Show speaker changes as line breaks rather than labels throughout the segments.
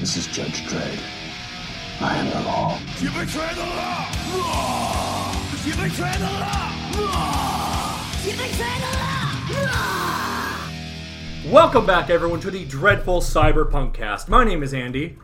This is Judge Dredd. I am the law.
You betray the law! Roar! You betray the law! Roar! You betray the law! Roar!
Welcome back, everyone, to the dreadful Cyberpunk cast. My name is Andy,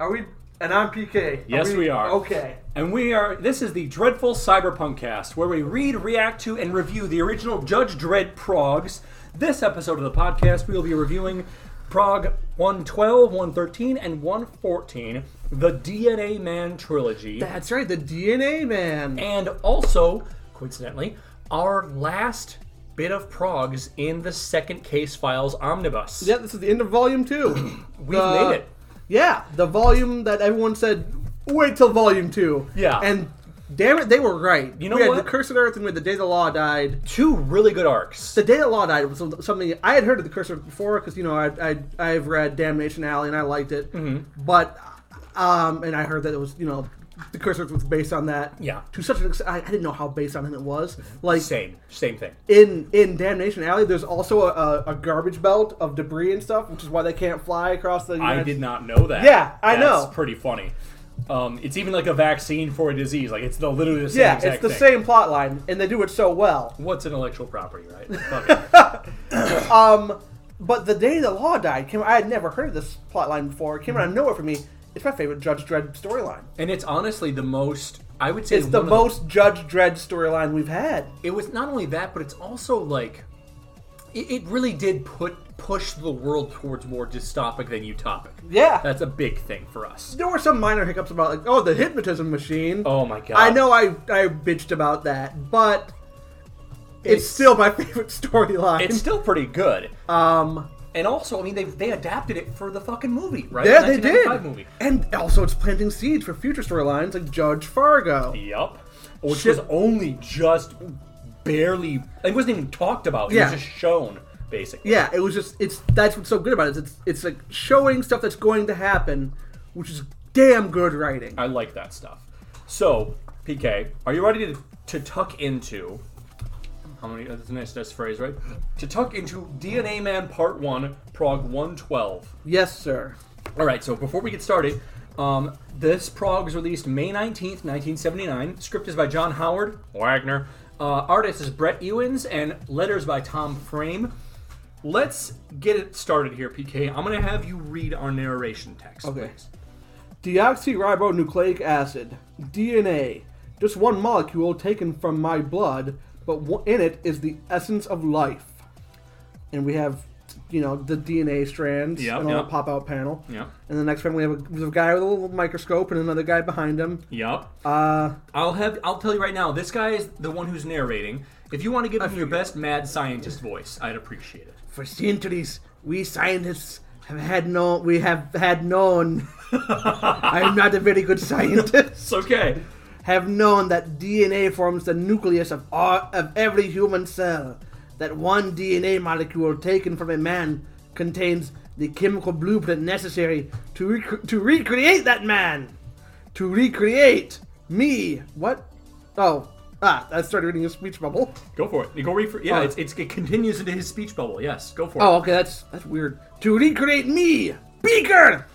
Are we? And I'm PK.
Yes, we are.
Okay.
and we are. This is the dreadful Cyberpunk cast, where we read, react to, and review the original Judge Dredd progs. This episode of the podcast, we will be reviewing Prog 112, 113, and 114, the DNA Man trilogy,
That's right, the DNA man.
and also, coincidentally, our last bit of progs in the second case files omnibus.
yeah, this is the end of volume two.
We've
Uh,
made it.
Yeah, the volume that everyone said, wait till volume two.
Yeah.
And damn it, they were right.
You know
we had
what?
the Curse of Earth and we had the Day the Law Died.
Two really good arcs.
The Day the Law Died was something I had heard of the Curse of Earth before because you know I, I I've read Damnation Alley and I liked it,
Mm-hmm.
but um and I heard that it was you know the Curse of Earth was based on that.
Yeah.
To such an extent, I, I didn't know how based on it it was. Like
Same, same thing.
in in Damnation Alley, there's also a, a, a garbage belt of debris and stuff, which is why they can't fly across the.
I
United-
did not know that.
Yeah, I know.
That's pretty funny. Um, it's even like a vaccine for a disease. Like it's the literally the same.
Yeah,
exact
it's the
thing.
same plot line, and they do it so well.
What's intellectual property, right? Fuck it.
But the day the law died, came. I had never heard of this plot line before. It came
Mm-hmm.
out of nowhere for me. It's my favorite Judge Dredd storyline.
and it's honestly the most. I would say
It's the
one of
most Judge Dredd storyline we've had.
it was not only that, but it's also like it, it really did put push the world towards more dystopic than utopic.
Yeah.
that's a big thing for us.
There were some minor hiccups about like, oh, the hypnotism machine.
Oh my god!
I know I I bitched about that, but it's,
It's-
still my favorite storyline.
it's still pretty good.
um.
And also, I mean, they they adapted it for the fucking movie, right?
Yeah, they
1995
did.
Movie.
And also, it's planting seeds for future storylines like Judge Fargo.
Yep. Which
Shit.
was only just barely. It wasn't even talked about. It
Yeah.
was just shown, basically.
Yeah, it was just it's that's what's so good about it. It's it's like showing stuff that's going to happen, which is damn good writing.
I like that stuff. So, PK, are you ready to, to tuck into. How many? That's a nice, nice phrase, right? To tuck into DNA Man Part 1, Prog 112.
Yes, sir.
All right, so before we get started, um, this prog was released May 19th, 1979. Script is by John Howard, Wagner. Uh, artist is Brett Ewins, and letters by Tom Frame. Let's get it started here, PK. I'm going to have you read our narration text.
Okay.
please.
Deoxyribonucleic acid, DNA, just one molecule taken from my blood, but wha- in it is the essence of life. And we have, you know, the DNA strands
Yep,
and on
yep.
the pop-out panel.
Yep.
And the next panel we have a, we have a guy with a little microscope and another guy behind him.
Yup.
Uh,
I'll have. I'll tell you right now. This guy is the one who's narrating. If you want to give him your best mad scientist voice, I'd appreciate it.
for centuries, we scientists have had no, we have had known. I'm not a very good scientist.
It's okay.
have known that DNA forms the nucleus of all, of every human cell. That one DNA molecule taken from a man contains the chemical blueprint necessary to rec- to recreate that man. To recreate me. What? Oh, ah, I started reading a speech bubble.
Go for it. You go read for. Yeah,
Oh.
it's, it's, it continues into his speech bubble. Yes, go for it.
Oh, okay, that's that's weird. To recreate me, Beaker.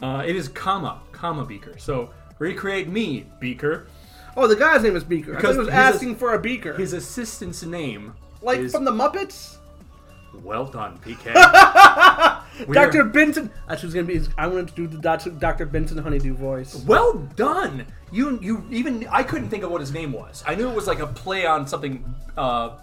Uh, it is comma, comma beaker. So recreate me, beaker.
Oh, the guy's name is Beaker.
Because
Because he was
his-
asking for a beaker,
His assistant's name
like
is
from the Muppets.
well done, PK. We are-
Dr. Benson. That's who's gonna be. I'm gonna do the Dr. Dr. Benson Honeydew voice.
Well done. You you even I couldn't think of what his name was. I knew it was like a play on something uh,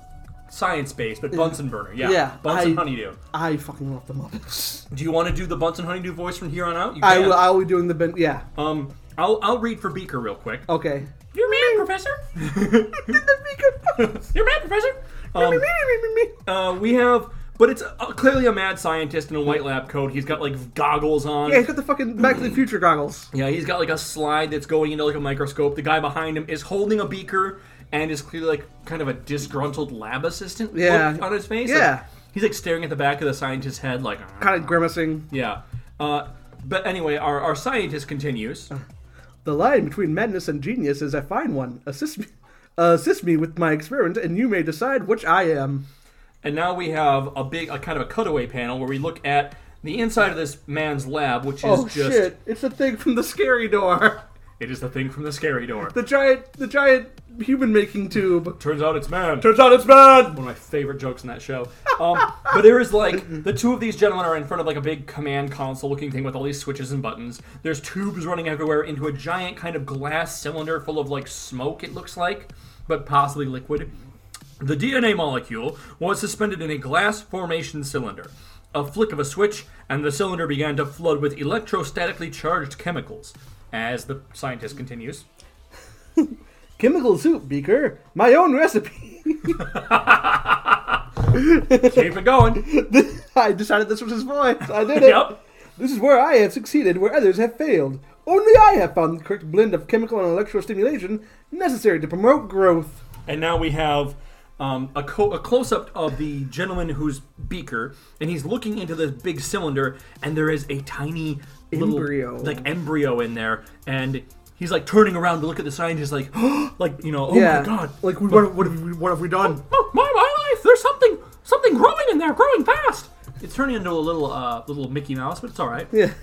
science based, but Bunsen burner. Yeah,
Yeah,
Bunsen
I-
honeydew.
I fucking love the Muppets.
Do you want to do the Bunsen honeydew voice from here on out? You
I
can.
will. I'll be doing the Ben. Yeah.
Um, I'll I'll read for Beaker real quick.
Okay.
You're mad, Professor. You're mad, Professor. Um, Uh, we have, but it's uh, clearly a mad scientist in a white lab coat. He's got like goggles on.
yeah, he's got the fucking Back to the Future goggles.
Yeah, he's got like a slide that's going into like a microscope. The guy behind him is holding a beaker and is clearly like kind of a disgruntled lab assistant look
Yeah.
on his face.
Yeah.
Like, he's like staring at the back of the scientist's head, like "Uh-huh."
Kind of grimacing.
yeah. Uh, but anyway, our, our scientist continues.
Uh-huh. The line between madness and genius is a fine one. Assist me, assist me with my experiment, and you may decide which I am.
And now we have a big, a kind of a cutaway panel where we look at the inside of this man's lab, which is
Oh
just
shit! It's the thing from the scary door.
it is the thing from the scary door.
The giant, the giant human-making tube.
Turns out it's man.
Turns out it's bad.
one of my favorite jokes in that show. Um, but there is like the two of these gentlemen are in front of like a big command console looking thing with all these switches and buttons. There's tubes running everywhere into a giant kind of glass cylinder full of like smoke, it looks like, but possibly liquid. The DNA molecule was suspended in a glass formation cylinder. A flick of a switch, and the cylinder began to flood with electrostatically charged chemicals. As the scientist continues,
Chemical soup beaker. My own recipe.
keep it going.
I decided this was his voice. I did it.
Yep.
This is where I have succeeded, where others have failed. Only I have found the correct blend of chemical and electrical stimulation necessary to promote growth.
And now we have um, a, co- a close up of the gentleman who's Beaker, and he's looking into this big cylinder, and there is a tiny little,
Embryo.
like embryo in there, and he's like turning around to look at the scientist, like, like you know, oh
yeah.
my god,
Like, we, what, what, have we, what have we done?
oh, my my life, there's something something growing in there, growing fast. It's turning into a little uh, little Mickey Mouse, but it's all right.
Yeah.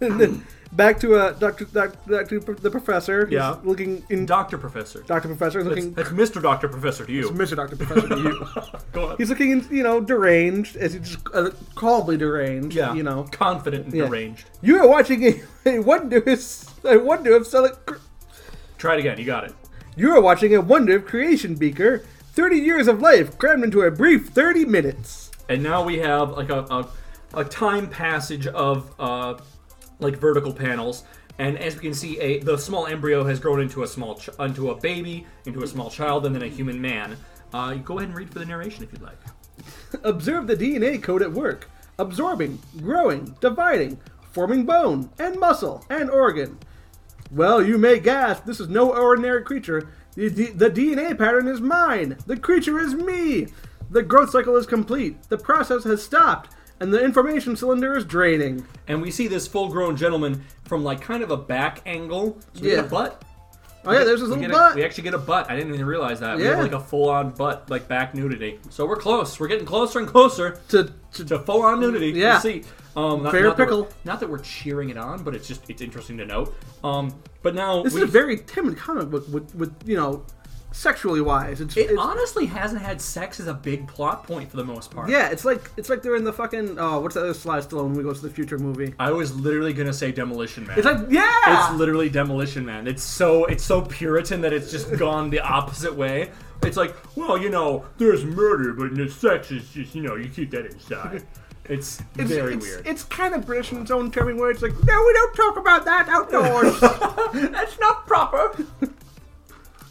and then back to uh, Doctor, Doctor, the professor. who's
Yeah.
Looking in
Doctor Professor,
Doctor Professor is looking
that's Mister Doctor Professor to you.
Mr. Doctor Professor to you.
Go on.
He's looking, you know, deranged, as he just uh, calmly deranged.
yeah,
You know,
confident and
Yeah.
deranged.
you are watching a, a wonder. Of, a wonder of solid. Cr-
Try it again. You got it.
You are watching a wonder of creation beaker. 30 years of life crammed into a brief 30 minutes.
and now we have like a, a, a time passage of uh, like vertical panels and as we can see a the small embryo has grown into a small ch- into a baby into a small child and then a human man uh, you go ahead and read for the narration if you'd like
Observe the DNA code at work, absorbing, growing, dividing, forming bone and muscle and organ. Well, you may gasp, this is no ordinary creature. The, the, the DNA pattern is mine. The creature is me. The growth cycle is complete. The process has stopped, and the information cylinder is draining.
and we see this full grown gentleman from like kind of a back angle so we get
Yeah.
a butt
Oh, yeah, there's his
we,
little
get
butt.
A, we actually get a butt. I didn't even realize that. We have
Yeah.
like a full on butt, like back nudity. So we're close. We're getting closer and closer
to, to,
to full on nudity.
Yeah.
You see, um, not,
Fair
not That
pickle.
we're- not that we're cheering it on, but it's just it's interesting to note. Um, but now
this is a very timid comic book with, with you know, sexually wise. It's,
it
it's
honestly hasn't had sex as a big plot point for the most part.
yeah, it's like it's like they're in the fucking oh, what's that other Sly Stallone when we go to the future movie?
I was literally gonna say Demolition Man.
It's like yeah,
Uh, It's literally Demolition Man. It's so it's so Puritan that it's just gone the opposite way. It's like, well, you know, there's murder, but the sex is just you know you keep that inside. It's,
it's,
very
it's,
weird.
It's kind of British in its own terming where it's like no, we don't talk about that outdoors.
That's not proper.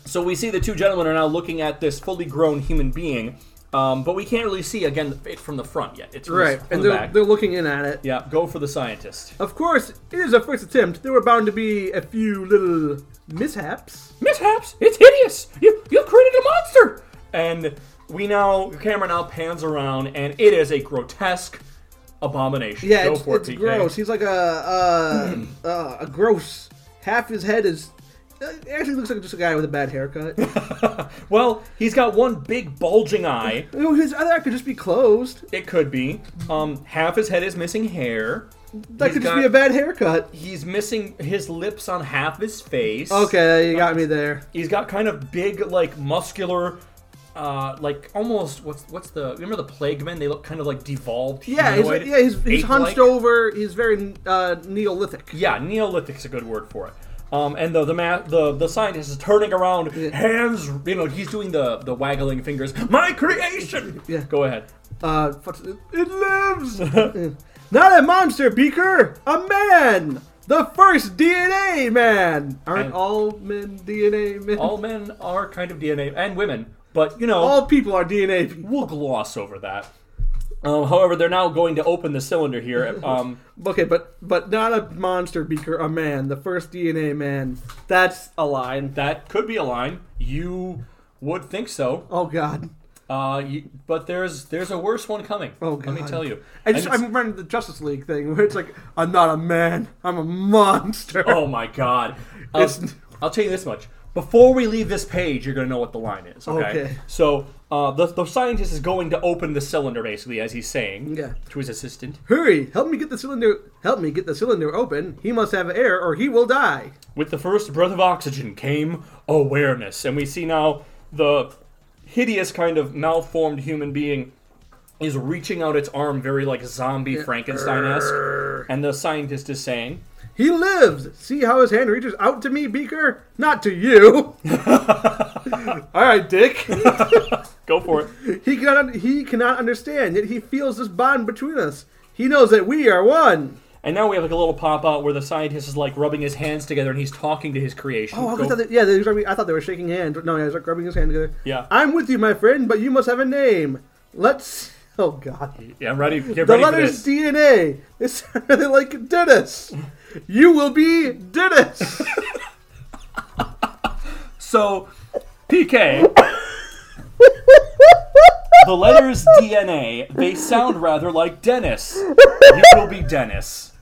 so we see the two gentlemen are now looking at this fully grown human being, um, but we can't really see again it from the front yet. It's from,
right,
from
and
the
they're,
back.
they're looking in at it.
yeah, go for the scientist.
Of course, it is a first attempt. There were bound to be a few little mishaps.
mishaps. It's hideous. You, you've created a monster. And we now, the camera now pans around, and it is a grotesque abomination.
Yeah,
Go
it's,
for
it's
it, PK.
gross. He's like a a, a a gross. Half his head is uh, actually looks like just a guy with a bad haircut.
Well, he's got one big bulging eye.
Oh, his other eye could just be closed.
It could be. Um, half his head is missing hair.
That
He's
could just
got-
be a bad haircut.
He's missing his lips on half his face.
Okay, you got me there.
He's got kind of big, like muscular, uh, like almost what's what's the remember the plague men? They look kind of like devolved.
Yeah, he's,
humanoid,
yeah, he's, he's
ape-like.
hunched over. He's very uh, Neolithic.
Yeah, Neolithic's a good word for it. Um, and the the, ma- the the scientist is turning around, hands. You know, he's doing the the waggling fingers. My creation.
Yeah.
Go ahead.
Uh, what's- it lives. Not a monster, Beaker. A man. The first DNA man. Aren't
And-
all men DNA men?
All men are kind of DNA and women, but you know,
All people are DNA. people.
we'll gloss over that. Um, however, they're now going to open the cylinder here. Um,
Okay, but but not a monster beaker, a man, the first DNA man. That's a line.
that could be a line. You would think so,
Oh God,
uh, you, but there's there's a worse one coming.
Oh,
Let me
God.
tell you.
I just
And it's-
I'm remembering the Justice League thing where it's like I'm not a man, I'm a monster.
Oh my god. I'll,
It's-
I'll tell you this much. Before we leave this page, you're going to know what the line is. Okay.
Okay.
So uh, the, the scientist is going to open the cylinder, basically, as he's saying
Yeah.
to his assistant
Hurry! Help me get the cylinder. Help me get the cylinder open. He must have air, or he will die.
With the first breath of oxygen came awareness, and we see now the hideous kind of malformed human being is reaching out its arm, very like zombie Frankenstein esque, and the scientist is saying,
He lives. See how his hand reaches out to me, Beaker? Not to you. All right, Dick.
"Go for it."
He cannot. He cannot understand. Yet he feels this bond between us. He knows that we are one.
and now we have like a little pop out where the scientist is like rubbing his hands together and he's talking to his creation.
Oh, I
Go-
thought that, yeah, they were, I thought they were shaking hands. No, yeah, they were rubbing his hand together.
Yeah.
I'm with you, my friend, but you must have a name. Let's. Oh God.
yeah, I'm ready. Get
The
ready for
letters
this.
DNA. They sounded like Dennis. You will be Dennis.
So, PK. the letters DNA, they sound rather like Dennis. You will be Dennis.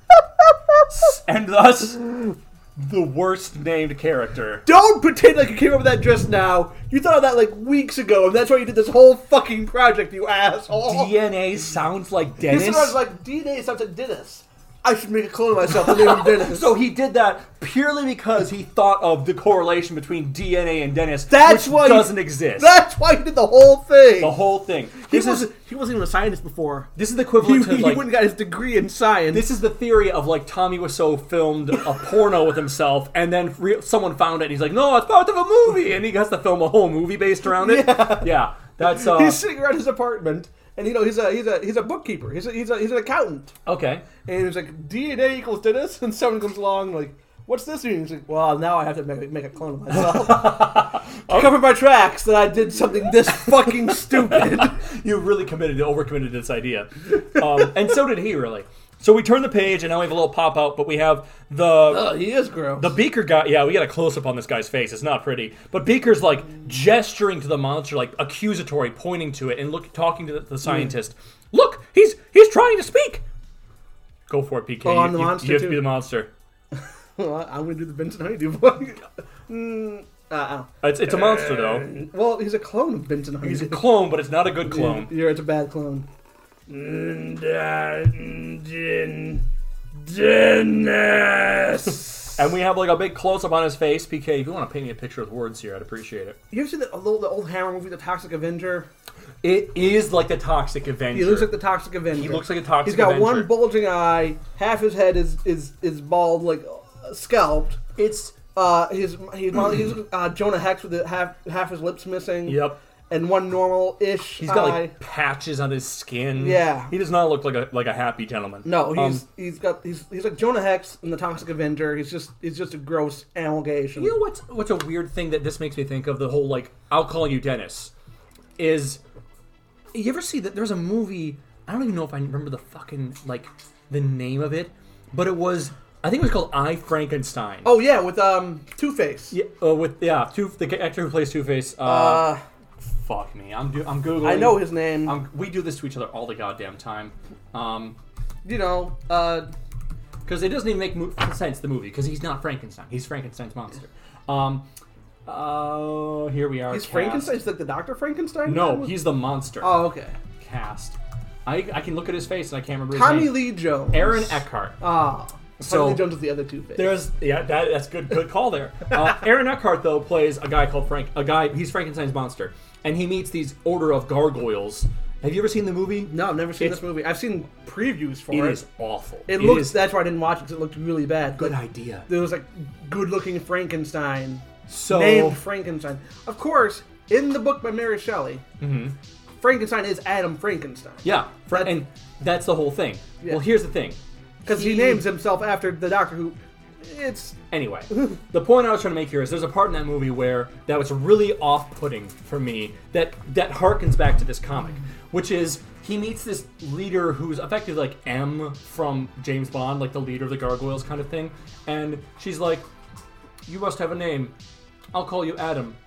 S- And thus, the worst named character.
Don't pretend like you came up with that just now. You thought of that like weeks ago, and that's why you did this whole fucking project, you asshole.
DNA sounds like
This is
Dennis.
what I was like, DNA sounds like Dennis. I should make a clone of myself to name him Dennis.
so oh, he did that purely because he thought of the correlation between DNA and Dennis,
That's
which
why-
doesn't exist.
that's why he did the whole thing.
the whole thing.
he,
This
was,
is
he wasn't even a scientist before.
this is the
He,
equivalent
he
to like
went and got his degree in science.
This is the theory of like Tommy Wiseau filmed a porno with himself, and then re- someone found it, and he's like, "No, it's part of a movie," and he has to film a whole movie based around it. Yeah, that's uh,
he's sitting around his apartment, and you know he's a he's a he's a bookkeeper. He's a, he's a, he's an accountant.
okay.
And he's like, DNA equals Dennis, and someone comes along like, what's this mean? He's like, well, now I have to make, make a clone of myself. to cover my tracks that I did something this fucking stupid.
You really committed, overcommitted to this idea, um, and so did he really. So we turn the page, and now we have a little pop out, but we have the.
oh, he is gross.
The Beaker guy, yeah, we got a close up on this guy's face. It's not pretty, but Beaker's like gesturing to the monster, like accusatory, pointing to it, and look, talking to the, the scientist. Look, he's he's trying to speak. Go for it, PK.
Oh,
you,
I'm the
you-
monster
you have to
too.
be the monster.
Well, I- I'm gonna do the Benson Honeydew voice. Mm, uh-uh.
It's, it's a monster though.
Well, he's a clone of Benson Honeydew.
He's a clone, but it's not a good clone.
You're it's a bad clone.
Dennis.
And we have like a big close up on his face. PK, if you want to paint me a picture with words here, I'd appreciate it.
You ever seen the, the old the old Hammer movie, The Toxic Avenger?
It is like the Toxic Avenger.
He looks like the Toxic Avenger.
He looks like a Toxic
He's got
Avenger.
one bulging eye. Half his head is is is bald, like uh, scalped.
it's
Uh, his he's, he's uh, Jonah Hex with the half half his lips missing.
yep.
And one normal ish.
He's got like patches on his skin.
Yeah.
he does not look like a like a happy gentleman.
no, he's
Um,
he's got he's he's like Jonah Hex in the Toxic Avenger. He's just he's just a gross allegation.
you know what's what's a weird thing that this makes me think of the whole like I'll call you Dennis, is you ever see that there's a movie I don't even know if I remember the fucking like the name of it, but it was I think it was called I Frankenstein.
Oh yeah, with um Two Face.
Yeah, uh, with yeah, two the actor who plays Two Face. Uh,
Uh,
fuck me, I'm do, I'm googling.
I know his name.
I'm, we do this to each other all the goddamn time, um,
you know, uh,
because it doesn't even make mo- sense the movie because he's not Frankenstein. He's Frankenstein's monster. Um, oh, here we are.
he's
cast.
Frankenstein's like the Doctor Frankenstein.
No, he's the monster.
Oh okay.
Cast. I, I can look at his face and I can't remember. His
Tommy
name.
Lee Jones.
Aaron Eckhart.
Ah.
So-
Tommy Lee Jones is the other Two Face.
There's yeah, that, that's good. Good call there. Uh, Aaron Eckhart though plays a guy called Frank. A guy he's Frankenstein's monster, and he meets these order of gargoyles. Have you ever seen the movie?
No, I've never seen
It's-
this movie. I've seen previews for
It
it.
is awful.
It, looks.
is
that's why I didn't watch it because it looked really bad.
good
Like,
idea.
There was like good-looking Frankenstein
So
named Frankenstein. Of course, in the book by Mary Shelley, Frankenstein is Adam Frankenstein
Mm-hmm. yeah, Fra-
That-
and that's the whole thing.
Yeah.
Well, here's the thing.
because he,
He-
names himself after the Doctor Who. It's
Anyway, the point I was trying to make here is there's a part in that movie where that was really off-putting for me. That that harkens back to this comic, which is he meets this leader who's effectively like M from James Bond, like the leader of the Gargoyles kind of thing, and she's like, "You must have a name. I'll call you Adam."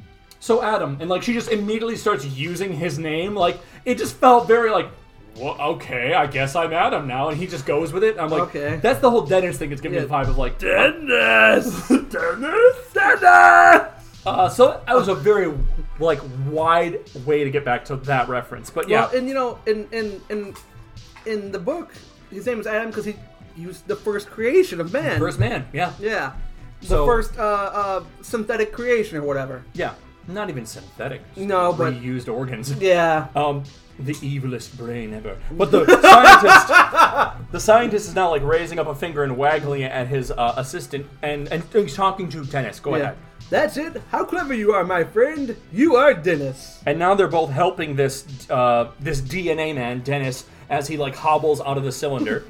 So Adam, and like she just immediately starts using his name. Like it just felt very like. Well, okay, I guess I'm Adam now, and he just goes with it. I'm like,
Okay.
that's the whole Dennis thing. It's giving me
Yeah.
the vibe of like,
Dennis. Dennis. Dennis.
Uh, so that was a very like wide way to get back to that reference, but yeah,
Well, and you know, in in in in the book, his name is Adam because he used the first creation of man.
first man, yeah,
yeah, the
So-
first uh, uh, synthetic creation or whatever.
yeah, not even synthetic, just
No, but-
reused organs.
Yeah,
Um, the evilest brain ever. But the scientist, the scientist is now like raising up a finger and waggling it at his uh, assistant, and and he's talking to Dennis. Go
yeah.
ahead.
That's it. How clever you are, my friend. You are Dennis.
And now they're both helping this uh, this DNA man, Dennis, as he like hobbles out of the cylinder.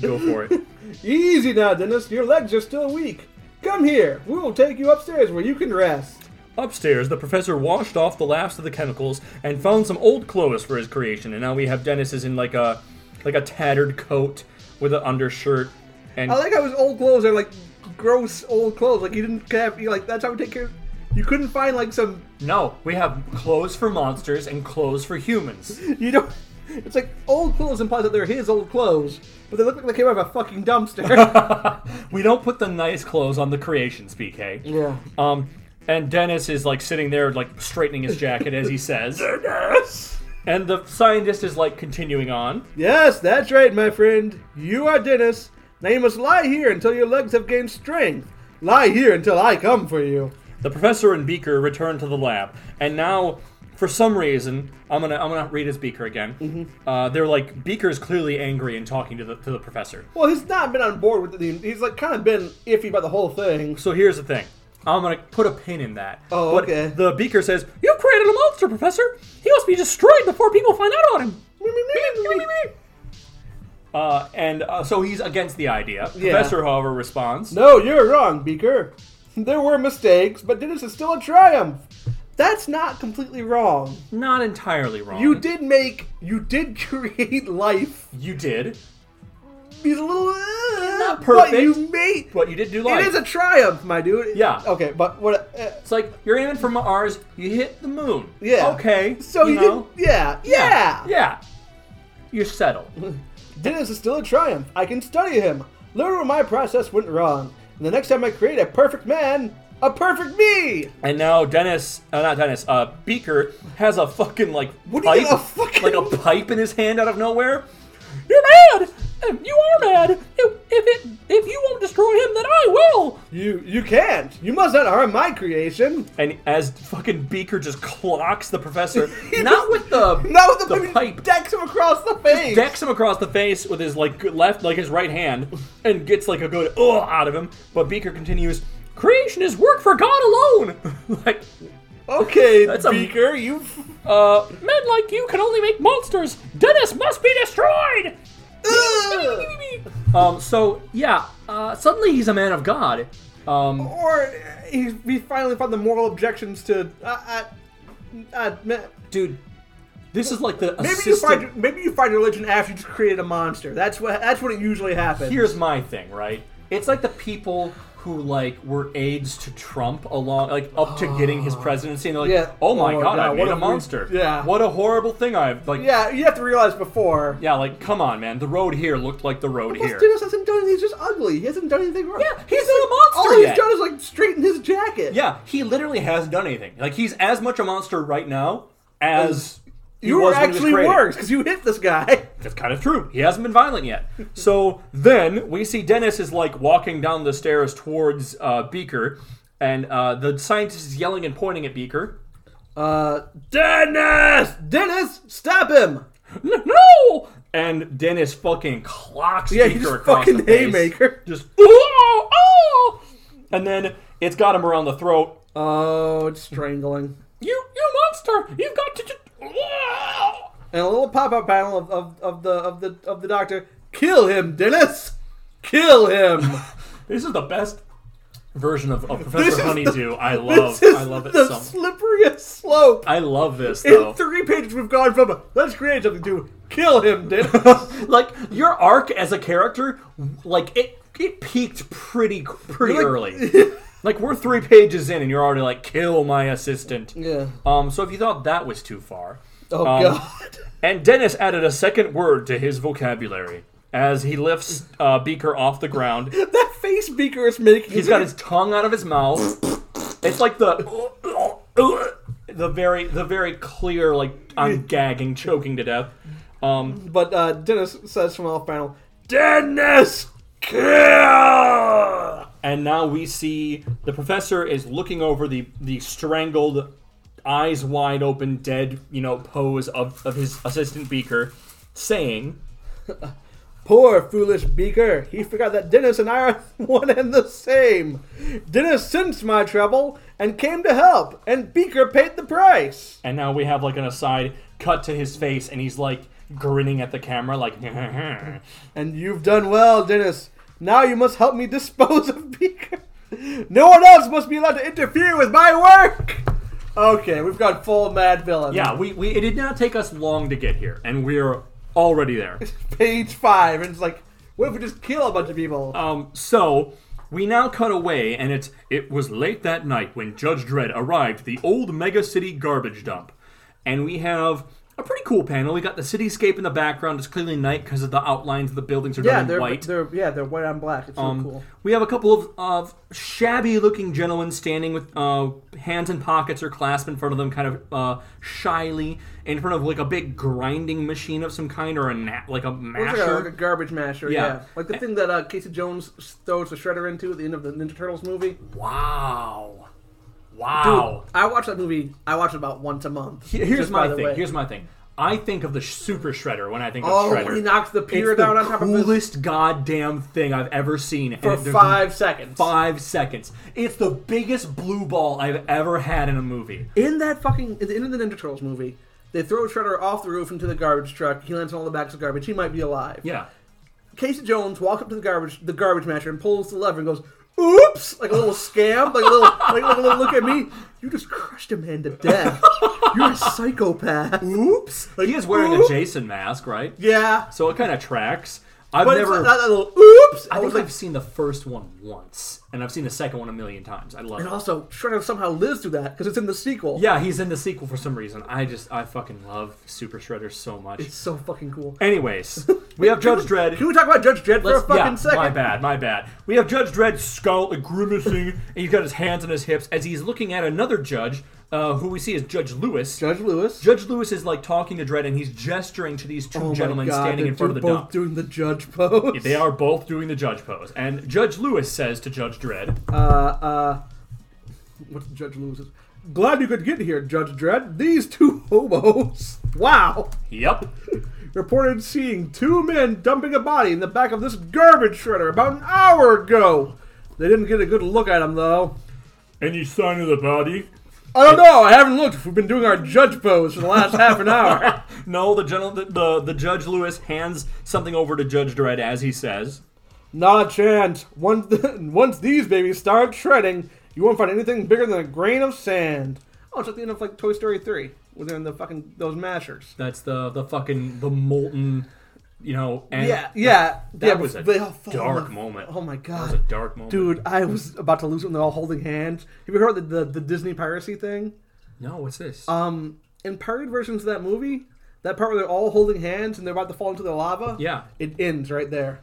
Go for it.
Easy now, Dennis. Your legs are still weak. Come here. We will take you upstairs where you can rest.
Upstairs, the professor washed off the last of the chemicals and found some old clothes for his creation. And now we have Dennis is in like a like a tattered coat with an undershirt. And
I like how his old clothes are like gross old clothes. Like you didn't have you like that's how we take care. You couldn't find like some
no, we have clothes for monsters and clothes for humans.
You don't. It's like old clothes implies that they're his old clothes, but they look like they came out of a fucking dumpster.
we don't put the nice clothes on the creations, BK.
yeah.
Um, and Dennis is like sitting there, like straightening his jacket as he says. And the scientist is like continuing on.
Yes, that's right, my friend. You are Dennis. Now you must lie here until your legs have gained strength. Lie here until I come for you.
The professor and Beaker return to the lab, and now, for some reason, I'm gonna I'm gonna read his Beaker again. Uh, they're like Beaker is clearly angry and talking to the to the professor.
Well, he's not been on board with the. He's like kind of been iffy about the whole thing.
So here's the thing. I'm gonna put a pin in that.
Oh,
But
okay.
The Beaker says, "You've created a monster, Professor. He must be destroyed before people find out about him." Uh, and uh, so he's against the idea.
Yeah.
Professor, however, responds,
No, you're wrong, Beaker. There were mistakes, but Dennis is still a triumph. That's not completely wrong.
"Not entirely wrong.
You did make. You did create life.
You did.
He's a little uh,
not
But
perfect.
you mate.
But you did do
It
life.
is a triumph, my dude.
Yeah.
Okay, but what? Uh,
It's like you're aiming for Mars, you hit the moon.
yeah.
Okay.
So you,
know?
did. Yeah, yeah.
Yeah. You're settled.
Dennis is still a triumph. I can study him. Learn where my process went wrong. And the next time I create a perfect man, a perfect me.
and now Dennis, uh, not Dennis, uh, Beaker has a fucking like
What do
pipe,
you got a fucking-
like a pipe in his hand out of nowhere. You're mad. Um, You are mad. If if, it, if you won't destroy him, then I will.
You you can't. You must not harm my creation.
And as fucking Beaker just clocks the professor, not with the
No, the,
the pipe,
decks him across the face.
decks him across the face with his like good left, like his right hand, and gets like a good ugh out of him. But Beaker continues, "Creation is work for God alone." like,
Okay,
That's a-
Beaker, you. f-
uh, men like you can only make monsters. Dennis must be destroyed.
Ugh.
um. So yeah. Uh. Suddenly he's a man of God. Um.
Or uh, he, he finally found the moral objections to. Uh, uh, uh, ma-
Dude, this is like the
maybe
assistant.
you find maybe you find religion after you create a monster. That's what that's what it usually happens.
here's my thing, right? It's like the people who like were aides to Trump along like up to getting his presidency and they're like,
Yeah.
"Oh my
Oh,
god,
yeah,
I
what
made
a
a
weird-
monster."
yeah.
What a horrible thing I've like yeah.
yeah, you have to realize before.
like come on, man. The road here looked like the road
Plus,
here.
Dennis hasn't done anything. He's just ugly. He hasn't done anything wrong.
Yeah, he's not a monster
All he's
yet.
done is like straighten his jacket.
Yeah, he literally hasn't done anything. Like he's as much a monster right now as he
you were
was when he was
actually
created.
worse because you hit this guy.
That's kind of true. He hasn't been violent yet. So then we see Dennis is like walking down the stairs towards uh, Beaker, and uh, the scientist is yelling and pointing at Beaker.
Uh, Dennis, Dennis, stop him!
"N- No! And Dennis fucking clocks
Yeah, he
Beaker
just
across
fucking
the face.
haymaker.
Just oh, oh! And then it's got him around the throat.
Oh, it's strangling.
You, you monster! You've got to. Just, oh!
and a little pop-up panel of, of, of the of the of the doctor. Kill him, Dennis. Kill him.
This is the best version of, of
This
Professor
is
Honeydew. I love.
this is
I love it
the
so. much.
slipperiest slope.
I love this
In
though.
three pages, we've gone from let's create something to kill him, Dennis.
like your arc as a character, like it it peaked pretty pretty
You're like-
early. like we're three pages in, and you're already like, kill my assistant.
yeah.
Um. So if you thought that was too far,
Oh
um,
God.
and Dennis added a second word to his vocabulary as he lifts uh, Beaker off the ground.
that face Beaker is making.
He's got his tongue out of his mouth. It's like the the very the very clear like I'm gagging, choking to death. Um,
But uh, Dennis says from off panel, Dennis, Ah! kill!
and now we see the professor is looking over the the strangled, eyes wide open, dead you know pose of of his assistant Beaker, saying,
Poor foolish Beaker, he forgot that Dennis and I are one and the same. Dennis sensed my trouble and came to help, and Beaker paid the price.
and now we have like an aside cut to his face, and he's like grinning at the camera like.
And you've done well, Dennis. Now you must help me dispose of Beaker. No one else must be allowed to interfere with my work. Okay, we've got full mad villain.
Yeah, we, we it did not take us long to get here, and we're already there.
Page five, and it's like, what if we just kill a bunch of people?
Um, so we now cut away, and it's it was late that night when Judge Dredd arrived at the old mega city garbage dump, and we have a pretty cool panel. We got the cityscape in the background. It's clearly night because of the outlines of the buildings are
yeah,
done in
they're
white.
they're yeah they're white on black. It's
Um,
so cool.
We have a couple of, of shabby looking gentlemen standing with uh, hands in pockets or clasped in front of them, kind of uh, shyly, in front of like a big grinding machine of some kind or a na- like a
It's
masher.
like a, like a garbage masher,
Yeah.
yeah. Like the thing that uh, Casey Jones throws the shredder into at the end of the Ninja Turtles movie.
Wow. Wow.
I watch that movie. I watch it about once a month.
He- Here's
just by
my
the
thing.
way.
Here's my thing. I think of the sh- Super Shredder when I think
oh,
of Shredder.
he knocks the pier
it's
down
the
on top of his
coolest goddamn thing I've ever seen. and
for
it- there's
five seconds.
five seconds. It's the biggest blue ball I've ever had in a movie.
In that fucking at the end of the Ninja Turtles movie, they throw Shredder off the roof into the garbage truck. He lands on all the backs of garbage. He might be alive.
Yeah.
Casey Jones walks up to the garbage the garbage masher and pulls the lever and goes, "Oops!" Like a little scam, like a little like, like a little look at me. You just crushed a man to death. You're a psychopath. Oops.
he is wearing a
oop.
Jason mask, right?
Yeah.
so it kind of tracks. I've
But
never.
it's not that little oops.
I
I,
think
was like,
I've seen the first one once, and I've seen the second one a million times. I love
and
it.
also Shredder somehow lives through that because it's in the sequel.
Yeah, he's in the sequel for some reason. I just, I fucking love Super Shredder so much.
It's so fucking cool.
Anyways, we have Judge Dredd.
Can we talk about Judge Dredd
Let's-
for a fucking
yeah,
second?
My bad, my bad. We have Judge Dredd skull like, grimacing, and he's got his hands on his hips as he's looking at another judge, uh, who we see is Judge Lewis.
Judge Lewis.
Judge Lewis is like talking to Dredd, and he's gesturing to these two
Oh my
gentlemen
God,
standing
they're
in front of
do-
the
both
dump.
doing the judge pose.
They are both doing the judge pose, and Judge Lewis says to Judge Dredd,
Uh, uh, what's Judge Lewis's? Glad you could get here, Judge Dredd. These two hobos. Wow.
"Yep,
Reported seeing two men dumping a body in the back of this garbage shredder about an hour ago. They didn't get a good look at him though.
any sign of the body?"
I don't know. I haven't looked. We've been doing our judge pose for the last half an hour.
No, the general, the, the the Judge Lewis hands something over to Judge Dredd as he says,
Not a chance. Once, once these babies start shredding, you won't find anything bigger than a grain of sand. Oh, it's at the end of like Toy Story three, where they're in the fucking those mashers.
"That's the the fucking the molten, you know." And
Yeah, yeah,
that
yeah,
was a
they all fall in
dark
love.
moment.
Oh my
That was a
god,
dark moment,
dude, I was about to lose it when they're all holding hands. Have you heard the the, the Disney piracy thing?
No, what's this?
Um, in parody versions of that movie, that part where they're all holding hands and they're about to fall into the lava.
yeah.
it ends right there.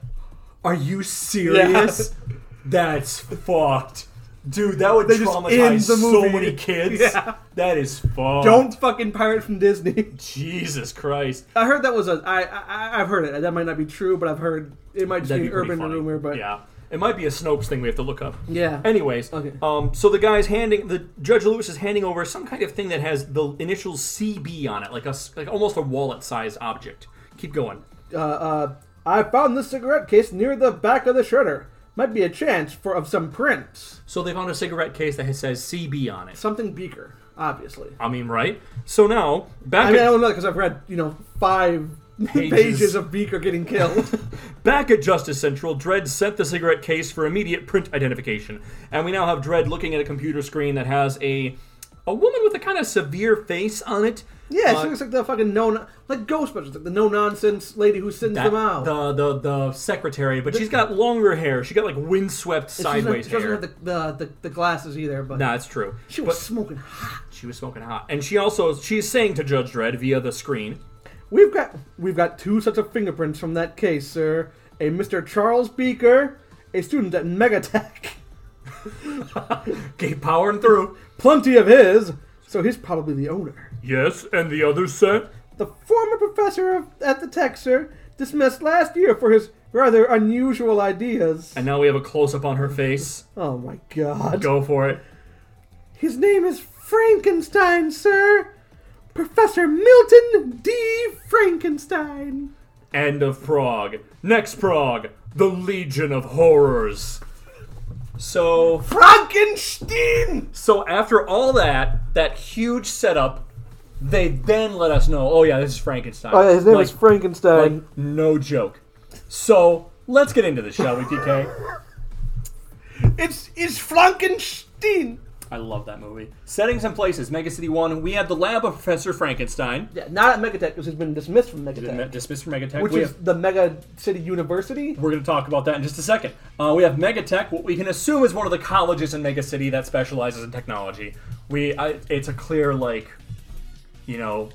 Are you serious? That's fucked. Dude, that would
They just end
traumatize
the
so
movie.
many kids.
Yeah.
That is fucked.
Don't fucking pirate from Disney.
Jesus Christ.
I heard that was a. I, I I've heard it. That might not be true, but I've heard it might just
That'd
be
be
an
pretty
urban
funny.
rumor. But
yeah, it might be a Snopes thing we have to look up.
Yeah.
Anyways,
Okay.
um, so the guy's handing the Judge Lewis is handing over some kind of thing that has the initials CB on it, like a s- like almost a wallet-sized object. Keep going.
uh, uh, I found this cigarette case near the back of the shredder. Might be a chance for of some prints.
So they found a cigarette case that says CB on it.
Something beaker, obviously.
I mean, right? So now back
I mean, I
at,
don't know because I've read you know five
Pages.
pages, of beaker getting killed.
Back at Justice Central, Dredd sent the cigarette case for immediate print identification, and we now have Dredd looking at a computer screen that has a a woman with a kind of severe face on it.
yeah,
Uh,
she looks like the fucking no, like Ghostbusters, like the no nonsense lady who sends
that-
them out.
the the the secretary, but she's got longer hair. She got like windswept
She doesn't-
sideways
she doesn't
hair.
have the, the, the, the glasses either, but
Nah, that's true.
she was smoking hot.
She was smoking hot, and she also she's saying to Judge Dredd via the screen,
We've got we've got two sets of fingerprints from that case, sir. A Mr. Charles Beaker, a student at Megatech.
Keep powering through.
Plenty of his, so he's probably the owner.
Yes, and the other set?
The former professor of, at the tech, sir, dismissed last year for his rather unusual ideas.
And now we have a close up on her face.
oh my god.
Go for it.
His name is Frankenstein, sir. Professor Milton D. Frankenstein.
End of Prague. Next Prague, the Legion of Horrors. So,
Frankenstein!
so after all that, that huge setup, they then let us know. Oh yeah, this is Frankenstein.
Oh, yeah, his name
Like-
is Frankenstein.
Like, no joke. So let's get into this, shall we, DK?
it's it's Frankenstein.
I love that movie. Settings and places: Mega City One. We have the lab of Professor Frankenstein.
Yeah, not at Megatech because he's been dismissed from
Didn't that
Megatech,
dismiss from Megatech?
which
we
is the Mega City University.
we're going to talk about that in just a second. Uh, we have Megatech, what we can assume is one of the colleges in Mega City that specializes in technology. We, I, it's a clear like, you know,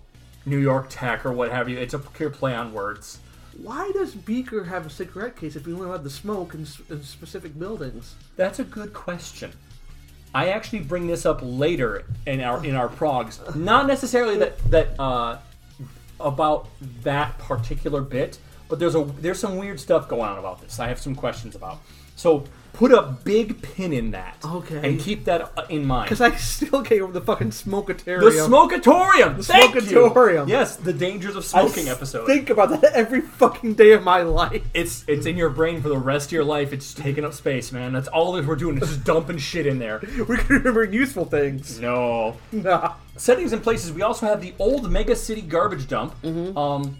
New York Tech or what have you. It's a clear play on words.
Why does Beaker have a cigarette case if you only allowed to smoke in, s- in specific buildings?
That's a good question. I actually bring this up later in our in our progs. Not necessarily that that uh, about that particular bit, but there's a there's some weird stuff going on about this. I have some questions about. So put a big pin in that.
Okay.
And keep that uh, in mind.
Because I still can't get over the fucking smokeatarium.
the smokatorium. The
smokatorium.
Yes, the dangers of
I
smoking episode.
Think about that every fucking day of my life.
it's it's in your brain for the rest of your life. It's taking up space, man. That's all that we're doing is just dumping shit in there.
We can remember useful things.
No.
Nah.
settings and places, we also have the old Mega City garbage dump,
Mm-hmm.
um,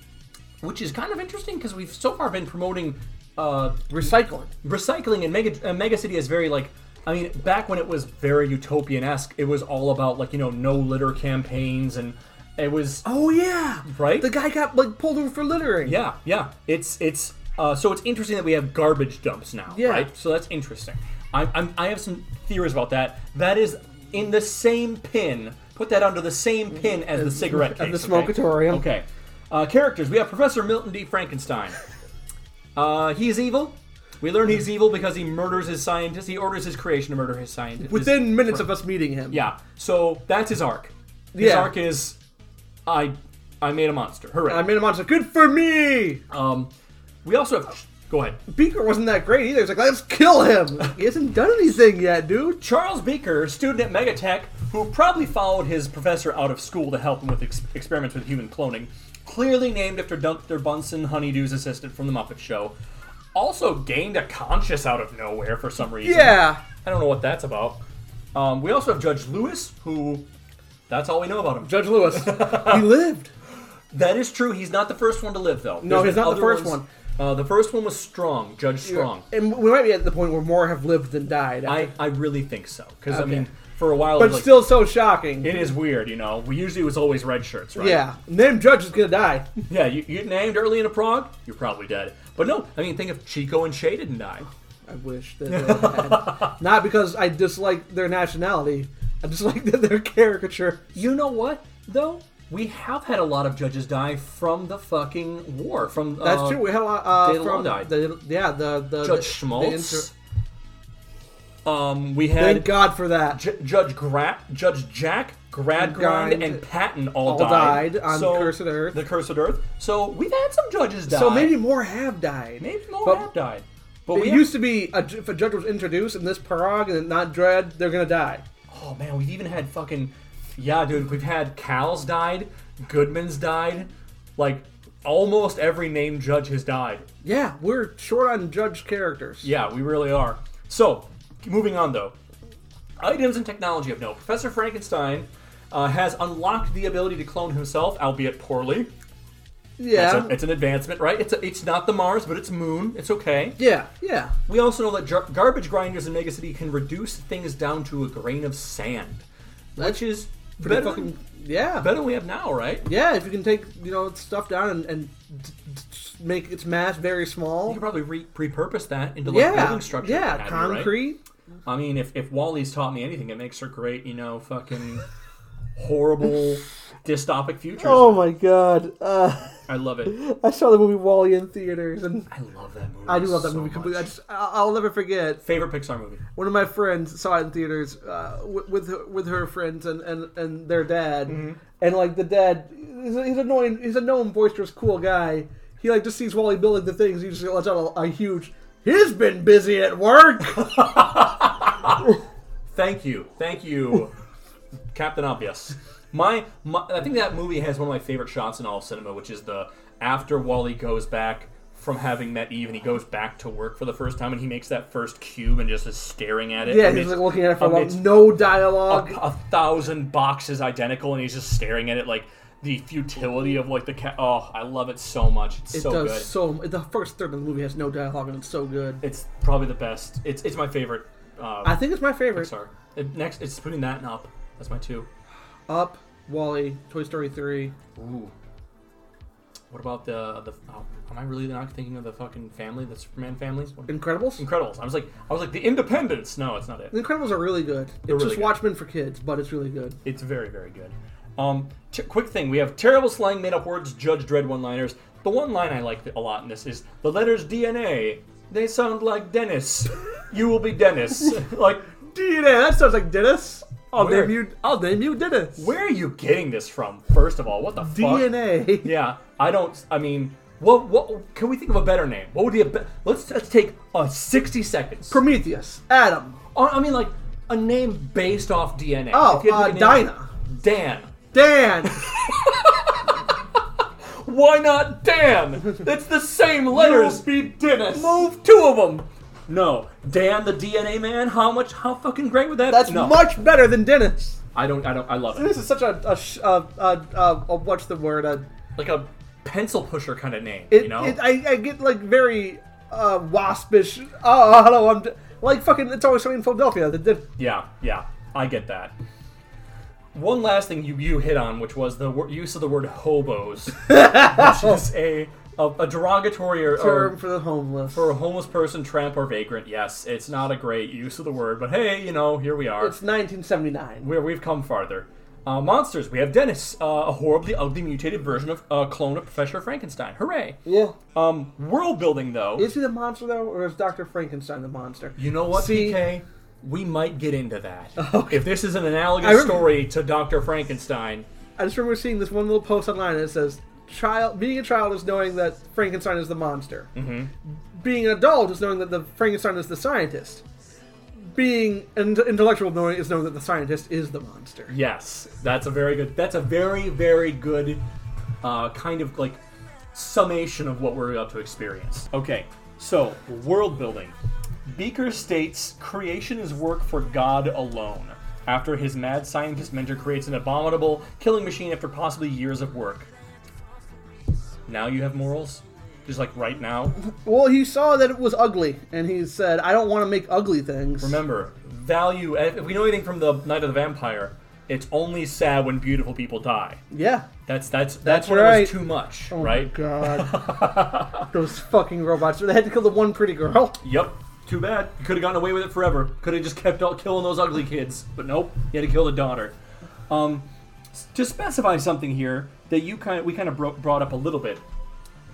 which is kind of interesting because we've so far been promoting uh,
Recycling.
recycling, and Mega uh, Mega City is very like. I mean, back when it was very utopian esque, it was all about like you know no litter campaigns, and it was
Oh yeah.
right.
The guy got like pulled over for littering.
Yeah, yeah. It's it's uh, so it's interesting that we have garbage dumps now,
Yeah.
right? So that's interesting. I, I'm, I have some theories about that. That is in the same pin. Put that under the same pin as the cigarette
as
case.
the
okay?
smokatorium.
Okay. Uh, characters. We have Professor Milton D. Frankenstein. Uh, he is evil. We learn he's evil because he murders his scientist. He orders his creation to murder his scientist.
Within minutes of us meeting him.
Yeah. So that's his arc. His
Yeah.
arc is, I, I made a monster. Hooray.
I made a monster. Good for me.
Um, we also have. Go ahead.
Beaker wasn't that great either. He's like, let's kill him. he hasn't done anything yet, dude.
Charles Beaker, student at Megatech, who probably followed his professor out of school to help him with ex- experiments with human cloning, clearly named after Dr. Bunsen Honeydew's assistant from The Muppet Show, also gained a conscience out of nowhere for some reason.
Yeah.
I don't know what that's about. Um, we also have Judge Lewis, who. That's all we know about him.
Judge Lewis. he lived.
That is true. He's not the first one to live, though.
No,
There's
he's not the
other
first
ones- Uh, the first one was Strong, Judge Strong.
And we might be at the point where more have lived than died.
I, I really think so. Because, I
Okay.
mean, for a while. it
but
was like-
still so shocking.
It is weird, you know. We usually it was always red shirts, right?
yeah. Name Judge is gonna die.
Yeah, you, you get named early in a prog, you're probably dead. But no, I mean, think if Chico and Shay didn't die.
I wish that they had. Not because I dislike their nationality. I dislike that they're caricature.
You know what, though? We have had a lot of judges die from the fucking war. From
That's
uh,
true. We had a lot uh,
Data
from
Law died.
the yeah the the
Judge
the-
Schmaltz.
the
um, we
inter- Thank
had
God for that.
J- Judge Gra- Judge Jack, Gradgrind,
Grind.
and Patton all,
All died on Cursed Earth.
The Cursed Earth. So we've had some judges die.
So maybe more have died.
maybe more
but-
have died. But
It
we
used to be a, if a judge was introduced in this parag and not dread, they're gonna die.
Oh man, we've even had fucking yeah, dude. We've had Cal's died, Goodman's died, like almost every named judge has died.
Yeah, we're short on judge characters.
Yeah, we really are. So, moving on though, items and technology of note. Professor Frankenstein uh, has unlocked the ability to clone himself, albeit poorly. It's,
Yeah,
a- it's an advancement, right? It's a, it's not the Mars, but it's Moon. It's okay.
yeah, yeah.
We also know that jar- garbage grinders in Mega City can reduce things down to a grain of sand, which is
Pretty
better,
fucking
than,
yeah,
better than we have now, right?
yeah. If you can take you know stuff down and, and t- t- t- make its mass very small.
You could probably re- repurpose that into like
Yeah,
building structure.
yeah,
and what have you, right?
concrete.
I mean, if, if Wally's taught me anything, it makes her great, you know,
Oh.
fucking horrible dystopic futures.
my god. Uh,
I love it.
I saw the movie Wally in theaters, and
I love that movie.
I do love that
so
movie
much.
completely. I just, I- I'll never forget.
Favorite Pixar movie.
One of my friends saw it in theaters uh, wi- with her, with her friends and, and, and their dad,
Mm-hmm.
and like the dad, he's, a- he's annoying. He's a known boisterous, cool guy. He like just sees Wally building the things. He just lets out a, a huge. He's been busy at work.
Thank you, thank you, Captain Obvious. My, my, I think that movie has one of my favorite shots in all of cinema, which is the after Wally goes back from having met Eve, and he goes back to work for the first time, and he makes that first cube and just is staring at it.
yeah, he's
amidst-
like looking at it for a while.
amidst
No dialogue.
a thousand boxes identical, and he's just staring at it like the futility of like the cat. Oh, I love it so much. It's
It
so
does
good.
so. The first third of the movie has no dialogue, and it's so good.
it's probably the best. It's it's my favorite. Uh,
I think it's my favorite.
Pixar. It- next, it's putting that and up. That's my two.
Up, Wally, Toy Story three.
Ooh. What about the the? Oh, am I really not thinking of the fucking family, the Superman families? What-
Incredibles.
Incredibles. I was like, I was like, the Independence. No, it's not it.
The Incredibles are really good. It's
really
just
good.
Watchmen for kids, but it's really good.
It's very, very good. Um, t- quick thing: we have terrible slang, made-up words, Judge Dredd one-liners. The one line I like a lot in this is the letters DNA. They sound like Dennis. You will be Dennis. like,
DNA. That sounds like Dennis. I'll
Where?
name you. I'll name you Dennis.
where are you getting this from? First of all, what the fuck?
DNA.
Yeah, I don't. I mean, what? What can we think of a better name? What would be a be- let's let's take uh, sixty seconds.
Prometheus. Adam.
Uh, I mean, like a name based off DNA.
Oh,
If you had
uh,
to pick a name-
Dinah.
Dan.
Dan.
Why not Dan? It's the same letters.
be Dennis.
Move two of them. No, Dan the DNA man. How much? How fucking great would that?
That's
no,
much better than Dennis.
I don't. I don't. I love it.
This is such a a, sh- a, a, a, a what's the word? A,
Like a pencil pusher kind of name.
it,
you know.
it, I, I get like very uh, waspish. Oh, hello. I'm d-. like fucking. It's always something in Philadelphia. The, the,
Yeah, yeah, I get that. One last thing you, you hit on, which was the wor- use of the word hobos, which is a a, a derogatory or,
term
or
for the homeless.
for a homeless person, tramp, or vagrant. Yes, it's not a great use of the word, but hey, you know, here we are.
it's 1979.
Where we've come farther. Uh, monsters. We have Dennis, uh, a horribly ugly mutated version of a clone of Professor Frankenstein. Hooray!
Yeah.
Um, world building though.
Is he the monster though, or is Doctor Frankenstein the monster?
You know what,
See-
PK? We might get into that. If this is an analogous
I rem-
story to Dr. Frankenstein,
I just remember seeing this one little post online that says, "Child, being a child is knowing that Frankenstein is the monster. Mm-hmm. Being an adult is knowing that the Frankenstein is the scientist. Being an intellectual knowing is knowing that the scientist is the monster."
yes, that's a very good. That's a very very good uh, kind of like summation of what we're about to experience. Okay, so world building. Beaker states creation is work for God alone. After his mad scientist mentor creates an abominable killing machine after possibly years of work. Now you have morals, just like right now.
Well, he saw that it was ugly, and he said, "I don't want to make ugly things."
Remember, value. eh, If we know anything from the Night of the Vampire, it's only sad when beautiful people die.
yeah.
That's that's that's, when it
right.
was too much,
Oh my
right?
God. Those fucking robots. They had to kill the one pretty girl.
Yep. Too bad. You could have gotten away with it forever. Could have just kept out killing those ugly kids, but nope. You had to kill the daughter. Um, s- to specify something here that you kind we kind of bro- brought up a little bit,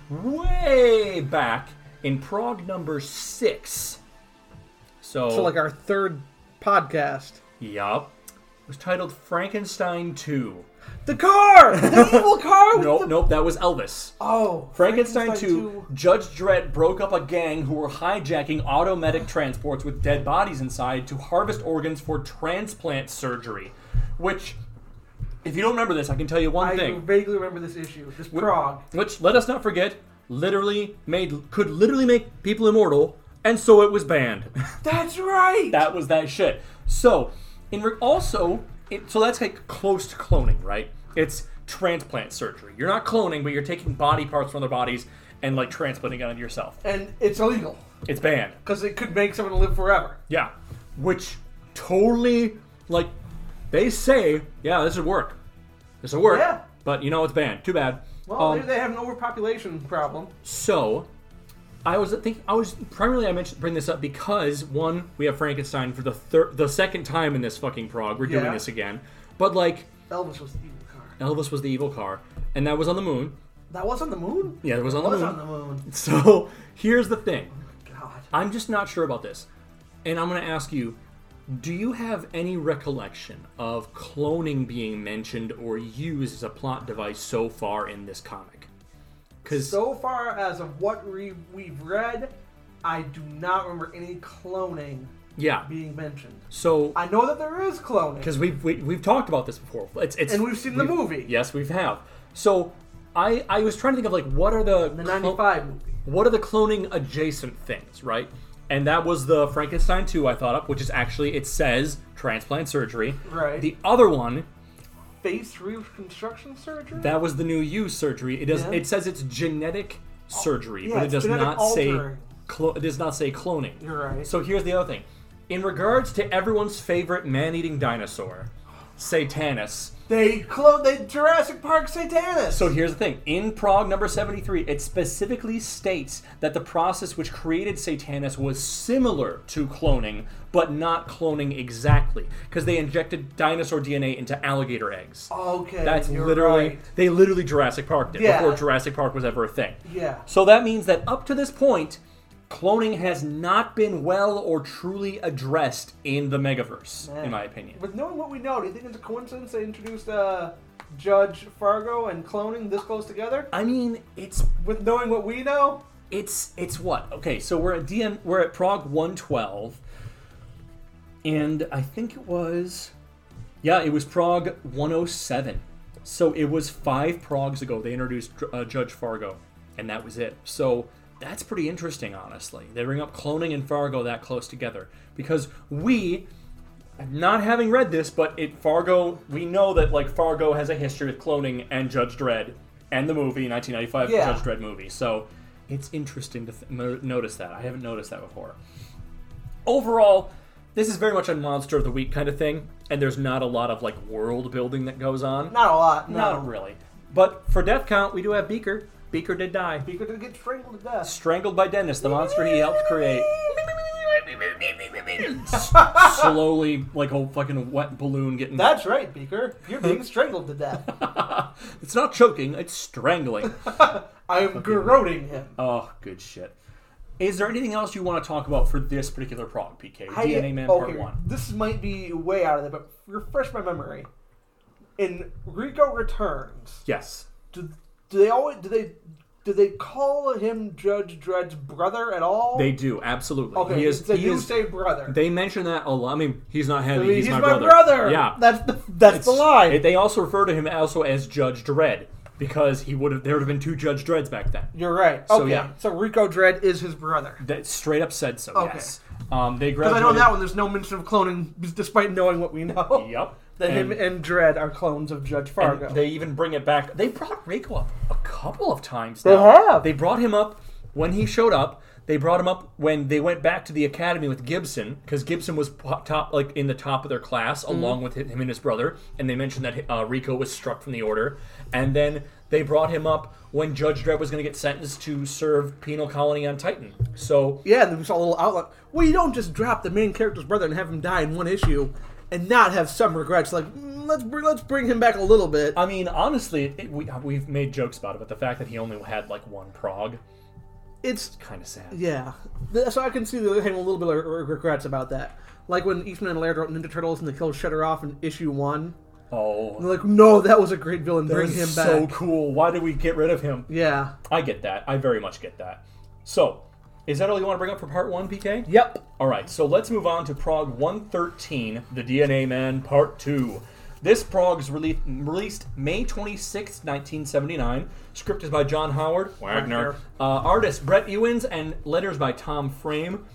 way back in prog number six. So,
So, like our third podcast.
yup, it was titled Frankenstein Two.
The car, the evil car. With
Nope,
the-
nope, that was Elvis.
Oh,
Frankenstein 2, Judge Dredd broke up a gang who were hijacking automatic transports with dead bodies inside to harvest organs for transplant surgery. Which, if you don't remember this, I can tell you one
I
thing.
vaguely remember this issue. This prog.
Which, let us not forget, literally made could literally make people immortal, and so it was banned.
That's right.
that was that shit. So, in re- also, it, so that's like close to cloning, right? It's transplant surgery. You're not cloning, but you're taking body parts from other bodies and like transplanting it onto yourself.
and it's illegal
It's banned.
because it could make someone live forever.
Yeah, which totally like they say, yeah, this would work. This would work.
Yeah.
But you know it's banned. Too bad.
Well,
Um,
they- they have an overpopulation problem.
so I was thinking I was primarily I mentioned bring this up because one we have Frankenstein for the third the second time in this fucking prog we're
Yeah.
doing this again but like
Elvis was the evil car.
Elvis was the evil car and that was on the moon
That was on the moon?
Yeah, it was on the
That was
moon.
on the moon.
So here's the thing.
God.
I'm just not sure about this. And I'm going to ask you do you have any recollection of cloning being mentioned or used as a plot device so far in this comic? Because
So far as of what re- we've read, I do not remember any cloning
yeah,
being mentioned.
so
I know that there is cloning,
because we've we, we've talked about this before. It's, it's
and we've seen the movie,
Yes, we've have. So I I was trying to think of like what are the
the
clo-
'95 movie.
what are the cloning adjacent things, right? And that was the Frankenstein 2 I thought up, which is actually it says transplant surgery.
Right.
The other one
Face reconstruction surgery.
That was the new you surgery. It does.
Yeah.
It says it's genetic surgery,
Yeah,
but it
it's
does
genetic
not
altering.
say. Clo- it does not say cloning.
You're right.
So here's the other thing. In regards to everyone's favorite man-eating dinosaur, Satanus.
they cloned. They Jurassic Park Satanus.
So here's the thing. In Prague number 73, it specifically states that the process which created Satanus was similar to cloning, but not cloning exactly, because they injected dinosaur DNA into alligator eggs.
okay,
That's
you're
literally
right.
they literally Jurassic Parked it
Yeah.
before Jurassic Park was ever a thing.
yeah.
So that means that up to this point, cloning has not been well or truly addressed in the Megaverse, in my opinion.
With knowing what we know, do you think it's a coincidence they introduced uh, Judge Fargo and cloning this close together?
I mean, it's
With knowing what we know,
it's it's what? Okay, so we're at DM we're at Prague 112. And I think it was yeah, it was Prague 107. So it was 5 Pragues ago they introduced uh, Judge Fargo and that was it. So that's pretty interesting honestly. They bring up cloning and Fargo that close together because we not having read this, but it Fargo, we know that like Fargo has a history with cloning and Judge Dredd and the movie 1995
Yeah.
Judge Dredd movie. So it's interesting to th- mo- notice that. I haven't noticed that before. Overall, this is very much a monster of the week kind of thing, and there's not a lot of like world building that goes on.
not a lot. No.
Not really. But for death count, we do have Beaker. Beaker did die.
Beaker did get strangled to death.
Strangled by Dennis, the monster he helped create. S- Slowly, like a fucking wet balloon getting
That's right, Beaker. You're being strangled to death.
It's not choking, it's strangling.
I'm garroting him.
oh, good shit. Is there anything else you want to talk about for this particular prog, PK?
I- Oh,
DNA Man Part
okay,
1.
This might be way out of there, but refresh my memory. In Rico Returns,
Yes.
do, do they always do they do they call him Judge Dredd's brother at all?
They do, absolutely.
okay,
he is,
they
he
do
is-
say brother.
they mention that a lot. I mean, he's not heavy,
I mean,
he's, my, brother. Yeah.
that's the that's the
It's-
line.
it- they also refer to him also as Judge Dredd because he would have there would have been two Judge Dredds back then.
You're right. Okay,
So,
so,
yeah.
Rico Dredd is his brother.
That straight up said so.
Okay.
Yes. Um, they
Because I
graduated.
know that one. There's no mention of cloning, despite knowing what we know.
Yep.
That him
And-
and Dredd are clones of Judge
And
Fargo.
they even bring it back. They brought Rico up a couple of times.
They
now.
have.
They brought him up when he showed up. They brought him up when they went back to the academy with Gibson because Gibson was po- top, like in the top of their class,
Mm-hmm.
along with him and his brother. And they mentioned that uh, Rico was struck from the order. And then they brought him up when Judge Dredd was going to get sentenced to serve penal colony on Titan. So
Yeah, and there was a little outlet. Well, you don't just drop the main character's brother and have him die in one issue, and not have some regrets. Like mm, let's br- let's bring him back a little bit.
I mean, honestly, it, we we've made jokes about it, but the fact that he only had like one prog,
It's
kind of sad.
yeah. Th- So I can see the other hand a little bit of re- regrets about that. Like when Eastman and Laird wrote Ninja Turtles and they killed Shutter off in issue one.
Oh,
They're like, no, that was a great villain. Bring
That
him
was
back.
So cool. Why did we get rid of him?
Yeah.
I get that. I very much get that. So, is that all you want to bring up for part one, PK?
Yep.
All right. So let's move on to Prog 113, The DNA Man, Part Two. This Prog's released released May 26, 1979. Script is by John Howard Wagner. Uh, artists Brett Ewins and letters by Tom Frame.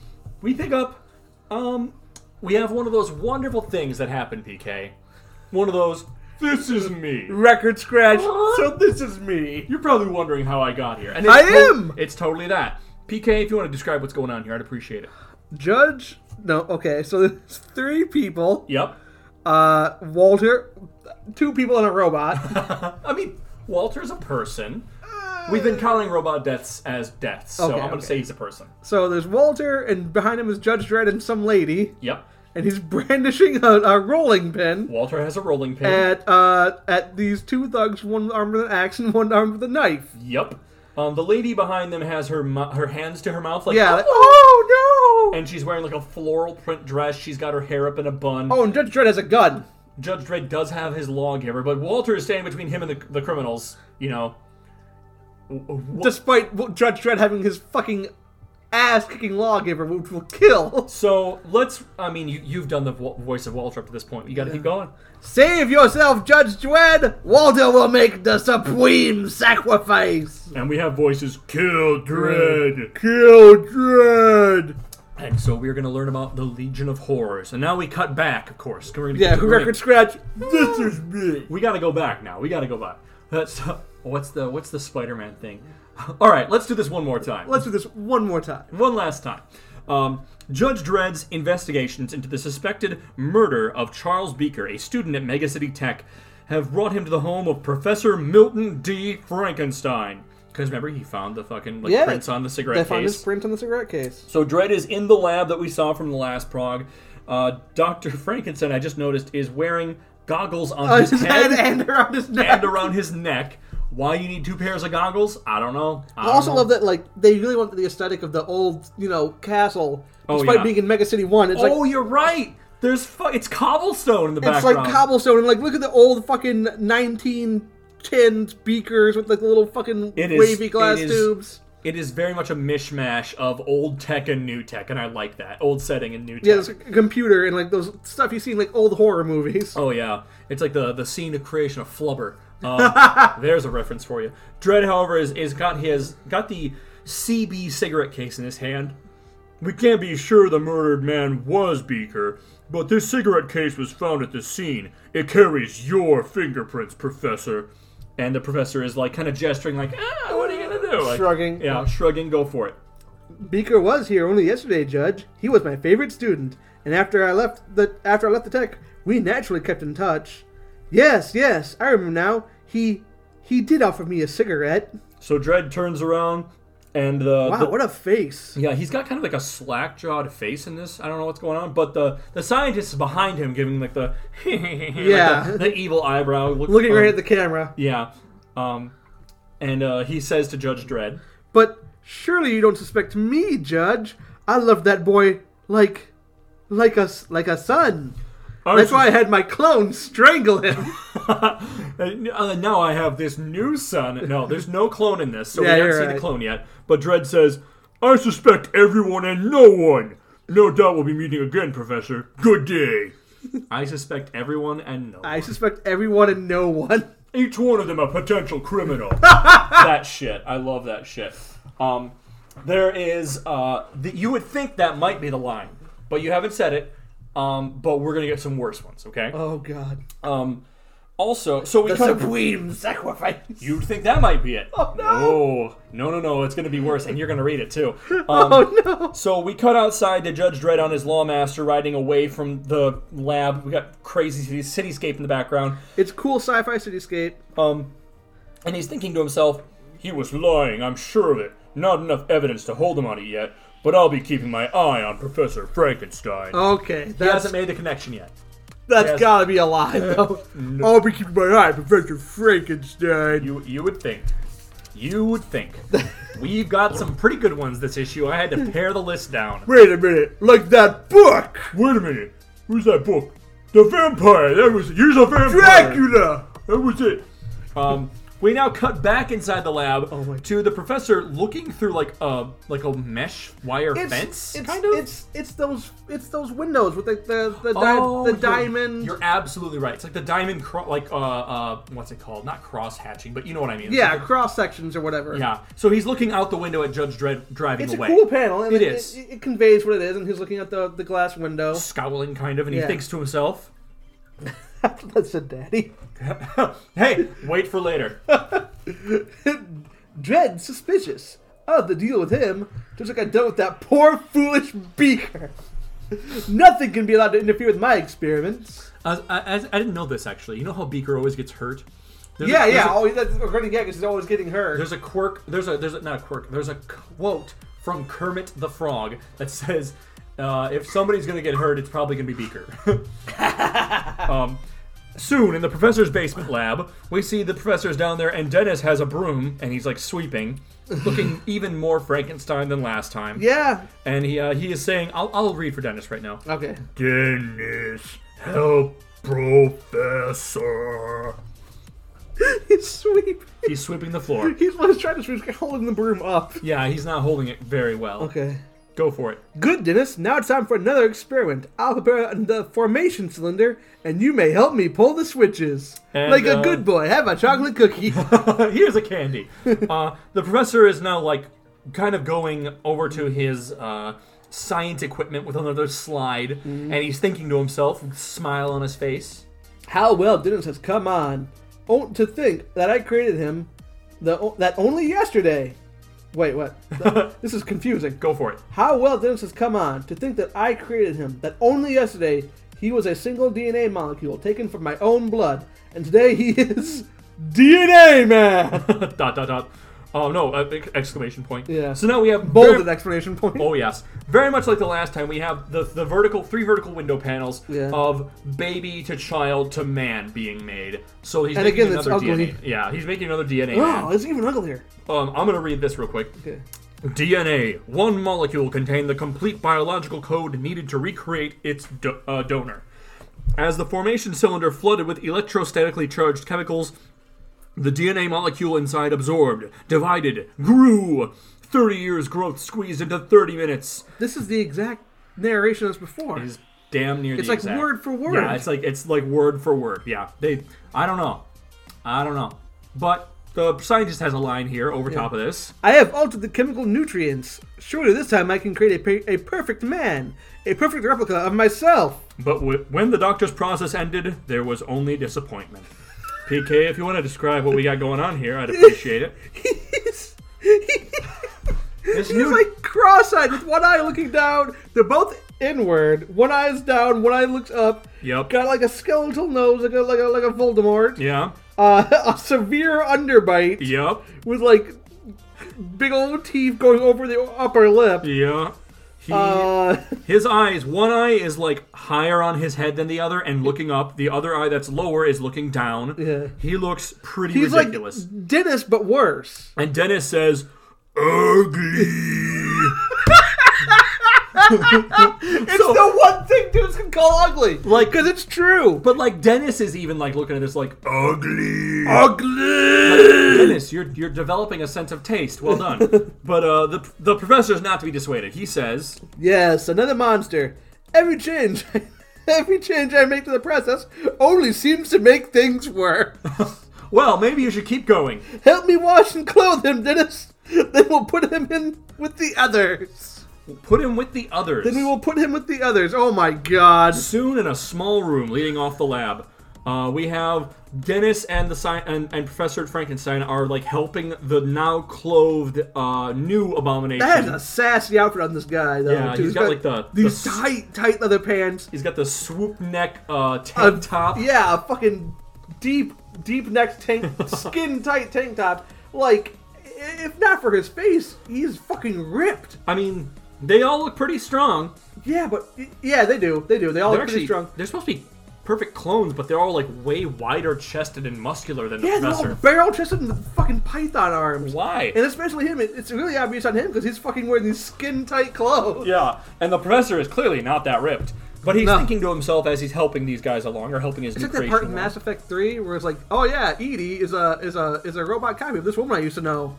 We pick up. Um, we have one of those wonderful things that happened, PK. One of those. This is me.
Record scratch.
What?
So this is me.
You're probably wondering how I got here. And
I
it's to-
am!
It's totally that. PK, if you want to describe what's going on here, I'd appreciate it.
Judge. No. Okay. So there's three people.
Yep.
Uh, Walter. Two people and a robot.
I mean, Walter's a person. We've been counting robot deaths as deaths, so
Okay,
I'm going to
okay.
say he's a person.
So there's Walter, and behind him is Judge Dredd and some lady.
Yep.
and he's brandishing a, a rolling pin
Walter has a rolling pin.
at uh, at these two thugs, one armed with an axe and one armed with a knife.
yep. Um, the lady behind them has her mu- her hands to her mouth like
Yeah, like, oh no!
and she's wearing like a floral print dress. She's got her hair up in a bun.
oh, and Judge Dredd has a gun.
Judge Dredd does have his lawgiver, but Walter is standing between him and the, the criminals. You know, Wh-
Despite w- Judge Dredd having his fucking ass kicking lawgiver, which will kill.
so let's. I mean, you, you've done the vo- voice of Walter up to this point. You got to keep going.
Save yourself, Judge Dredd! Walter will make the supreme sacrifice!
And we have voices. Kill Dredd.
Kill Dredd!
And so we're going to learn about the Legion of Horrors. And now we cut back, of course. 'cause We're gonna
Yeah,
get to-
who
we're
record scratch? This is me!
we gotta go back now. We gotta go back. That's what's the what's the Spider-Man thing? All right, let's do this one more time.
Let's do this one more time.
one last time. Um, Judge Dredd's investigations into the suspected murder of Charles Beaker, a student at Mega City Tech, have brought him to the home of Professor Milton D. Frankenstein. Because remember, he found the fucking like,
Yeah,
prints on the
They
cigarette
found
case.
his print on the cigarette case.
So Dredd is in the lab that we saw from the last prog. Uh, Dr. Frankenstein, I just noticed, is wearing goggles on his
his
head
head and around his neck.
and around his neck. Why you need two pairs of goggles? I don't know. I
I
don't
also
know.
love that, like, they really want the aesthetic of the old, you know, castle.
Oh,
Despite
yeah.
being in Mega City 1, it's like,
oh, you're right. There's fu- it's cobblestone in the
It's
background.
like cobblestone, and like look at the old fucking nineteen ten beakers with like the little fucking
It is-
wavy glass
it is-
tubes.
It is very much a mishmash of old tech and new tech, and I like that. Old setting and new tech.
Yeah, it's like a computer and like those stuff you see in like old horror movies.
Oh yeah, it's like the the scene of creation of Flubber. Um, there's a reference for you. Dread, however, is, is got his got the CB cigarette case in his hand. We can't be sure the murdered man was Beaker, but this cigarette case was found at the scene. It carries your fingerprints, Professor. And the professor is like kind of gesturing, like, ah, what are you gonna do? Like,
Shrugging.
Yeah, shrugging. Go for it.
Beaker was here only yesterday, Judge. He was my favorite student, and after I left the after I left the tech, we naturally kept in touch. Yes, yes, I remember now. He he did offer me a cigarette.
So Dread turns around, and uh,
Wow,
the,
what a face!
Yeah, he's got kind of like a slack jawed face in this. I don't know what's going on, but the the scientist is behind him, giving like the like
Yeah.
the, the evil eyebrow look,
Looking
um,
right at the camera.
yeah, um, and uh, he says to Judge Dredd,
But surely you don't suspect me, Judge. I loved that boy like, like a like a son. That's why I had my clone strangle him.
uh, now I have this new son. No, there's no clone in this, so
Yeah,
we haven't
you're
seen the
right.
clone yet. But Dredd says, "I suspect everyone and no one. No doubt we'll be meeting again, Professor. Good day." I suspect everyone and no.
I
one.
suspect everyone and no one.
each one of them a potential criminal. that shit. I love that shit. Um, there is. Uh, the, you would think that might be the line, but you haven't said it. Um, but we're gonna get some worse ones, okay?
Oh God!
Um, also, so we
The
cut-
supreme sacrifice.
You'd think that might be it.
Oh, no.
no, no, no, no! It's gonna be worse, and you're gonna read it too. Um,
Oh no!
so we cut outside to Judge Dredd on his lawmaster riding away from the lab. We got crazy city- cityscape in the background.
It's cool sci-fi cityscape.
Um, and he's thinking to himself, he was lying, I'm sure of it. Not enough evidence to hold him on it yet, but I'll be keeping my eye on Professor Frankenstein.
Okay,
Oh, he
that's
hasn't made the connection yet.
that's
yes.
gotta be a lie though. I'll be keeping my eye, on Professor Frankenstein.
You you would think. You would think. We've got some pretty good ones this issue. I had to pare the list down.
Wait a minute, like that book,
Wait a minute. Where's that book? The vampire. That was here's a vampire.
Dracula.
That was it. Um, we now cut back inside the lab
Oh my-
to the professor looking through like a like a mesh wire fence,
It's,
kind of.
It's it's those it's those windows with like the the, di-
Oh,
the
you're-
diamond.
You're absolutely right. It's like the diamond, cro- like uh, uh, what's it called? Not cross hatching, but you know what I mean. It's
yeah,
like a-
cross sections or whatever.
yeah. So he's looking out the window at Judge Dredd driving
It's a
away,
cool panel, and
It
it,
is.
It, it conveys what it is, and he's looking at the, the glass window.
scowling kind of, and he
Yeah.
thinks to himself,
That's a daddy.
"Hey, wait for later."
Dread suspicious of the deal with him, just like I dealt with that poor foolish beaker. Nothing can be allowed to interfere with my experiments.
As, as, I didn't know this actually. You know how Beaker always gets hurt? There's a-
Yeah,
there's
yeah.
a-
Always that's a running gag is he's always getting hurt.
There's a quirk. There's a there's a, not a quirk. There's a quote from Kermit the Frog that says, Uh, if somebody's going to get hurt, it's probably going to be Beaker. um, soon, in the professor's basement lab, we see the professor's down there, and Dennis has a broom, and he's like sweeping, looking even more Frankenstein than last time.
Yeah.
And he uh, he is saying, I'll, "I'll read for Dennis right now."
Okay.
Dennis, help, professor.
He's sweeping.
He's sweeping the floor.
He's always trying to sweep, holding the broom up.
Yeah, he's not holding it very well.
Okay.
Go for it.
Good, Dennis. Now it's time for another experiment. I'll prepare the formation cylinder, and you may help me pull the switches.
And,
like a
uh,
good boy, have a chocolate cookie.
Here's a candy. Uh, the professor is now like kind of going over to
Mm-hmm.
his uh, science equipment with another slide,
Mm-hmm.
and he's thinking to himself, smile on his face.
How well Dennis has come on. Oh, to think that I created him, the o- that only yesterday. Wait, what? Th- this is confusing.
Go for it.
How well Dennis has come on to think that I created him, that only yesterday he was a single DNA molecule taken from my own blood, and today he is DNA man!
dot dot dot. Oh no! Uh, ex- exclamation point.
Yeah.
So now we have
Bolded
very-
explanation point.
Oh yes, very much like the last time, we have the the vertical three vertical window panels
Yeah.
of baby to child to man being made. So he's
And
making
again, that's
another
ugly.
DNA. Yeah, he's making another DNA.
Oh,
man.
it's even uglier.
Um, I'm gonna read this real quick.
Okay.
DNA, one molecule contained the complete biological code needed to recreate its do- uh, donor. As the formation cylinder flooded with electrostatically charged chemicals, the DNA molecule inside absorbed, divided, grew. 30 years growth squeezed into 30 minutes.
This is the exact narration as before.
Is damn near
It's
the
like
exact-
word for word.
Yeah, it's like it's like word for word. Yeah. They I don't know. I don't know. But the scientist has a line here over top of this.
I have altered the chemical nutrients. Surely this time I can create a, per- a perfect man, a perfect replica of myself.
But w- when the doctor's process ended, there was only disappointment. PK, if you want to describe what we got going on here, I'd appreciate it.
He's, he's
This new,
like cross-eyed with one eye looking down. They're both inward. One eye is down. One eye looks up.
Yep.
Got like a skeletal nose, like a like a like a Voldemort.
yeah,
Uh, a severe underbite
yep,
with like big old teeth going over the upper lip.
yeah. He,
Uh,
his eyes, one eye is like higher on his head than the other and looking up. The other eye that's lower is looking down.
Yeah.
He looks pretty
he's
ridiculous.
like Dennis, but worse.
And Dennis says, ugly.
It's the one thing dudes can call ugly. Like, because it's true. But
But like Dennis is even like looking at this like ugly.
ugly.
Dennis, you're you're developing a sense of taste. Well done. but uh, the the professor's not to be dissuaded. He says,
Yes, another monster. Every change, every change I make to the process only seems to make things worse.
"Well, maybe you should keep going."
Help me wash and clothe him, Dennis. Then we'll put him in with the others.
Put him with the others.
Then we will put him with the others. Oh my God.
Soon, in a small room leading off the lab, uh, we have Dennis and the sci- and, and Professor Frankenstein are like helping the now clothed uh, new abomination.
That is a sassy outfit on this guy, though.
Yeah,
too.
he's got, like, the-
these
the s-
tight, tight leather pants.
He's got the swoop neck uh, tank
a
top.
Yeah, a fucking deep, deep neck tank, skin tight tank top. Like, i- if not for his face, he's fucking ripped.
I mean, they all look pretty strong.
Yeah, but yeah, they do, they do. They all
They're
look pretty
actually
strong.
They're supposed to be perfect clones, but they're all like way wider chested and muscular than the
Yeah, they're all
professor.
barrel chested with fucking python arms.
Why?
And especially him. it- It's really obvious on him because he's fucking wearing these skin tight clothes.
yeah, and the professor is clearly not that ripped. But he's
No.
thinking to himself as he's helping these guys along, or helping his
It's
new
like that
creation.
part in
along.
Mass Effect Three where it's like, oh yeah, Edie is a is a is a robot copy of this woman I used to know,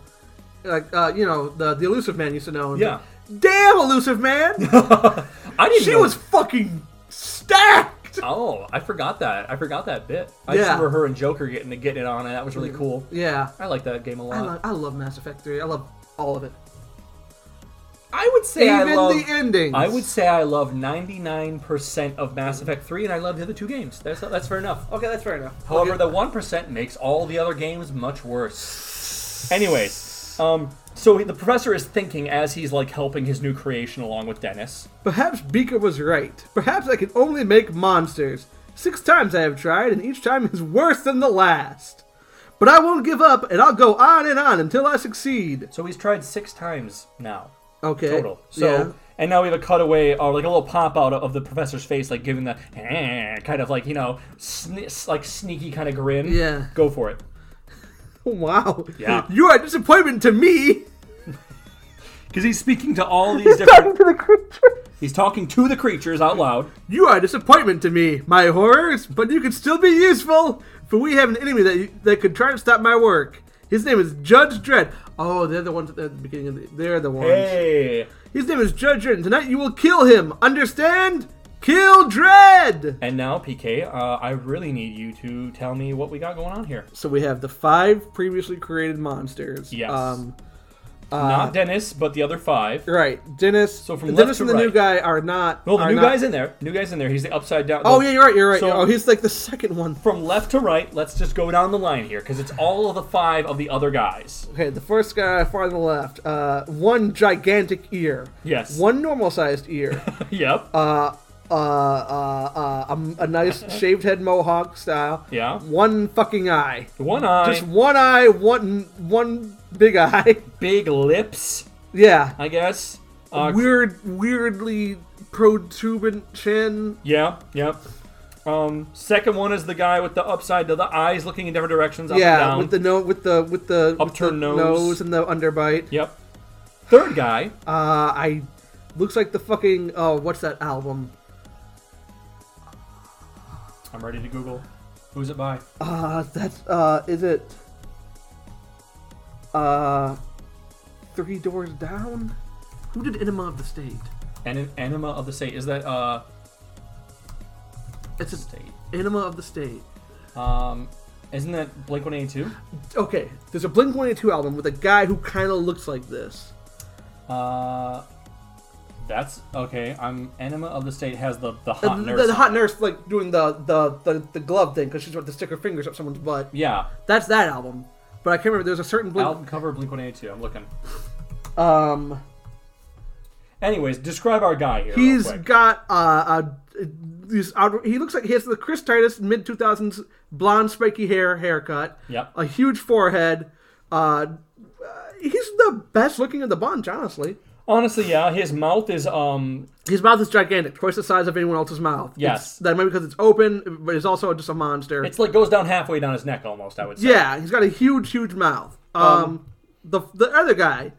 like uh, you know the the elusive man used to know. And
Yeah.
damn elusive man.
I didn't.
She
know-
was fucking stacked.
Oh, I forgot that. I forgot that bit. I
Yeah.
just remember her and Joker getting to getting it on, and that was really cool.
Yeah,
I like that game a lot.
I,
I,
lo- I love Mass Effect Three. I love all of it,
would say I
even
love.
the endings.
I would say I love 99% of Mass Effect 3, and I love the other two games. That's that's fair enough.
Okay, that's fair enough.
However, the one percent makes all the other games much worse. Anyways, um, so the professor is thinking as he's like helping his new creation along with Dennis.
Perhaps Beaker was right. Perhaps I can only make monsters. Six times I have tried, and each time is worse than the last. But I won't give up, and I'll go on and on until I succeed.
So he's tried six times now
Okay.
total. So
yeah.
And now we have a cutaway or like a little pop out of the professor's face, like giving the "Eh," kind of like you know, sne- like sneaky kind of grin.
Yeah.
Go for it.
Wow.
Yeah.
You are a disappointment to me.
Because he's speaking to all these different.
to the creature.
he's talking to the creatures out loud.
You are a disappointment to me, my horrors, but you can still be useful, for we have an enemy that that could try to stop my work. His name is Judge Dredd. Oh, they're the ones at the beginning of the. They're the ones.
Hey.
His name is Judge Dredd, and tonight you will kill him. Understand? Kill Dredd!
And now PK, uh, I really need you to tell me what we got going on here.
So we have the five previously created monsters.
Yes.
Um,
Not Dennis, but the other five.
right. Dennis.
So from
Dennis
left to
and the new
right.
guy are not.
Well, the
are
new
not-
guy's in there. New guy's in there. He's the upside down.
Oh yeah, you're right. You're right.
So-
oh, he's like the second one.
From left to right, let's just go down the line here, because it's all of the five of the other guys.
Okay, the first guy far on the left, uh, one gigantic ear.
Yes.
One normal sized ear.
Yep.
uh, uh, uh, um, a nice shaved head mohawk style.
Yeah.
One fucking eye.
One eye.
Just one eye, one one big eye.
big lips,
yeah.
I guess. Uh,
Weird, weirdly protuberant chin.
Yeah, yep. Um, second one is the guy with the upside to the eyes looking in different directions up and
yeah,
down.
with the no, with the with the with
Upturned
the
nose.
and the underbite.
Yep. Third guy.
Uh, I looks like the fucking oh, what's that album?
I'm ready to Google. Who's it by?
Uh, that's uh, is it? Uh, Three Doors Down. Who did Enema of the State?
And an enema of the state. Is that uh
It's a,
state?
Enema of the State.
Um, isn't that Blink 182?
Okay, there's a Blink One Eight Two album with a guy who kind of looks like this.
Uh, that's okay. I'm enema of the state has the the hot
And the,
nurse.
the
on
hot
it.
nurse like doing the the the, the glove thing because she's about to stick her fingers up someone's butt.
Yeah,
That's that album. But I can't remember. There's a certain
album
Blink.
cover Blink 182. I'm looking.
Um,
Anyways, describe our guy here. real
He's
quick.
got uh, uh these out- he looks like he has the Chris Titus mid two thousands blonde spiky hair haircut.
Yep.
A huge forehead. Uh, uh, he's the best looking of the bunch, honestly.
honestly, yeah, his mouth is um
His mouth is gigantic, twice the size of anyone else's mouth.
Yes.
It's- that might be because it's open, but it's also just a monster.
It's like goes down halfway down his neck almost. I would say.
yeah, he's got a huge, huge mouth. Um, the the other guy,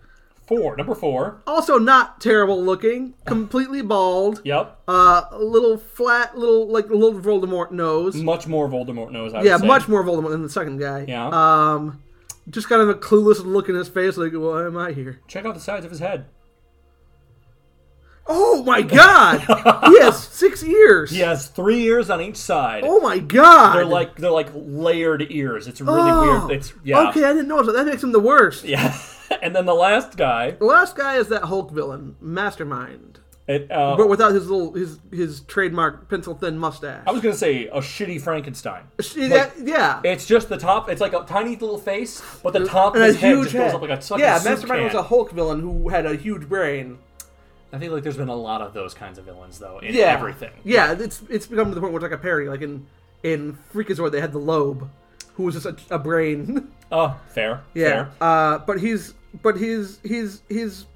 Four, number four.
also not terrible looking, completely bald.
Yep.
Uh, a little flat, little like a little Voldemort nose.
much more Voldemort knows. I
Yeah,
would say.
much more Voldemort than the second guy.
Yeah.
Um, just kind of a clueless look in his face, like, why am I here?
Check out the sides of his head.
Oh my god! he has six ears.
He has three ears on each side.
Oh my god!
They're like they're like layered ears. It's really
Oh,
weird. It's yeah.
Okay, I didn't know that. That makes him the worst.
Yeah. and then the last guy.
The last guy is that Hulk villain, Mastermind,
It, uh,
but without his little his his trademark pencil thin mustache.
I was gonna say a shitty Frankenstein.
She- that- yeah.
It's just the top. It's like a tiny little face, but the top of
and a
his head
huge
just goes
head.
up like a fucking
yeah,
soup
Mastermind
can.
was a Hulk villain who had a huge brain.
I feel like there's been a lot of those kinds of villains though in
yeah.
everything.
Yeah, it's it's become to the point where it's like a parody. Like in in Freakazoid, they had the Lobe, who was just a, a brain.
Oh, fair.
yeah,
Fair.
uh, but he's but he's he's he's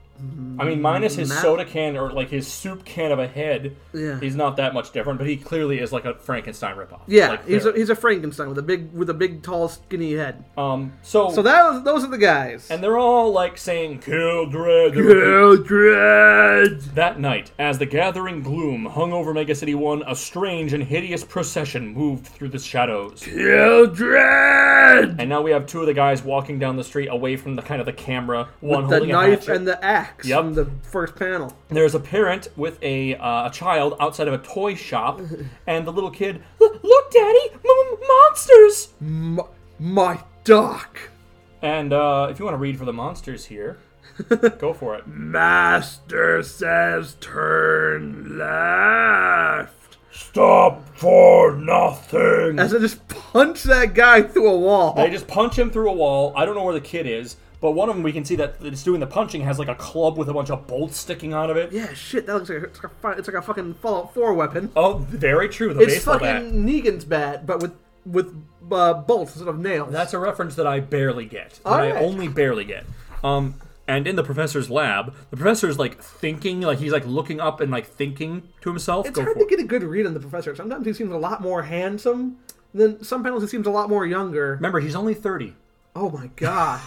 I mean, minus his
Matt-
soda can or like his soup can of a head,
Yeah.
he's not that much different. But he clearly is like a Frankenstein ripoff.
yeah
Like,
he's a,
there.
he's a Frankenstein with a big with a big tall skinny head.
um. So,
So that was, those are the guys.
and they're all like saying "Kill Dread."
Eldred.
That night, as the gathering gloom hung over Mega City One, a strange and hideous procession moved through the shadows.
Eldred.
And now we have two of the guys walking down the street away from the kind of the camera, one
The
holding a
knife
hatchet.
and the axe
Yep.
from the first panel.
There's a parent with a, uh, a child outside of a toy shop, and the little kid, "Look, look, Daddy, m- m- monsters!"
My, my doc,
And uh, if you want to read for the monsters here, go for it.
master says turn left.
Stop for nothing.
as I just punch that guy through a wall.
They just punch him through a wall. I don't know where the kid is, but one of them we can see that it's doing the punching has like a club with a bunch of bolts sticking out of it.
yeah, shit, that looks like a, it's, like a, fu- it's like a fucking Fallout 4 weapon.
Oh, very true. The
it's
baseball
fucking
bat.
Negan's bat, but with with uh, bolts instead of nails.
That's a reference that I barely get. That
All
I
right.
only barely get. Um, And in the professor's lab, the professor's like thinking, like he's like looking up and like thinking to himself.
It's
Go
hard
for
to
it.
get a good read on the professor. Sometimes he seems a lot more handsome. and Then some panels he seems a lot more younger.
Remember, he's only thirty,
Oh my god!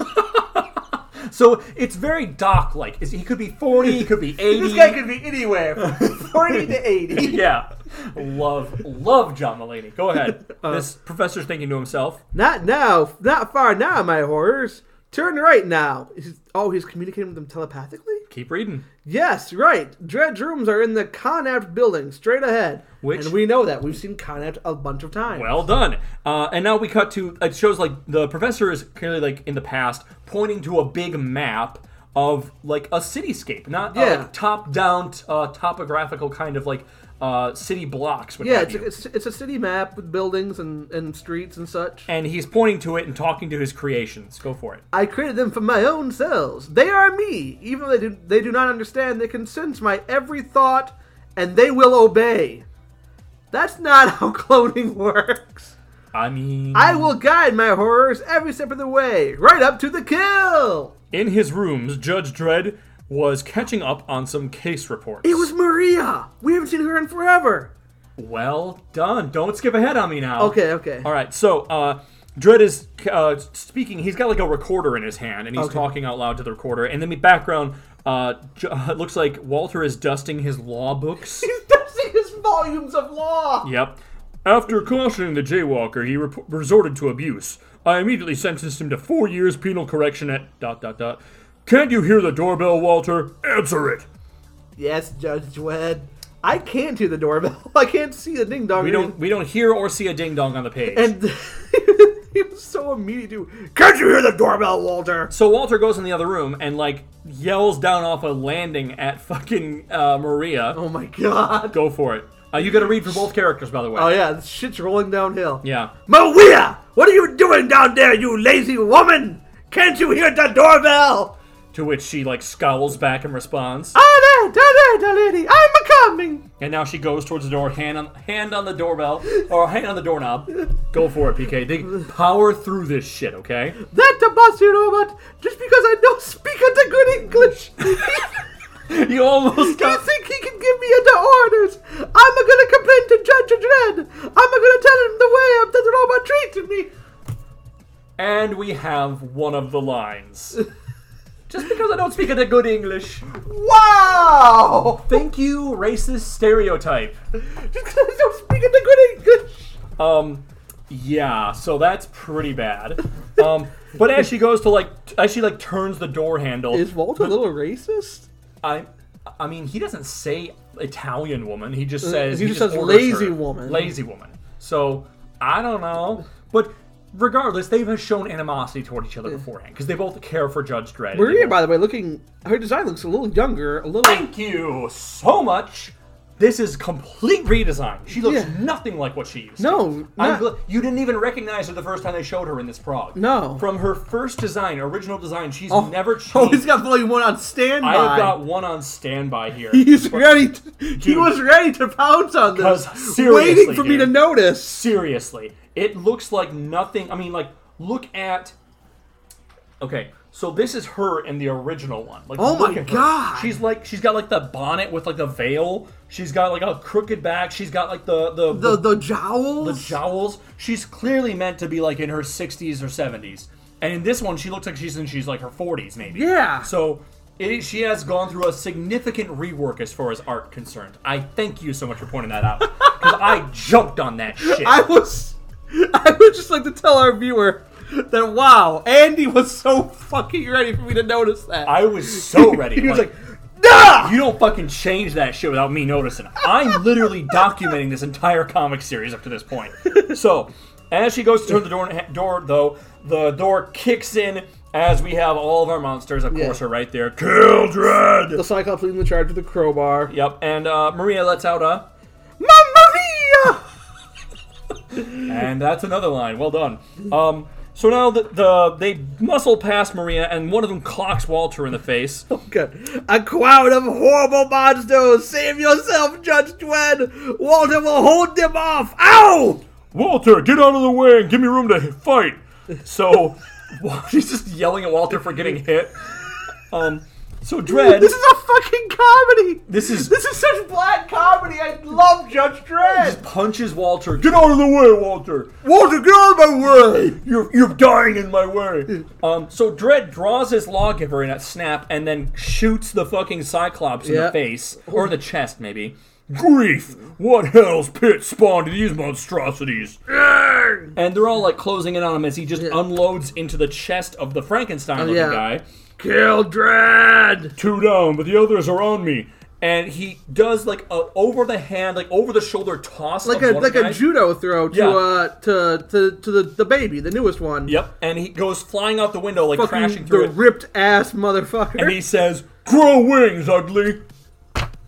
so it's very Doc-like. It's- He could be forty, he could be eighty.
this guy could be anywhere from forty to eighty.
yeah, love, love John Mulaney. Go ahead.
Uh,
this professor's thinking to himself.
Not now, not far now, my horrors. Turn right now. He's- oh, he's communicating with them telepathically.
Keep reading.
Yes, right. Dredge rooms are in the Conapt building, straight ahead.
Which-
and we know that we've seen Conapt a bunch of times.
Well done. Uh, and now we cut to it shows like the professor is clearly like in the past pointing to a big map of like a cityscape, not uh,
Yeah.
like top down uh, topographical kind of like uh, city blocks. What
yeah,
have
it's a,
you.
it's, it's a city map with buildings and, and streets and such.
and he's pointing to it and talking to his creations. Go for it.
I created them from my own selves. They are me. Even though they do, they do not understand, they can sense my every thought, and they will obey. That's not how cloning works.
I mean,
I will guide my horrors every step of the way, right up to the kill.
in his rooms, Judge Dredd was catching up on some case reports.
It was Maria. We haven't seen her in forever.
well done. Don't skip ahead on me now.
Okay, okay.
All right, so uh, Dredd is uh, speaking. He's got like a recorder in his hand, and he's
Okay.
talking out loud to the recorder. And then the background, uh, J- it looks like Walter is dusting his law books.
He's dusting his volumes of law.
yep. After cautioning the jaywalker, he rep- resorted to abuse. I immediately sentenced him to four years penal correction at dot dot dot. Can't you hear the doorbell, Walter? Answer it.
Yes, Judge Dredd. I can't hear the doorbell. I can't see the ding dong.
We don't we don't hear or see a ding dong on the page.
And he was so immediate. Too. Can't you hear the doorbell, Walter?
So Walter goes in the other room and like yells down off a landing at fucking uh, Maria.
Oh my god.
Go for it. Uh, you got to read for both characters, by the way.
Oh yeah, this shit's rolling downhill.
yeah.
Maria, what are you doing down there, you lazy woman? Can't you hear the doorbell?
To which she like scowls back and responds.
Oh there, da there, da lady, I'm a coming.
And now she goes towards the door, hand on hand on the doorbell or hand on the doorknob. Go for it, PK. They power through this shit, okay?
That the bossy robot, just because I don't speak a good English,
You almost
you
got.
think he can give me into orders? I'm gonna complain to Judge Dredd. I'm gonna tell him the way that the robot treated me.
And we have one of the lines. Just because I don't speak a good English.
Wow!
Thank you, racist stereotype.
Just because I don't speak a good English.
Um, yeah, so that's pretty bad. Um, but as she goes to like, t- as she like turns the door handle,
Is Walter a little racist?
I, I mean, he doesn't say Italian woman. He just says
Uh, he just says
orders
lazy
her,
woman.
lazy woman. So I don't know, but regardless, they've shown animosity toward each other beforehand because they both care for Judge Dredd.
Maria,
They
by the way, looking her design looks a little younger, a little.
both- thank you so much. This is complete redesign. She looks
Yeah.
nothing like what she used. to.
No,
I'm
not,
gl- you didn't even recognize her the first time they showed her in this Prague.
No.
From her first design, original design, she's
Oh.
never changed.
oh, he's got volume one on standby.
I have got one on standby here.
He's ready. To, he
Dude.
was ready to pounce on this,
'Cause seriously,
waiting for me to
dude.
notice.
Seriously. It looks like nothing. I mean, like, look at. Okay, so this is her in the original one. Like,
Oh my
look at her.
God.
She's like, she's got like the bonnet with like the veil. She's got like a crooked back. She's got like the the
The the jowls.
the jowls. She's clearly meant to be like in her 60s or 70s. And in this one, she looks like she's in she's like her 40s maybe.
Yeah.
So it is, she has gone through a significant rework as far as art concerned. I thank you so much for pointing that out because I jumped on that shit.
I was. I would just like to tell our viewer that wow, Andy was so fucking ready for me to notice that.
I was so ready.
he was
Like,
like, nah.
you don't fucking change that shit without me noticing. I'm literally documenting this entire comic series up to this point. So, as she goes to turn the door, door though, the door kicks in as we have all of our monsters, of course,
Yeah.
are right there. Children!
The Cyclops leading the charge with a crowbar.
Yep, and uh, Maria lets out a.
Mamma mia!
And that's another line. Well done. Um, so now the, the they muscle past Maria, and one of them clocks Walter in the face.
Good. A crowd of horrible monsters! Save yourself, Judge Dwen! Walter will hold them off! Ow!
Walter, get out of the way and give me room to fight. So he's just yelling at Walter for getting hit. Um, so Dread.
This is a fucking comedy.
This is-
this is such black comedy. I love Judge Dredd.
punches Walter. Get out of the way, Walter.
Walter, get out of my way.
You're you're dying in my way. Um, so Dredd draws his lawgiver in a snap and then shoots the fucking Cyclops in the
Yeah.
face or the chest, maybe. Grief! What hell's pit spawned these monstrosities? And they're all like closing in on him as he just
Yeah.
unloads into the chest of the Frankenstein looking
yeah.
guy.
Kill Dredd.
two down, but the others are on me. And he does like a over the hand, like over the shoulder toss,
Like
of
a
one
like
guy.
a judo throw to
Yeah.
uh to to to the, the baby, the newest one.
Yep, and he goes flying out the window, like
Fucking
crashing
the
through it.
ripped ass motherfucker.
and he says, "Grow wings, ugly."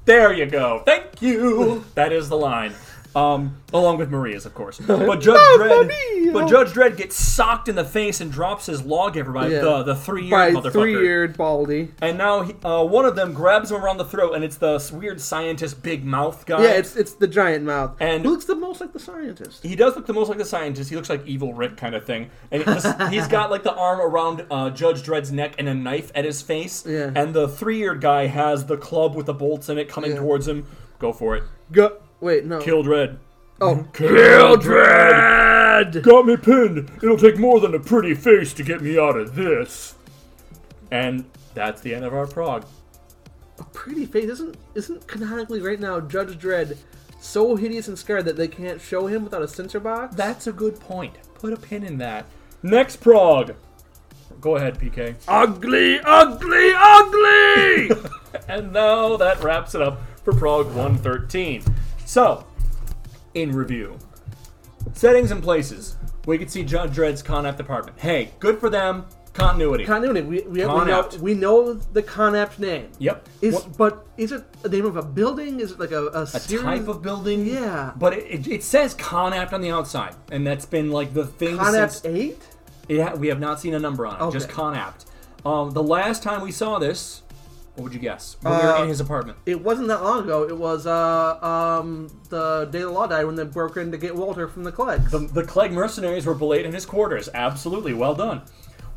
There you go. Thank you. that is the line. Um, along with Maria's, of course. But Judge
Oh,
Dredd,
Maria.
but Judge Dredd gets socked in the face and drops his lawgiver by
Yeah.
the the three year
by
motherfucker.
three-eared Baldy.
And now he, uh, one of them grabs him around the throat, and it's the s- weird scientist big mouth guy.
Yeah, it's it's the giant mouth.
Uh, And-
who looks the most like the scientist?
he does look the most like the scientist. He looks like evil Rick kind of thing, and it just, he's got like the arm around uh, Judge Dredd's neck and a knife at his face.
Yeah.
And the three-eared guy has the club with the bolts in it coming
Yeah.
towards him. Go for it,
Go. Wait, no.
kill Dredd.
Oh,
Kill Dredd. Got me pinned. It'll take more than a pretty face to get me out of this. And that's the end of our prog.
pretty face isn't isn't canonically right now Judge Dredd so hideous and scared that they can't show him without a censor box.
That's a good point. Put a pin in that. Next prog. Go ahead, PK.
ugly, ugly, ugly.
And now that wraps it up for Prague 113. So, in review, settings and places. We could see Judge Dredd's Con App department. Hey, good for them. Continuity.
Continuity. We we, we
Con
know
Apt.
we know the Conapt name.
yep.
Is
What-
but is it the name of a building? Is it like a a,
a
series?
type of building.
Yeah.
But it, it, it says Con App on the outside, and that's been like the thing since
Conapt eight?
it ha- we have not seen a number on it. Just
Okay.
Con Apt. Um, the last time we saw this, what would you guess? When we were
Uh,
in his apartment.
It wasn't that long ago. It was uh um the day the law died when they broke in to get Walter from the Cleggs.
The, the Clegg mercenaries were belayed in his quarters. Absolutely, well done.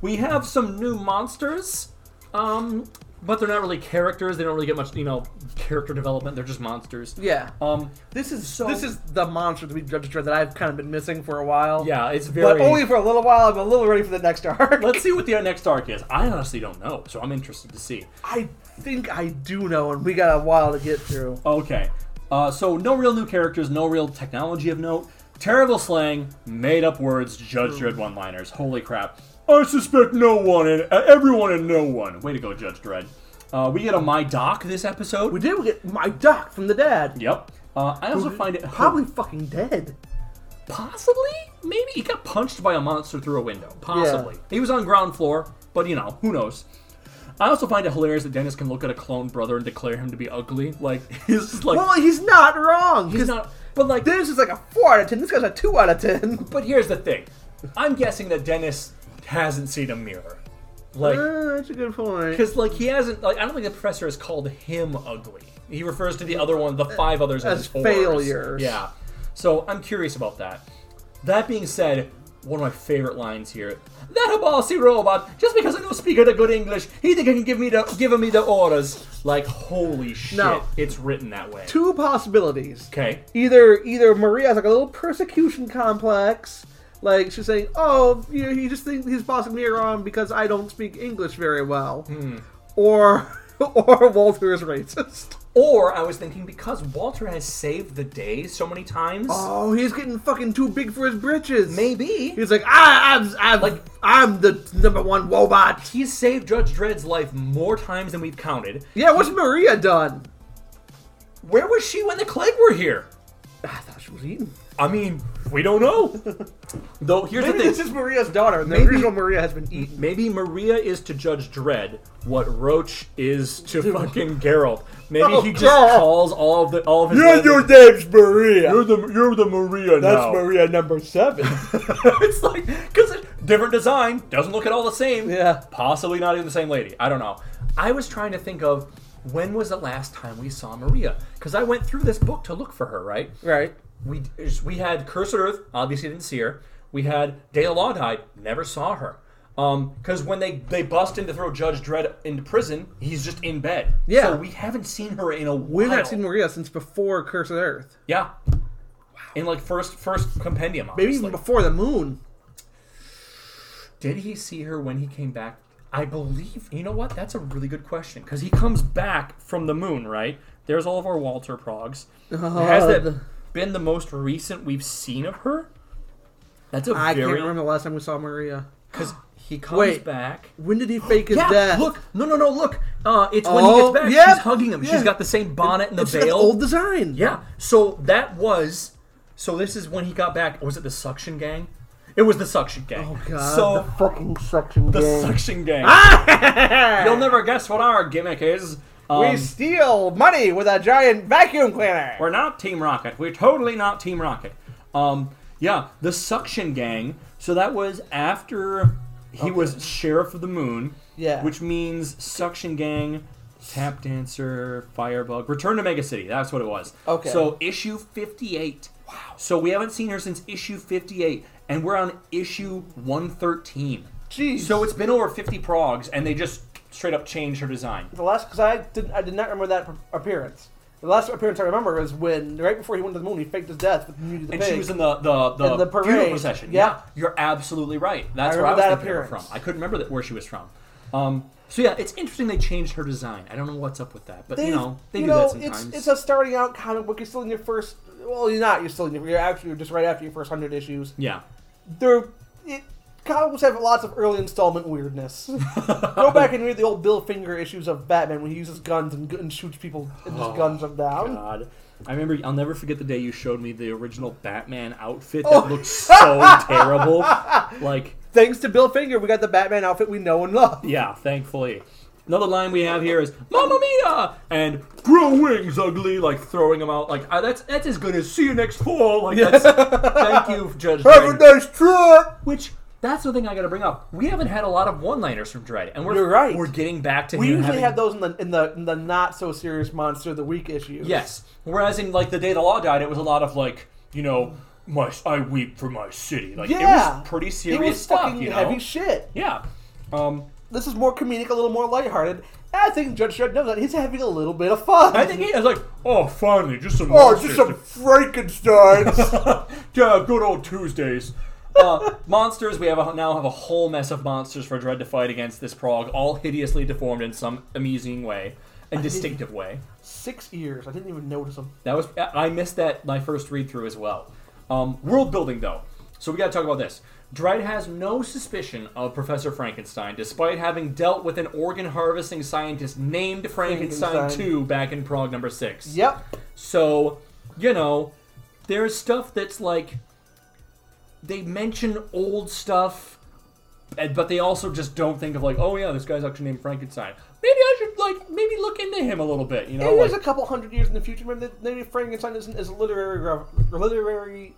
We have some new monsters, um, but they're not really characters. They don't really get much, you know, character development. They're just monsters.
yeah.
Um,
This is
so-
this is the monster to be judged that I've kind of been missing for a while.
yeah, it's very.
But only for a little while. I'm a little ready for the next arc.
Let's see what the next arc is. I honestly don't know, so I'm interested to see.
I think I do know, and we got a while to get through.
Okay, uh, so no real new characters, no real technology of note. Terrible slang, made up words, Judge Dredd one liners. Holy crap. I suspect no one and uh, everyone and no one. Way to go, Judge Dredd. Uh, we get a My Doc this episode.
We did get my doc from the dad.
Yep. Uh, I also find it
Probably fucking dead.
possibly, maybe he got punched by a monster through a window. Possibly, he was on ground floor, but you know, who knows. I also find it hilarious that Dennis can look at a clone brother and declare him to be ugly. Like he's just like
Well, he's not wrong.
he's not. But like,
This is like a four out of ten. This guy's a two out of ten.
but here's the thing. I'm guessing that Dennis hasn't seen a mirror. Like,
Uh, that's a good point.
because like he hasn't. Like I don't think the professor has called him ugly. He refers to the other one, the five others as,
Uh, As
fours.
failures.
Yeah. So I'm curious about that. That being said, one of my favorite lines here: "That bossy robot, just because I don't speak it a good English, he think he can give me the giving me the orders." Like holy shit,
No.
it's written that way.
Two possibilities.
Okay.
Either either Maria has like a little persecution complex. Like she's saying, "Oh, you know, he just thinks he's bossing me around because I don't speak English very well," or or Walter is racist.
Or I was thinking because Walter has saved the day so many times,
Oh, he's getting fucking too big for his britches.
maybe
He's like, I, I'm, I'm, like, I'm the number one robot.
he's saved Judge Dredd's life more times than we've counted.
Yeah, what's Maria done?
Where was she when the Clegg were here?
I thought she was eating.
I mean, we don't know. Though here's
Maybe
the thing:
this is Maria's daughter, and the
Maybe-
original Maria has been eaten.
maybe Maria is to Judge Dredd what Roach is to fucking Geralt. Maybe
Oh,
he just
God.
calls all of the all of his.
name's Maria.
you're the you're the Maria now.
Maria number seven.
it's like because different design doesn't look at all the same.
Yeah.
possibly not even the same lady. I don't know. I was trying to think of when was the last time we saw Maria because I went through this book to look for her. Right.
right.
We we had Cursed Earth, obviously didn't see her. We had Day of the Law Died, never saw her. Because when they, they bust in to throw Judge Dredd into prison, he's just in bed.
Yeah.
So we haven't seen her in a while.
We've not seen Maria since before Curse of the Earth.
Yeah. In like first first compendium.
Maybe
honestly.
even before the moon.
Did he see her when he came back? I believe. You know what? That's a really good question because he comes back from the moon, right? There's all of our Walter Progs. Has that
the-
been the most recent we've seen of her? That's a
I can't
very
remember the last time we saw Maria.
because he comes
Wait.
back.
When did he fake his
Yeah,
death?
look, no, no, no, look. Uh, it's when he
Oh,
gets back.
yeah,
She's hugging him.
yeah.
She's got the same bonnet and the
it's got the
veil.
old design.
Yeah. So that was. So this is when he got back. Oh, Was it the Suction Gang? It was the Suction Gang.
Oh god.
So
the fucking suction
the
gang.
Suction Gang. You'll never guess what our gimmick is. Um,
we steal money with a giant vacuum cleaner.
We're not Team Rocket. We're totally not Team Rocket. Um, yeah, the Suction Gang. So that was after he was Sheriff of the Moon.
Yeah.
Which means Suction Gang, Tap Dancer, Firebug, Return to Mega City. That's what it was.
Okay.
So issue 58. Wow. So we haven't seen her since issue 58, and we're on issue 113.
Jeez.
So it's been over 50 progs, and they just straight up changed her design.
the last because I didn't I did not remember that pr- appearance. The last appearance I remember is when right before he went to the moon, he faked his death with Mewtwo the
And
pig.
she was in the the the,
In the
funeral
parade.
procession.
Yeah.
you're absolutely right. That's
I
where I was
remember that
thinking of her from.
appearance.
I couldn't remember that where she was from. Um, so yeah, it's interesting they changed her design. I don't know what's up with that, but
They-
you know they do that sometimes.
It's, it's a starting out comic book. You're still in your first. Well, you're not. You're still in your. You're actually just right after your first hundred issues.
yeah,
They're it, comic books have lots of early installment weirdness. Go back and read the old Bill Finger issues of Batman when he uses guns and, gu- and shoots people and just guns them down.
Oh, God. I remember. I'll never forget the day you showed me the original Batman outfit that
Oh.
looked so terrible. Like
Thanks to Bill Finger, we got the Batman outfit we know and love.
Yeah, thankfully. Another line we have here is "Mamma Mia" and "Grow wings, ugly," like throwing them out. Like I, that's that's as good as "See you next fall." Like that's, thank you, Judge.
Have a
Dredd.
nice trip.
Which that's the thing I got to bring up. We haven't had a lot of one-liners from Dredd, and we're
You're right.
We're getting back to
We
him
usually
having-
have those in the in the in the not so serious monster of the week issues.
Yes. Whereas in like the day the law died, it was a lot of like you know my I weep for my city. Like it
Yeah.
was pretty
It
serious
was
stuff.
fucking
You know.
heavy shit.
yeah. Um,
This is more comedic, a little more lighthearted. And I think Judge Dredd knows that he's having a little bit of fun.
I think he was like, oh, finally, just some.
oh, it's just
monsters
some
to
Frankenstein's.
yeah, good old Tuesdays. Uh, monsters. We have a, now have a whole mess of monsters for Dread to fight against this prog, all hideously deformed in some amusing way, and distinctive way.
Six ears. I didn't even notice him.
That was I missed that my first read through as well. Um, world building though, so we got to talk about this. Dread has no suspicion of Professor Frankenstein, despite having dealt with an organ harvesting scientist named Frankenstein,
Frankenstein.
2 back in Prog number 6.
Yep.
So, you know, there's stuff that's like they mention old stuff, and- but they also just don't think of like, oh yeah, this guy's actually named Frankenstein. Maybe I should like maybe look into him a little bit, you know?
Maybe there's a
like-
couple hundred years in the future. Maybe, that- maybe Frankenstein isn't as literary, rev- literary,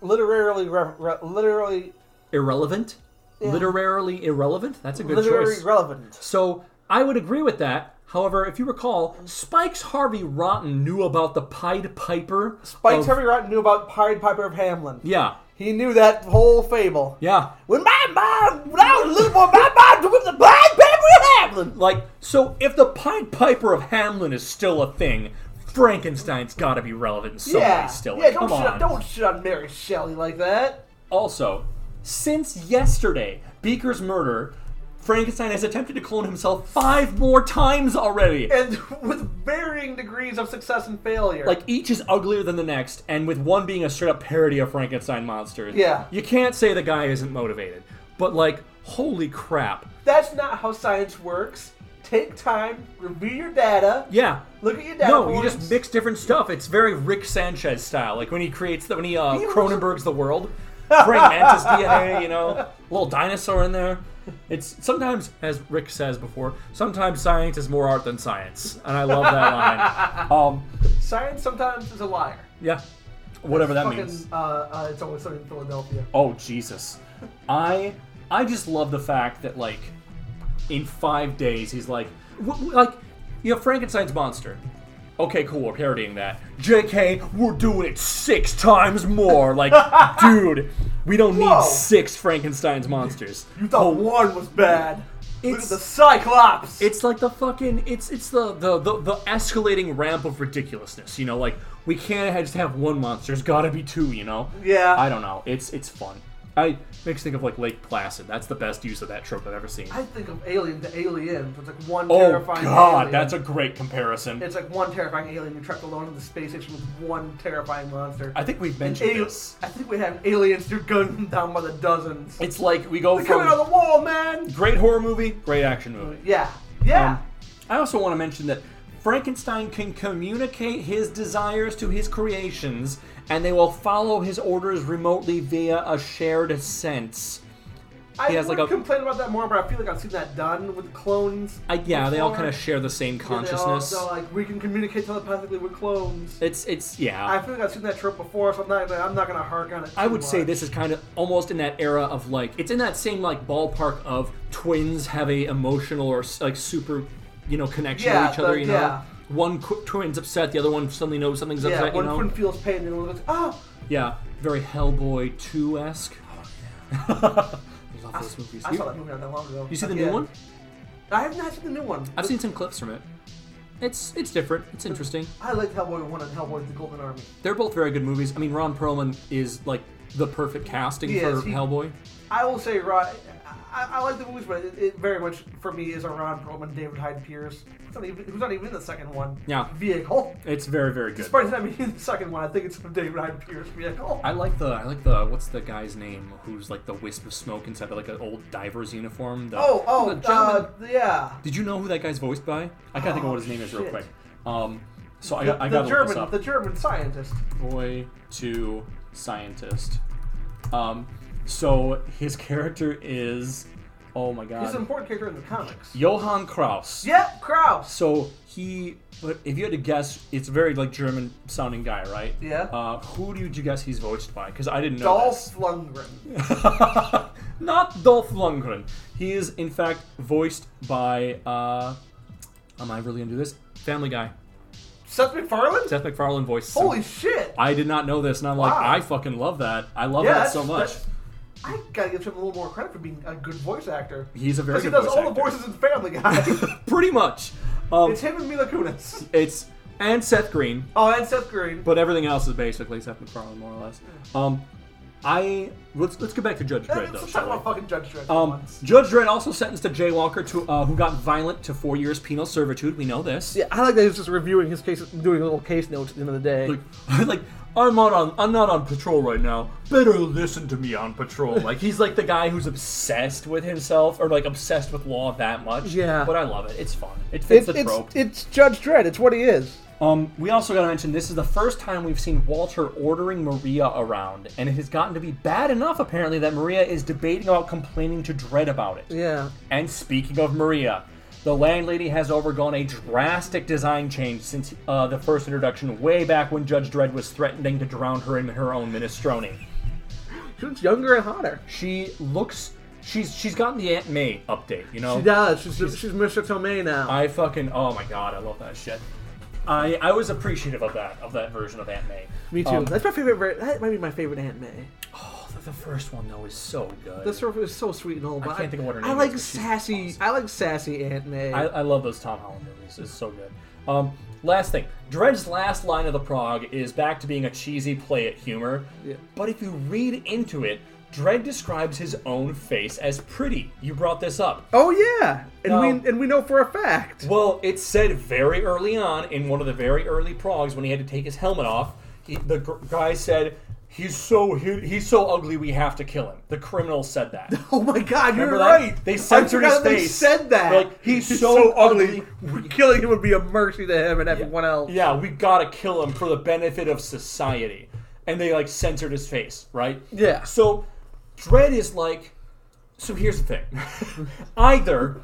literarily, rev- re- literally,
irrelevant,
Yeah.
literarily irrelevant. That's a good
literary
choice.
relevant.
so I would agree with that. However, if you recall, Spikes Harvey Rotten knew about the Pied Piper.
Spike
of-
Terry Rotten knew about Pied Piper of Hamlin.
Yeah,
He knew that whole fable.
yeah.
When my mom, when I was a little boy, my mom took the blind paper in Hamlin.
Like, so if the Pied Piper of Hamlin is still a thing, Frankenstein's got to be relevant in some
yeah,
way still.
yeah. Don't
Come
shit,
on.
on. don't shit on Mary Shelley like that.
Also, since yesterday, Beaker's murder, Frankenstein has attempted to clone himself five more times already.
And with varying degrees of success and failure.
Like, each is uglier than the next, and with one being a straight up parody of Frankenstein monsters.
Yeah.
You can't say the guy isn't motivated. But, like, holy crap.
that's not how science works. Take time, review your data.
Yeah.
Look at your data.
No, you
points.
just mix different stuff. It's very Rick Sanchez style, like when he creates the when he uh,
was-
Cronenberg's the world, Frank Mantis DNA, you know, little dinosaur in there. It's sometimes, as Rick says before, sometimes science is more art than science, and I love that line. Um,
Science sometimes is a liar.
yeah, whatever that
Fucking,
means.
uh, uh, it's always something in Philadelphia.
Oh Jesus, I I just love the fact that like in five days he's like w- w- like you have Frankenstein's monster. okay, cool, we're parodying that. JK, we're doing it six times more. Like, dude, we don't
Whoa.
need six Frankenstein's monsters.
You thought one was bad. Look
It's-
at the Cyclops.
It's like the fucking it's it's the the, the the escalating ramp of ridiculousness, you know, like we can't ha- just have one monster, there's gotta be two, you know?
Yeah.
I don't know. It's it's fun. I makes me think of like Lake Placid. That's the best use of that trope I've ever seen.
I think of Alien to Alien. It's like one
Oh
terrifying
god,
alien.
that's a great comparison.
It's like one terrifying alien you're trapped alone in the space station with one terrifying monster.
I think we've
And
mentioned
ali-
this.
I think we have aliens who gun them down by the dozens.
It's like we go
They're coming out
from
of the wall, man!
great horror movie, great action movie.
Yeah. Yeah.
Um, I also want to mention that Frankenstein can communicate his desires to his creations, and they will follow his orders remotely via a shared sense.
I
he has, like,
would
a-
complain about that more, but I feel like I've seen that done with clones.
I, yeah, they all
before.
kind of share the same
Yeah, they all-
consciousness.
they're like we can communicate telepathically with clones.
It's it's yeah.
I feel like I've seen that trope before, so I'm not gonna, I'm not gonna hark on it.
I
too
would say
much.
this is kind of almost in that era of like it's in that same like ballpark of twins have a emotional or s- like super you know connection
Yeah,
with each other.
the-
you know,
yeah.
one qu- twin's upset, the other one suddenly knows something's
Yeah,
upset. You
one
know,
twin feels pain, and the other goes, "Oh,
yeah, very Hellboy two esque. I love those movies.
I
you,
saw that movie not that long ago."
you see the
Again.
new one?
I have not seen the new one.
I've seen some clips from it. It's it's different. It's interesting.
I liked Hellboy one and Hellboy the Golden Army.
They're both very good movies. I mean, Ron Perlman is like the perfect casting
He
for
is. He-
Hellboy.
I will say, Ron, I, I like the movies, but it, it very much for me is a Ron Perlman, David Hyde Pierce. Who's not even, who's not even in the second one?
Yeah.
Vehicle.
It's very very good.
Despite not being in the second one, I think it's from David Hyde Pierce vehicle.
I like the I like the what's the guy's name who's like the wisp of smoke inside of like an old diver's uniform. The,
oh, oh,
the gentleman-
uh, yeah.
did you know who that guy's voiced by? I gotta think of what his name is real
shit.
quick. Um, so I
The,
got I
the
gotta look this
German,
up.
the German scientist.
boy to scientist. Um, so his character is, oh my
He's an
god,
important character in the comics.
Johann Kraus.
Yep, Kraus.
So he, but if you had to guess, it's a very like German sounding guy, right?
Yeah.
Uh, who did you guess he's voiced by? Because I didn't know.
Dolph Lundgren.
this. Not Dolph Lundgren. He is in fact voiced by. Uh, am I really gonna do this? Family Guy.
Seth MacFarlane.
Seth MacFarlane voiced. him.
Holy shit!
I did not know this, and I'm like,
Wow.
I fucking love that. I love
Yeah,
that
that's-
so much.
that's- I gotta give him a little more credit for being a good voice actor.
He's a very
Because he
good
does
voice
all the
actor.
voices in Family Guy.
Pretty much. Um,
it's
it's,
him and Mila Kunis.
and Seth Green,
Oh, and Seth Green.
but everything else is basically Seth MacFarlane, more or less. Um, I let's let's get back to Judge
Let's
Dredd though.
let's talk
Shall we?
about fucking Judge Dredd. for
Um,
once.
Judge Dredd also sentenced a jaywalker to uh, who got violent to four years penal servitude. We know this.
Yeah, I like that he's just reviewing his case, doing little case notes at the end of the day.
Like, like I'm not on I'm not on patrol right now. Better listen to me on patrol. Like he's like the guy who's obsessed with himself or like obsessed with law that much.
Yeah.
But I love it. It's fun. It fits
It-
the
it's,
trope.
it's Judge Dredd. It's what he is.
Um, we also got to mention this is the first time we've seen Walter ordering Maria around, and it has gotten to be bad enough apparently that Maria is debating about complaining to Dredd about it.
Yeah.
And speaking of Maria, the landlady has undergone a drastic design change since uh, the first introduction, way back when Judge Dredd was threatening to drown her in her own minestrone.
She looks younger and hotter.
She looks, she's she's gotten the Aunt May update, you know.
She does. She's, she's, Mr. Tomei now.
I fucking oh my god, I love that shit. I I was appreciative of that of that version of Aunt May.
Me too.
Um,
That's my favorite. ver- That might be my favorite Aunt May.
The first one though is so good.
This sort is so sweet and all, but
can't think of what her
I
name
like
is, but she's
sassy.
awesome.
I like sassy Aunt May.
I, I love those Tom Holland movies. It's so good. Um, last thing, Dred's last line of the prog is back to being a cheesy play at humor.
Yeah.
But if you read into it, Dredd describes his own face as pretty. You brought this up.
oh yeah, and
No.
we and we know for a fact.
Well, it said very early on in one of the very early progs when he had to take his helmet off, he, the gr- guy said, "He's so he, he's so ugly, we have to kill him." The criminal said that.
Oh my God,
Remember
you're
that?
right.
They censored
I
his
forgot that They
face.
said that.
They're like, he's so ugly.
Killing him would be a mercy to him and everyone else.
yeah, we gotta kill him for the benefit of society. And they like censored his face, right?
Yeah.
So Dredd is like, so here's the thing. Either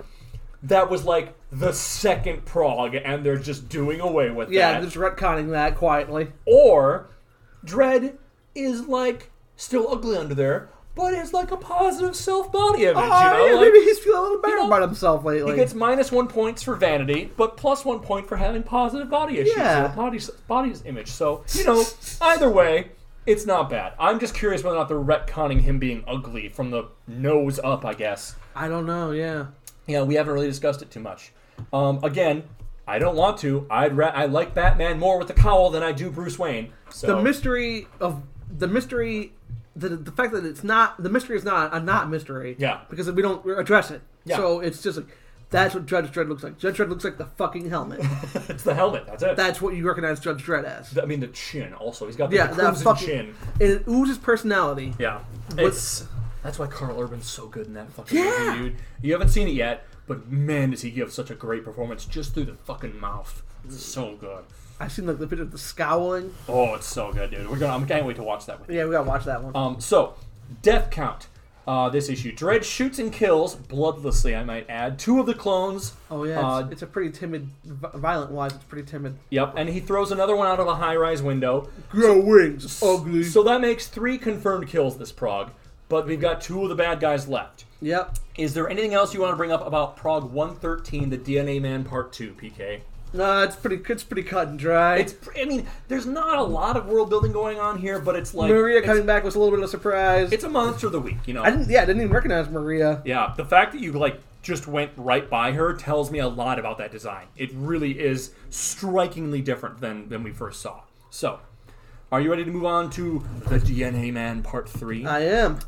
that was like the second prog and they're just doing away with
Yeah,
that,
just retconning that
Oh,
quietly.
or Dredd is like still ugly under there, but it's like a positive self body image.
Oh,
you
yeah,
know,
maybe
like,
he's feeling a little better
know,
about himself lately.
he gets minus one points for vanity, but plus one point for having positive body issues
Yeah.
or body body image. So you know, either way, it's not bad. I'm just curious whether or not they're retconning him being ugly from the nose up. I guess.
I don't know. Yeah.
Yeah, we haven't really discussed it too much. Um, again, I don't want to. I'd ra- I like Batman more with the cowl than I do Bruce Wayne. So
the mystery of the mystery the, the fact that it's not the mystery is not a not mystery
Yeah.
because we don't address it
Yeah.
so it's just like that's what Judge Dredd looks like Judge Dredd looks like the fucking helmet
it's the helmet. That's it.
that's what you recognize Judge Dredd as
I mean, the chin also. He's got the
yeah that
cruising
fucking
chin.
and it oozes personality
Yeah, it's that's why Carl Urban's so good in that fucking
Yeah.
movie, dude. You haven't seen it yet, but man, does he give such a great performance just through the fucking mouth. It's so good.
I've seen like the picture of the scowling
Oh, it's so good, dude. We're gonna. I can't wait to watch that with you.
yeah we gotta watch that one
Um, so, death count. Uh, this issue, Dredd shoots and kills bloodlessly. I might add two of the clones.
oh yeah
uh,
it's, it's a pretty timid vi- violent wise it's pretty timid
Yep, and he throws another one out of a high-rise window.
grow wings ugly
So that makes three confirmed kills this prog, but we've got two of the bad guys left.
yep
Is there anything else you want to bring up about Prog 113, the DNA Man Part 2, PK?
no it's pretty it's pretty cut and dry
It's, pr- I mean, there's not a lot of world building going on here, but it's like.
Maria
it's,
coming back was a little bit of a surprise
It's a monster of the week, you know?
I didn't. Yeah, I didn't even recognize Maria.
yeah, the fact that you, like, just went right by her tells me a lot about that design. It really is strikingly different than, than we first saw. So, are you ready to move on to the DNA Man Part 3?
I am.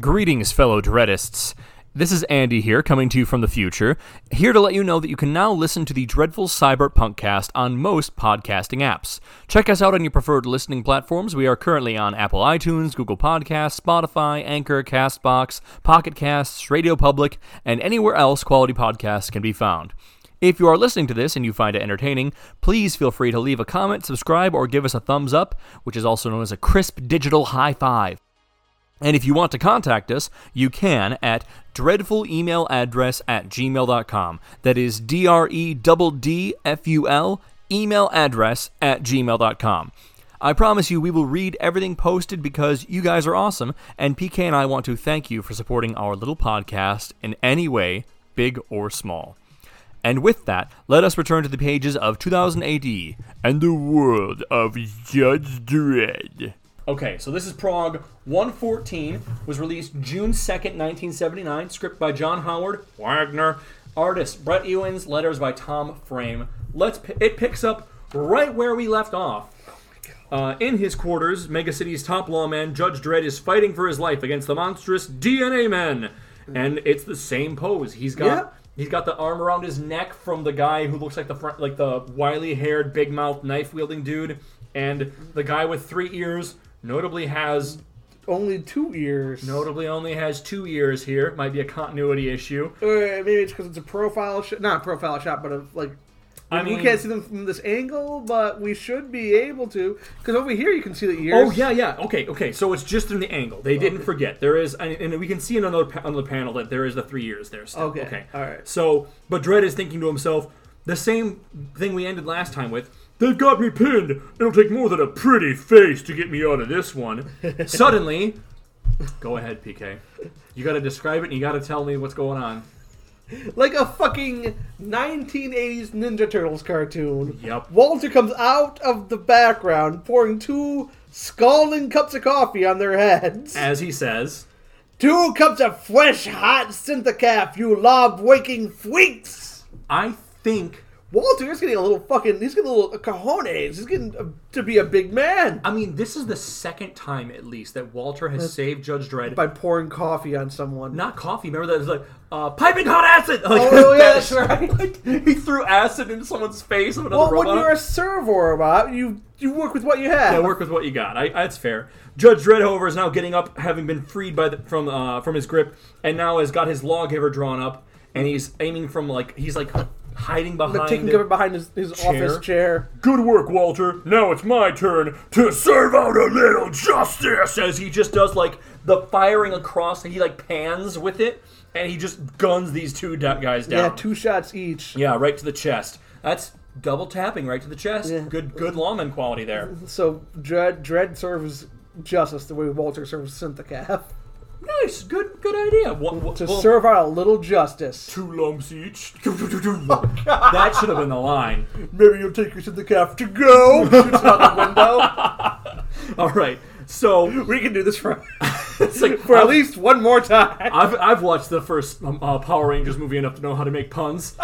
Greetings, fellow Dreadists. This is Andy here, coming to you from the future, here to let you know that you can now listen to the Dreadful Cyberpunk cast on most podcasting apps. Check us out on your preferred listening platforms. We are currently on Apple iTunes, Google Podcasts, Spotify, Anchor, Castbox, Pocket Casts, Radio Public, and anywhere else quality podcasts can be found. If you are listening to this and you find it entertaining, please feel free to leave a comment, subscribe, or give us a thumbs up, which is also known as a crisp digital high five. And if you want to contact us, you can at dreadful email address at gmail.com. That is D R E D D F U L email address at gmail.com. I promise you we will read everything posted because you guys are awesome, and PK and I want to thank you for supporting our little podcast in any way, big or small. And with that, let us return to the pages of 2000 AD and the world of Judge Dredd. Okay, so this is Prague 114, was released June 2nd, 1979. Script by John Howard Wagner. Artist Brett Ewins. Letters by Tom Frame. Let's. P- it picks up right where we left off. Uh, in his quarters, Megacity's top lawman, Judge Dredd, is fighting for his life against the monstrous DNA Men, and it's the same pose. He's got
Yeah.
he's got the arm around his neck from the guy who looks like the front, like the wily-haired, big mouth, knife-wielding dude, and the guy with three ears. Notably has
Only two ears.
notably only has two ears here. Might be a continuity issue.
Or maybe it's because it's a profile shot. Not a profile shot, but a, like.
I
we
mean-
can't see them from this angle, but we should be able to. Because over here you can see the ears.
Oh yeah, yeah. Okay, okay. So it's just in the angle. They didn't forget. There is, and, and we can see in another pa- another panel that there is the three years there. Still.
Okay, alright.
So, but Dredd is thinking to himself the same thing we ended last time with. They've got me pinned. It'll take more than a pretty face to get me out of this one. Suddenly, go ahead, PK. You got to describe it, and you got to tell me what's going on.
Like a fucking 1980s Ninja Turtles cartoon.
Yep.
Walter comes out of the background, pouring two scalding cups of coffee on their heads.
As he says,
two cups of fresh, hot synthacaf, you lob-waking freaks!
I think
Walter is getting a little fucking. He's getting a little cojones. He's getting uh to be a big man
I mean, this is the second time at least that Walter has saved Judge Dredd
by pouring coffee on someone.
not coffee. Remember that it was like uh, piping hot acid. Like,
oh, yeah, that's right.
like, he threw acid in someone's face of another
well, when
robot.
you're a servo robot, you you work with what you have.
I work with what you got. I, that's fair. Judge Redhover is now getting up, having been freed by the, from uh, from his grip, and now has got his lawgiver drawn up, and he's aiming from like he's like hiding
But
behind.
taking cover behind his, his office chair.
Good work, Walter. Now it's my turn to serve out a little justice. As he just does like the firing across, he like pans with it, and he just guns these two da- guys down.
Yeah, two shots each.
Yeah, right to the chest. That's double tapping right to the chest.
Yeah.
Good good lawman quality there.
So Dread Dread serves justice the way Walter serves synthacaf.
Nice, good, good idea. What, what,
To
well,
serve out a little justice.
two lumps each. that should have been the line.
Oh, Maybe you'll take us to the calf to go. Shoots out the window.
All right, so
We can do this for,
it's like
for at
I've,
least one more time.
I've I've watched the first um, uh, Power Rangers movie enough to know how to make puns.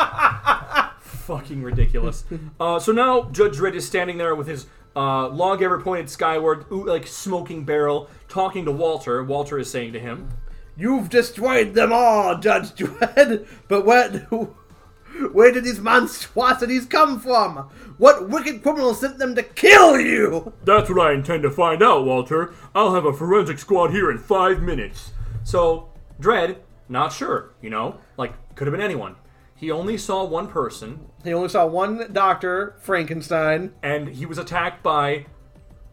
Fucking ridiculous. Uh, so now Judge Dredd is standing there with his uh, lawgiver pointed skyward, ooh, like smoking barrel, talking to Walter. Walter is saying to him,
You've destroyed them all, Judge Dredd. But where, where did these monstrosities come from? What wicked criminal sent them to kill you?
That's what I intend to find out, Walter. I'll have a forensic squad here in five minutes. So, Dredd, not sure, you know? Like, could have been anyone. He only saw one person,
He only saw one doctor, Frankenstein,
and he was attacked by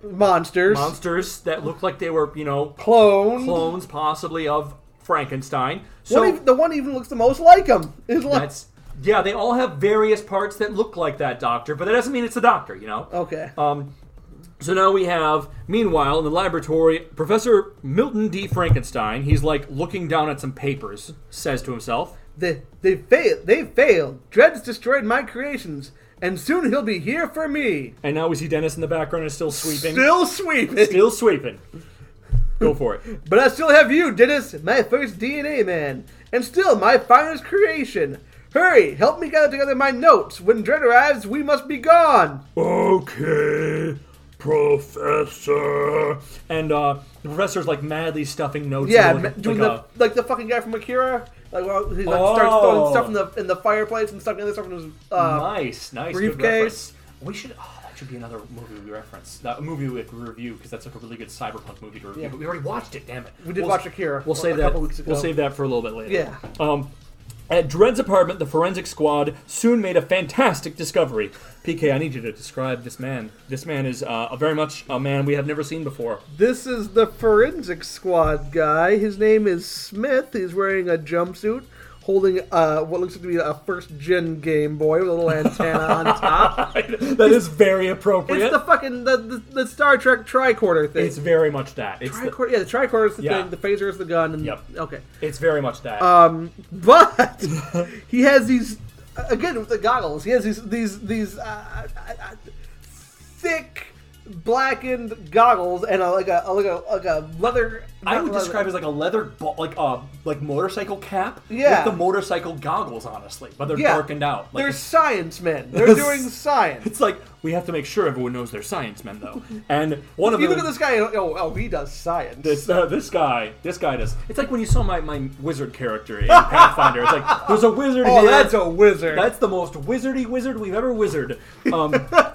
monsters,
monsters that looked like they were, you know,
clone.
clones possibly of Frankenstein. So,
One even, the one even looks the most like him. Is like
that's. Yeah, they all have various parts that look like that doctor, but that doesn't mean it's the doctor, you know?
okay.
Um, so now we have, meanwhile, in the laboratory, Professor Milton D. Frankenstein, he's like looking down at some papers, says to himself,
They they failed. They failed. Dread's destroyed my creations, and soon he'll be here for me.
and now we see Dennis in the background is still sweeping.
Still sweeping,
Still sweeping. Go for it.
but I still have you, Dennis, my first DNA man, and still my finest creation. Hurry, help me gather together my notes. When Dread arrives, we must be gone.
Okay, Professor. And uh, the professor's like madly stuffing notes.
Yeah,
into,
ma-
like,
doing
like
the like the fucking guy from Akira. Like, well, he like, starts
Oh.
throwing stuff in the in the fireplace and stuff in the stuff in his
a-
uh,
nice, nice good
briefcase.
reference. We should. Oh, that should be another movie we reference. That a movie we review because that's like a really good cyberpunk movie to review.
Yeah.
But we already watched it. Damn it.
We did
We'll-
watch Akira.
We'll
a-
save
a
that.
couple weeks ago.
We'll save that for a little bit later.
Yeah.
Um, at Dred's apartment, the forensic squad soon made a fantastic discovery. PK, I need you to describe this man. This man is uh, a very much a man we have never seen before.
This is the forensic squad guy. His name is Smith. He's wearing a jumpsuit, holding uh, what looks to be a first gen Game Boy with a little antenna on top.
that is very appropriate.
It's the fucking the, the, the Star Trek tricorder thing.
It's very much that. It's, the,
tricorder. yeah, the tricorder is the
Yeah.
thing. The phaser is the gun. And
Yep.
okay,
it's very much that.
Uh, but he has these uh, again with the goggles. He has these these these uh, uh, uh, thick blackened goggles and a, like a like a like a leather.
I
not
would
leather-
describe it as like a leather, bo- like a like motorcycle cap
Yeah.
with the motorcycle goggles, honestly, but they're
Yeah.
darkened out. Like,
they're science men. They're doing science.
It's like we have to make sure everyone knows they're science men, though. And one of
You
them,
look at this guy. Oh, oh he does science.
this uh, this guy, this guy does. It's like when you saw my, my wizard character in Pathfinder. It's like there's a wizard.
oh,
here.
that's a wizard.
That's the most wizardy wizard we've ever wizard. Um,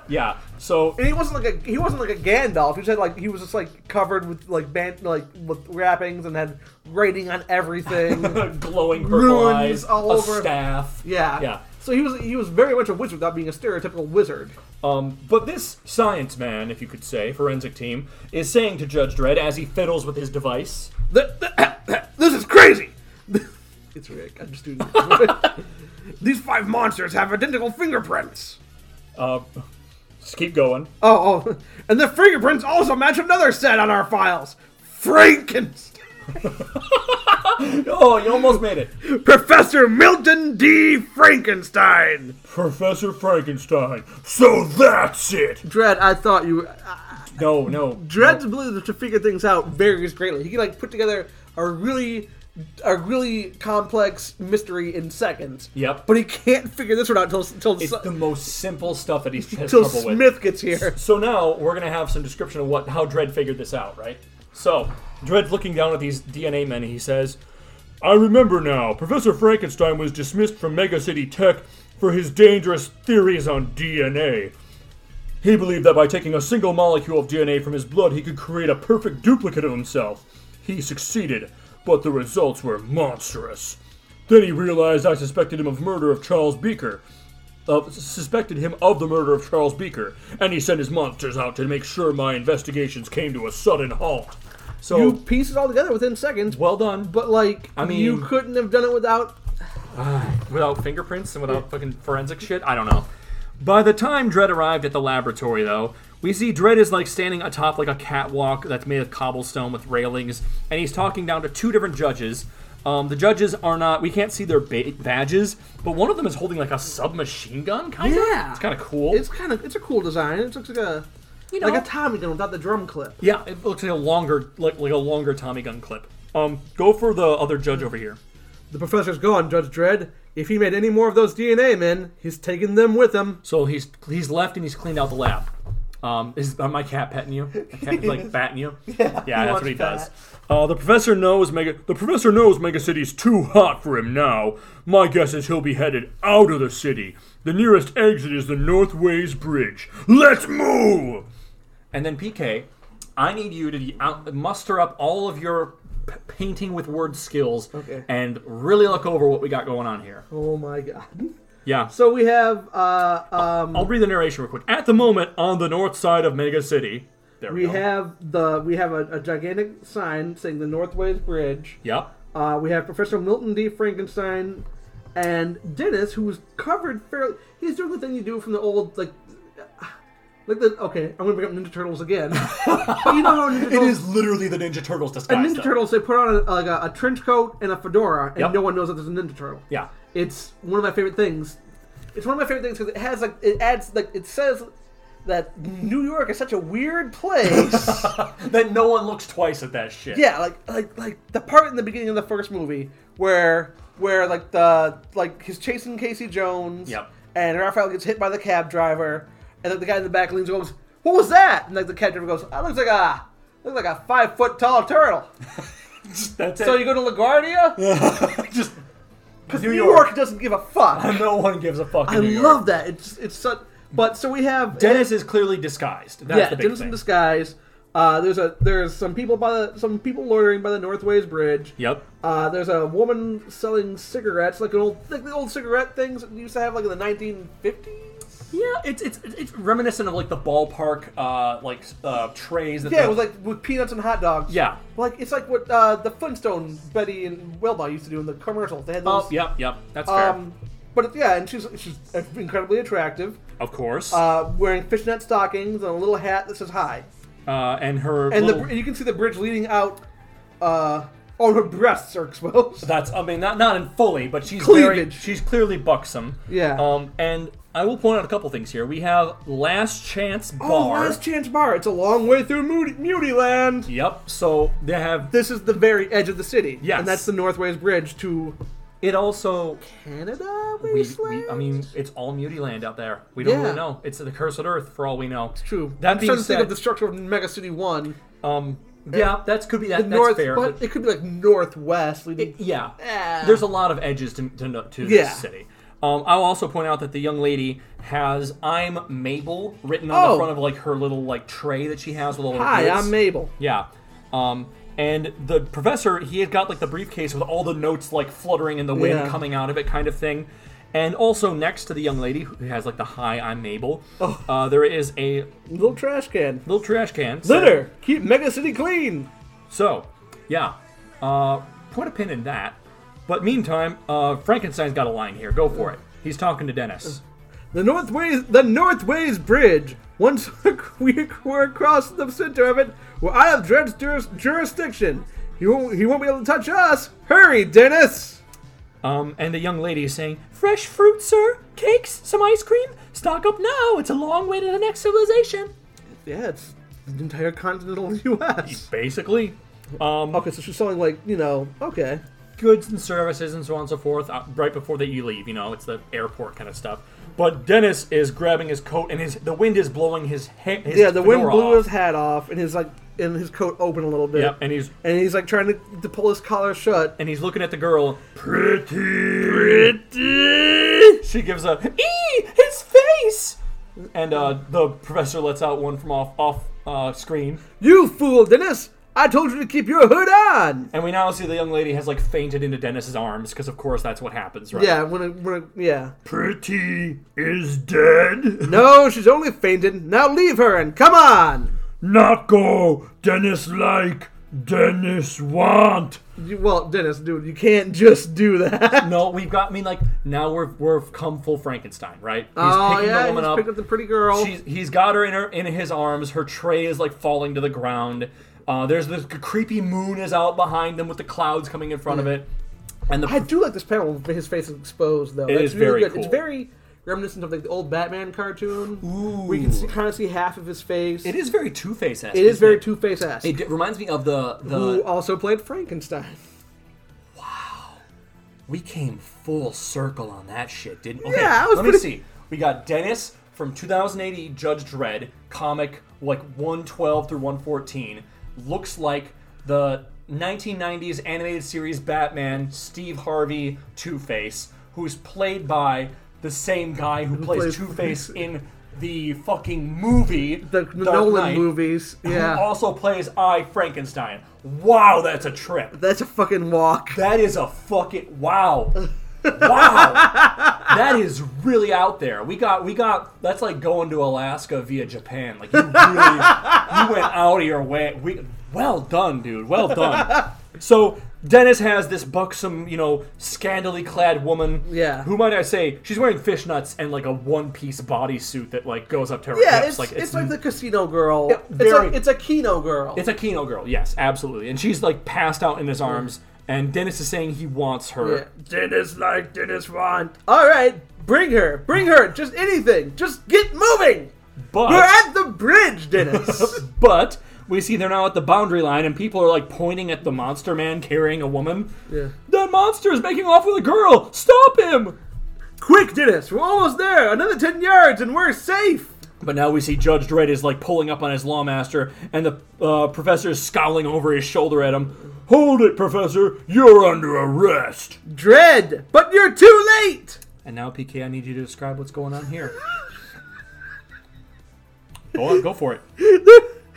yeah. So
And he wasn't like a he wasn't like a Gandalf. He said like he was just like covered with like band like with wrappings and had writing on everything.
glowing purple
Ruins
eyes,
all
a
over-
staff.
yeah.
Yeah.
So he was he was very much a wizard without being a stereotypical wizard.
Um, but this science man, if you could say, forensic team, is saying to Judge Dredd as he fiddles with his device,
Th- th- this is crazy. it's Rick. I'm just doing. These five monsters have identical fingerprints.
uh, just keep going.
Oh, oh, and the fingerprints also match another set on our files. Frankenstein.
Oh, you almost made it.
Professor Milton D. Frankenstein.
Professor Frankenstein. So that's it.
Dread, I thought you.
No, no.
Dread's ability to figure things out varies greatly. He can like put together a really, a really complex mystery in seconds.
Yep.
But he can't figure this one out until until
It's the most simple stuff that he's has
until
trouble with.
Smith gets here.
So now we're gonna have some description of what how Dredd figured this out, right? So Dredd's looking down at these DNA men. and He says, "I remember now. Professor Frankenstein was dismissed from Mega City Tech for his dangerous theories on DNA. He believed that by taking a single molecule of DNA from his blood, he could create a perfect duplicate of himself. He succeeded, but the results were monstrous. Then he realized I suspected him of murder of Charles Beaker." of, suspected him of the murder of Charles Beaker, and he sent his monsters out to make sure my investigations came to a sudden halt. So
You piece it all together within seconds.
well done, but
But like,
I mean-
you couldn't have done it without.
without fingerprints and without fucking forensic shit, I don't know. By the time Dredd arrived at the laboratory, though, We see Dredd is like standing atop like a catwalk that's made of cobblestone with railings, and he's talking down to two different judges. Um, the judges are not. We can't see their ba- badges, but one of them is holding like a submachine gun, kind of.
Yeah.
it's kind of cool.
It's kind of it's a cool design. It looks like a
you
like a Tommy gun without the drum clip.
Yeah, it looks like a longer, like like a longer Tommy gun clip. Um, go for the other judge over here.
The professor's gone, Judge Dredd. If he made any more of those DNA men, he's taking them with him.
So he's he's left and he's cleaned out the lab. Um, is uh, my cat petting you? My cat is like batting you. Yeah, that's what he does. Uh, the professor knows Mega. The professor knows Mega City's too hot for him now. My guess is he'll be headed out of the city. The nearest exit is the Northways Bridge. Let's move. And then PK, I need you to out, muster up all of your p- painting with word skills
Okay.
and really look over what we got going on here.
Oh my god.
Yeah.
So we have uh um
I'll read the narration real quick. At the moment, on the north side of Mega City, there we,
we
go.
have the we have a, a gigantic sign saying the Northways Bridge.
Yep.
Uh, we have Professor Milton D. Frankenstein and Dennis, who was covered fairly. He's doing the thing you do from the old like. Like the okay, I'm gonna bring up Ninja Turtles again. but you know how Ninja
It
Turtles
is literally the Ninja Turtles
And
disguise.
Ninja Turtles, they put on a, like a, a trench coat and a fedora, and
Yep.
no one knows that there's a Ninja Turtle.
Yeah.
It's one of my favorite things. It's one of my favorite things because it has like it adds like it says that New York is such a weird place.
That no one looks twice at that shit.
yeah, like like like the part in the beginning of the first movie where where like the like he's chasing Casey Jones.
Yep.
And Raphael gets hit by the cab driver, and like, the guy in the back leans and goes, "What was that?" And like the cab driver goes, "That looks like a looks like a five foot tall turtle."
That's
so you go to LaGuardia.
it. Just because
New York doesn't give a fuck.
No one gives a fuck. in
I
New York.
love that. It's it's such. But so we have
Dennis is clearly disguised. That's
yeah,
the big
Dennis
thing.
in disguise. Uh, there's a there's some people by the some people loitering by the Northways Bridge.
Yep.
Uh, there's a woman selling cigarettes, like an old like the old cigarette things that you used to have like in the 1950s.
Yeah, it's it's it's reminiscent of like the ballpark uh like uh trays that
Yeah,
the-
it was like with peanuts and hot dogs.
Yeah.
like it's like what uh, the Flintstone Betty and Wilma used to do in the commercials. They had those.
Oh, yep, yep. That's
Um, but yeah, and she's she's incredibly attractive.
fair. Of course.
uh, wearing fishnet stockings and a little hat that says hi.
Uh, and her
And the
little-
br- you can see the bridge leading out. Uh, oh, her breasts are exposed.
That's I mean not not in fully, but she's very
Cleavage.
she's clearly buxom.
Yeah.
Um, and I will point out a couple things here. We have Last Chance
Oh,
Bar.
last chance bar. It's a long way through Moody, Mutey Land.
yep. So they have
This is the very edge of the city.
Yes.
And that's the Northways Bridge to
it also.
Canada,
We,
wasteland?
we, I mean, it's all Mutey Land out there. We don't
Yeah.
really know. It's the cursed earth, for all we know. It's
True.
That
I'm
being
trying to think
said,
of the structure of Mega City 1.
um, yeah, that's could be that. That's
North,
fair.
but
but-
it could be like northwest leading.
Yeah.
Ah.
There's a lot of edges to, to, no- to
Yeah.
this city. Um, I'll also point out that the young lady has "I'm Mabel" written on the
Oh.
front of like her little like tray that she has with all
hi,
her goods.
I'm Mabel.
Yeah. Um, and the professor, he had got like the briefcase with all the notes like fluttering in the wind,
Yeah.
coming out of it, kind of thing. And also next to the young lady who has like the "Hi, I'm Mabel,"
Oh.
uh, there is a
Little trash can.
little trash can.
Litter. Keep Mega City clean.
So, yeah, uh, put a pin in that. But meantime, uh, Frankenstein's got a line here. Go for it. He's talking to Dennis.
The Northways, the Northways Bridge. Once we were across the center of it, we're out of Dred's juris, jurisdiction. He won't, he won't be able to touch us. Hurry, Dennis.
Um, and the young lady is saying, "Fresh fruit, sir. Cakes, some ice cream. Stock up now. It's a long way to the next civilization."
Yeah, it's the entire continental U.S.
Basically,
Okay, so she's selling like you know. Okay,
goods and services and so on and so forth uh, right before that you leave you know it's the airport kind of stuff but dennis is grabbing his coat and his the wind is blowing his hair his
yeah. The wind
fedora
blew
off.
his hat off, and his like, and his coat open a little bit.
yep and he's
and he's like trying to, to pull his collar shut.
and he's looking at the girl pretty pretty she gives a ee his face and uh the professor lets out one from off off uh, screen
You fool, Dennis! I told you to keep your hood on.
and we now see the young lady has like fainted into dennis's arms because of course that's what happens right
Yeah, when it, when it, yeah.
pretty is dead
No, she's only fainted. Now leave her and come on.
Not go, Dennis like.
Dennis Want.
You, well, Dennis, dude, you can't just do that.
No, we've got. I mean, like now we're we're come full Frankenstein, right? He's
oh
picking
yeah,
the
you
woman
just
up.
picked up the pretty girl.
She's, he's got her in her in his arms. Her tray is like falling to the ground. Uh, there's this creepy moon is out behind them with the clouds coming in front of it, and the
I do like this panel with his face exposed though.
It
That's
is
really
very
good.
cool.
It's very reminiscent of like the old Batman cartoon. We can see, kind of see half of his face.
it is very Two Face esque.
It is very Two Face ass.
It d- reminds me of the the
Who also played Frankenstein?
we came full circle on that shit, didn't? Okay,
Yeah, I was
let me
pretty-
see. We got Dennis from 2080 Judge Dredd comic, like 112 through 114. Looks like the 1990s animated series Batman, Steve Harvey, Two Face, who's played by the same guy who plays
plays-
Two Face in the fucking movie,
The
Dark
Nolan
Knight,
movies. Yeah,
Who also plays I Frankenstein. Wow, that's a trip.
that's a fucking walk.
That is a fucking wow. Wow. that is really out there. We got we got that's like going to Alaska via Japan. Like you really you went out of your way. We well done, dude. Well done. So Dennis has this buxom, you know, scandally clad woman.
Yeah.
Who might I say? She's wearing fishnets and like a one-piece bodysuit that like goes up to her
Yeah,
hips.
it's,
like
it's, like the casino girl. it's,
very-
like, it's a Kino girl.
it's a Kino girl, yes, absolutely. And she's like passed out in his arms, and Dennis is saying he wants her.
Yeah. Dennis like Dennis want. All right, bring her, bring her. Just anything. Just get moving.
But
We're at the bridge, Dennis.
but we see they're now at the boundary line, and people are like pointing at the monster man carrying a woman.
Yeah.
That monster is making off with a girl. Stop him!
Quick, Dennis. We're almost there. Another ten yards, and we're safe.
But now we see Judge Dredd is like pulling up on his lawmaster, and the uh, professor is scowling over his shoulder at him. Hold it, Professor. You're under arrest.
Dread, but you're too late.
And now, PK, I need you to describe what's going on here. go on, go for it.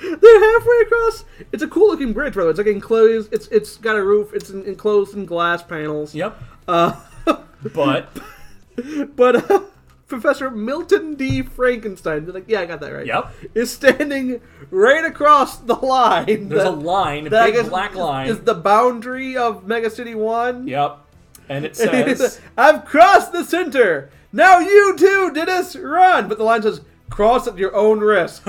They're halfway across. It's a cool looking bridge, brother. It's like enclosed. It's it's got a roof. It's en- enclosed in glass panels.
Yep.
Uh,
but
But uh, Professor Milton D. Frankenstein, they're like, yeah, I got that right.
Yep.
Is standing right across the line.
there's a
that-
line, a
that I
big
guess
black line.
Is the boundary of Mega City One?
Yep. And it
And he's
says.
like, I've crossed the center. Now you too, Dennis, run. But the line says, cross at your own risk.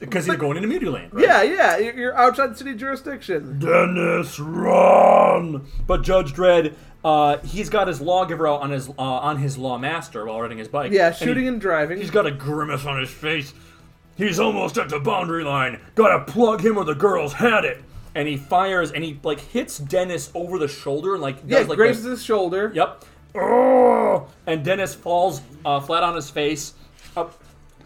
Because you're going into Mutiland, right?
yeah, yeah, you're you're outside city jurisdiction.
Dennis Run.
But Judge Dredd, uh, he's got his lawgiver out on his uh, on his lawmaster while riding his bike.
Yeah,
And
shooting
he-
and driving.
he's got a grimace on his face. He's almost at the boundary line. Gotta plug him or the girls had it. And he fires and he like hits Dennis over the shoulder and like
yeah,
does, like
grazes
the-
his shoulder.
Yep. Oh! And Dennis falls uh, flat on his face, uh,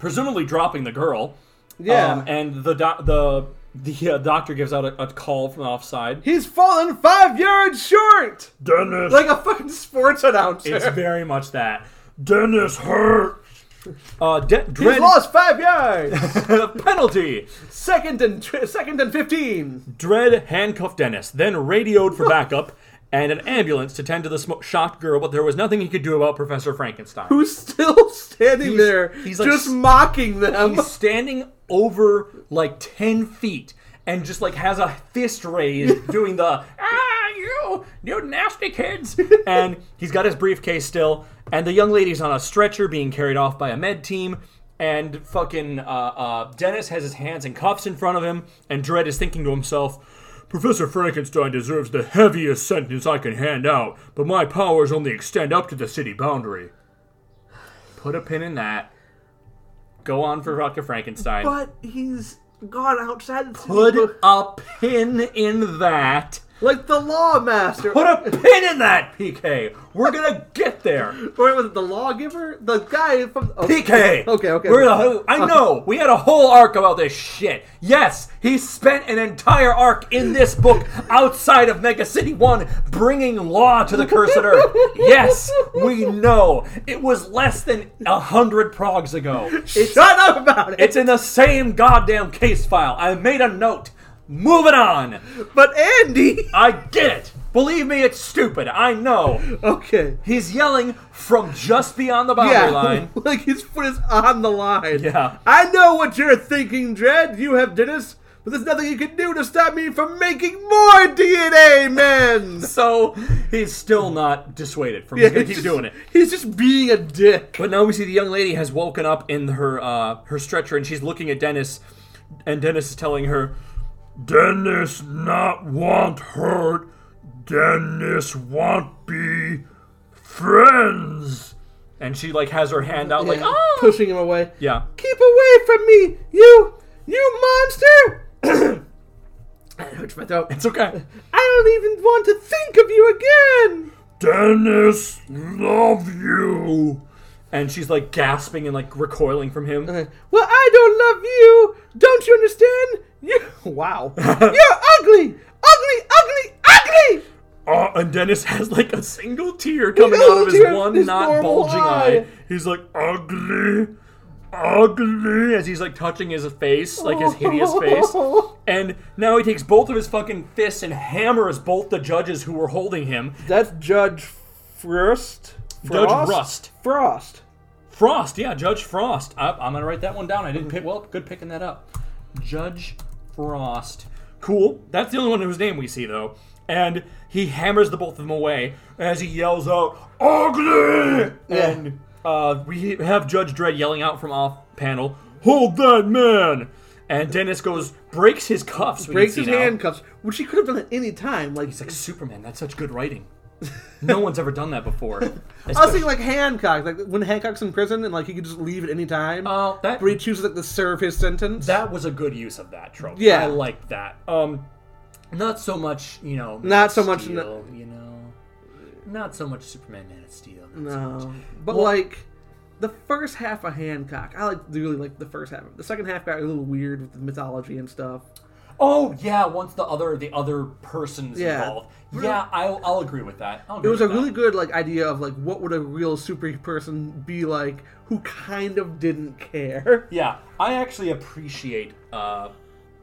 presumably dropping the girl.
Yeah.
Um, and the doc the the uh, doctor gives out a, a call from the offside.
He's fallen five yards short,
Dennis.
like a fucking sports announcer.
It's very much that.
Dennis hurt.
Uh, De-
He's
Dread
lost five yards.
penalty.
second and tw- second and fifteen.
Dread handcuffed Dennis, then radioed for backup and an ambulance to tend to the sm- shocked girl, but there was nothing he could do about Professor Frankenstein.
Who's still standing there,
he's like
just
s-
mocking them.
He's standing over like ten feet and just like has a fist raised, doing the ah you you nasty kids, and he's got his briefcase still, and the young lady's on a stretcher being carried off by a med team. And fucking uh, uh, Dennis has his hands in cuffs in front of him, and Dredd is thinking to himself, Professor Frankenstein deserves the heaviest sentence I can hand out, but my powers only extend up to the city boundary. Put a pin in that. Go on for Rocket Frankenstein.
But he's gone outside the city.
Put a pin in that.
like the lawmaster.
Put a pin in that, PK. We're gonna get there,
Or was it the lawgiver? The guy from oh,
PK.
Okay, okay.
We're the, I know we had a whole arc about this shit. Yes, he spent an entire arc in this book outside of Mega City One, bringing law to the cursed earth. Yes, we know it was less than a hundred progs ago.
Shut up about it.
It's in the same goddamn case file. I made a note. Moving on.
but Andy.
I get it. Believe me, it's stupid. I know.
Okay.
He's yelling from just beyond the boundary line.
like his foot is on the line.
Yeah.
I know what you're thinking, Dredd. You have Dennis but there's nothing you can do to stop me from making more DNA men.
So he's still not dissuaded from he's gonna keep
He's just-
doing it.
He's just being a dick.
But now we see the young lady has woken up in her uh, her stretcher and she's looking at Dennis, and Dennis is telling her,
Dennis not want hurt. Dennis want be friends.
and she like has her hand out like,
Yeah,
oh
pushing him away.
yeah,
Keep away from me, you, you monster! It hurts my throat.
it's okay.
I don't even want to think of you again.
Dennis love you.
And she's like gasping and like recoiling from him.
Well, I don't love you. Don't you understand? You, wow, you're ugly, ugly, ugly, ugly.
Uh, and Dennis has like a single tear coming
Little
out of his
tear,
one
his
not
normal
bulging
eye.
eye. He's like ugly, ugly, as he's like touching his face, like his hideous face. And now he takes both of his fucking fists and hammers both the judges who were holding him.
That's Judge Frost.
Judge Rust,
Frost.
Frost, yeah, Judge Frost. I, I'm gonna write that one down. I didn't pick. Well, good picking that up. Judge Frost. Cool. That's the only one whose name we see though. And he hammers the both of them away as he yells out,
Ugly.
And uh, we have Judge Dredd yelling out from off panel, "Hold that man!" And Dennis goes, breaks his cuffs. we
Breaks
can
his
see now.
handcuffs, which he could have done at any time. Like,
It's like Superman. That's such good writing. No one's ever done that before.
I was thinking like Hancock, like when Hancock's in prison and like he could just leave at any time.
Uh, that
but he chooses like to serve his sentence.
that was a good use of that trope.
Yeah.
I like that. Um, not so much, you know. Man
Not
of
so much
Steel, you know. Not so much Superman Man of Steel. not so much.
No, Oh. but
Well-
like the first half of Hancock, I like really like the first half. The second half got a little weird with the mythology and stuff.
Oh yeah, once the other the other person's
Yeah.
involved. Yeah, I'll, I'll agree with that. I'll
It
agree
was a
with that.
really good like idea of like what would a real super person be like who kind of didn't care.
Yeah, I actually appreciate. Uh,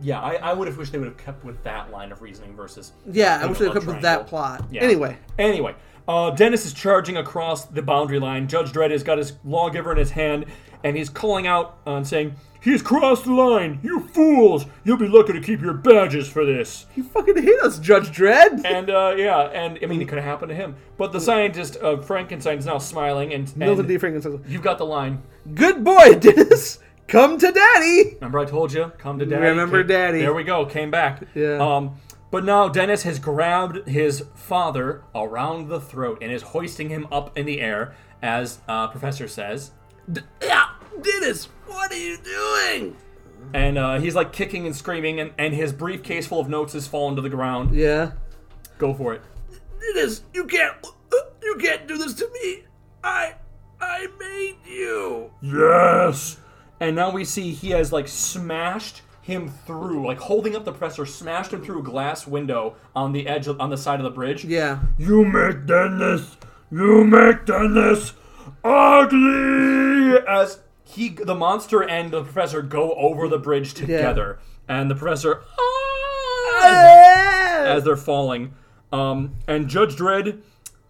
yeah, I, I would have wished they would have kept with that line of reasoning versus.
Yeah, I
the
wish they'd
love
come with
triangle.
that plot.
Yeah.
Anyway,
Anyway, uh, Dennis is charging across the boundary line. Judge Dredd has got his lawgiver in his hand, and he's calling out uh, and saying, "He's crossed the line, you fools! You'll be lucky to keep your badges for this."
you fucking hate us, Judge Dredd.
And uh, yeah, and I mean, it could have happened to him. But the scientist uh, Frankenstein is now smiling, and,
Milton D.
and
Frankenstein.
you've got the line.
Good boy, Dennis. Come to daddy.
Remember, I told you, come to daddy.
Remember
Came-
daddy.
There we go. Came back.
Yeah.
Um, but now Dennis has grabbed his father around the throat and is hoisting him up in the air, as uh, Professor says.
Yeah, Dennis, what are you doing?
And uh, he's like kicking and screaming, and, and his briefcase full of notes has fallen to the ground.
Yeah.
Go for it.
Dennis, you can't uh, you can't do this to me. I I made you.
Yes.
And now we see he has like smashed him through, like holding up the presser, smashed him through a glass window on the edge, of, on the side of the bridge.
Yeah.
You make Dennis. You make Dennis ugly.
as he the monster and the professor go over the bridge together and the professor "Ah," as they're falling um, and judge dredd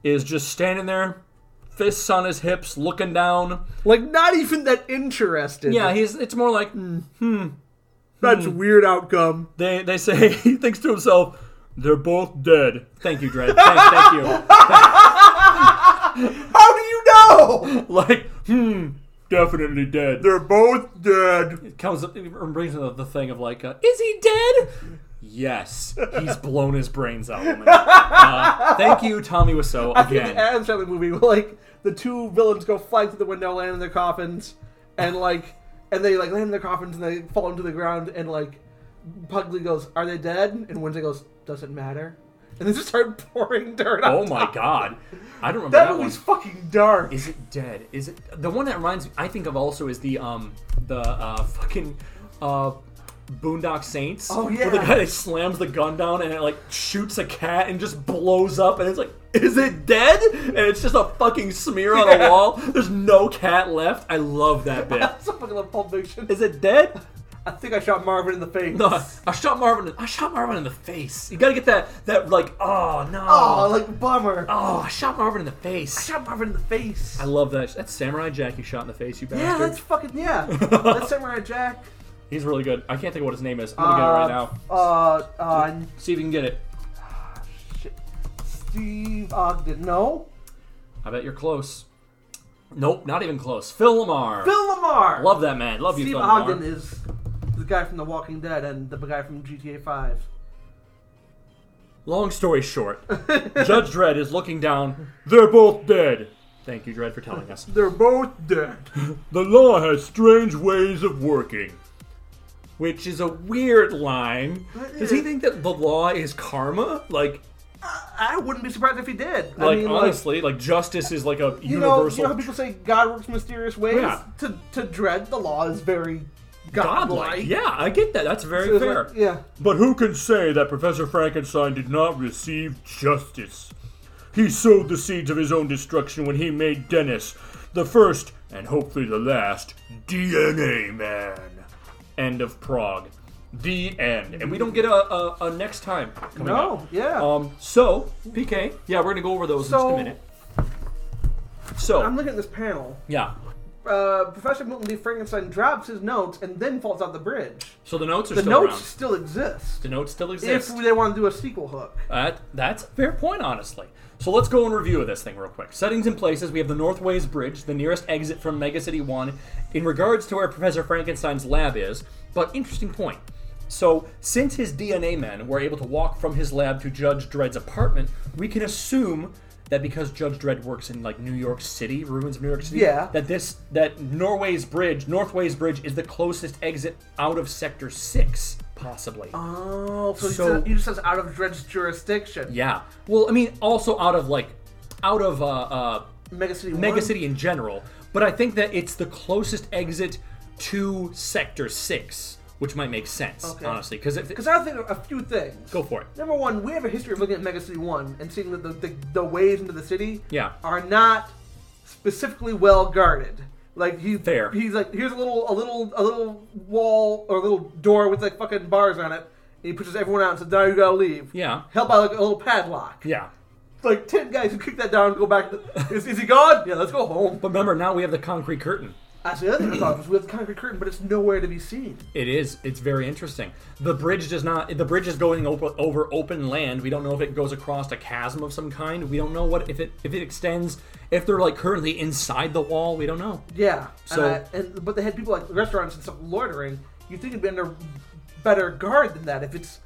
is just standing there fists on his hips looking down
Like not even that interested.
yeah he's it's more like mm.
That's a weird outcome.
they they say he thinks to himself they're both dead thank you dredd thank, thank you
How do you know?
like hmm definitely dead they're
Both dead.
comes up it brings up the thing of like uh, is he dead yes he's blown his brains out woman. Uh, thank you tommy Wiseau
Yeah. The
again
Adams Family movie, where, like the two villains go flying through the window, land in their coffins, and like, and they like land in their coffins and they fall into the ground, and like, Pugly goes, "Are they dead?" And Wednesday goes, "Doesn't matter," and they just start pouring dirt. on
oh
top.
my god i don't remember
That,
that, one
movie's fucking dark.
is it dead is it the one that reminds me i think of also is the um the uh fucking uh Boondock Saints.
Oh,
Where the
yeah.
guy that slams the gun down and it like shoots a cat and just blows up and it's like, is it dead? And it's just a fucking smear on a wall. There's no cat left. I love that bit.
That's a fucking love Pulp Fiction.
Is it dead?
I think I shot Marvin in the face.
No, I shot Marvin. I shot Marvin in the face. You gotta get that. That like, oh no.
Oh, like bummer.
Oh, I shot Marvin in the face. I,
shot Marvin in the face.
love that. That's Samurai Jack. You shot in the face. You bastard.
Yeah, that's fucking yeah. that's Samurai Jack.
He's really good. I can't think of what his name is. I'm gonna get it right now.
oh.
Uh, uh,
See if you can get it.
shit. Steve Ogden. No,
I bet you're close. Nope, not even close. Phil Lamar.
Bill Lamar.
Love that man. Love you,
Steve
Phil Lamar.
Ogden is the guy from The Walking Dead and the guy from GTA Five.
Long story short, Judge Dredd is looking down. They're both dead. Thank you, Dredd, for telling us.
They're both dead.
Oh
The law has strange ways of working. Which is a weird line. Does he think that the law is karma? Like,
I wouldn't be surprised if he did. I
like
mean, like,
honestly, like, justice is like a
you know,
universal
you know how people say God works mysterious ways.
Yeah.
To to dread the law is very
godlike.
godlike.
Yeah, I get that. That's very
So it's
fair.
like- yeah.
But who can say that Professor Frankenstein did not receive justice? He sowed the seeds of his own destruction when he made Dennis, the first and hopefully the last DNA man.
End of Prague. The end. And we don't get a, a, a next time coming up.
No. Yeah.
Oh.
Um, so, PK, yeah, we're going to go over those in just
So-
a minute. So,
I'm looking at this panel.
yeah.
Uh, Professor Milton D. Frankenstein drops his notes and then falls out the bridge.
So the notes are
The
still
notes
around.
still exist.
The notes still exist.
If they want to do a sequel hook.
That, that's a fair point, honestly. So let's go and review of this thing real quick. Settings and places. We have the Northways Bridge, the nearest exit from Mega City 1, in regards to where Professor Frankenstein's lab is. But interesting point. So, since his DNA men were able to walk from his lab to Judge Dredd's apartment, we can assume that because Judge Dredd works in like New York City, ruins of New York City,
Yeah.
that this that Norway's Bridge, Northways Bridge is the closest exit out of sector 6 possibly.
Oh, so,
So-
he, says, he just says out of Dred's jurisdiction.
Yeah. Well, I mean, also out of like, out of uh, uh,
Mega City.
Mega
One?
City in general, but I think that it's the closest exit to Sector Six, which might make sense,
Okay.
honestly, because if
Because I think a few things.
go for it.
Number one, we have a history of looking at Mega City One and seeing that the, the, the ways into the city
Yeah.
are not specifically well guarded. Like he,
Fair.
he's like here's a little a little a little wall or a little door with like fucking bars on it, and he pushes everyone out and says, "Now you gotta leave."
Yeah.
held by like a little padlock.
Yeah.
like ten guys who kick that down and go back. To, is, is he gone? Yeah, let's go home.
But remember, now we have the concrete curtain.
That's the other thing I thought was we have the concrete curtain, but it's nowhere to be seen.
It is. It's very interesting. The bridge does not. The bridge is going over, over open land. We don't know if it goes across a chasm of some kind. We don't know what if it if it extends. If they're like currently inside the wall, we don't know.
Yeah.
So-
and, I, and but they had people like restaurants and stuff loitering. You think it'd be under better guard than that if it's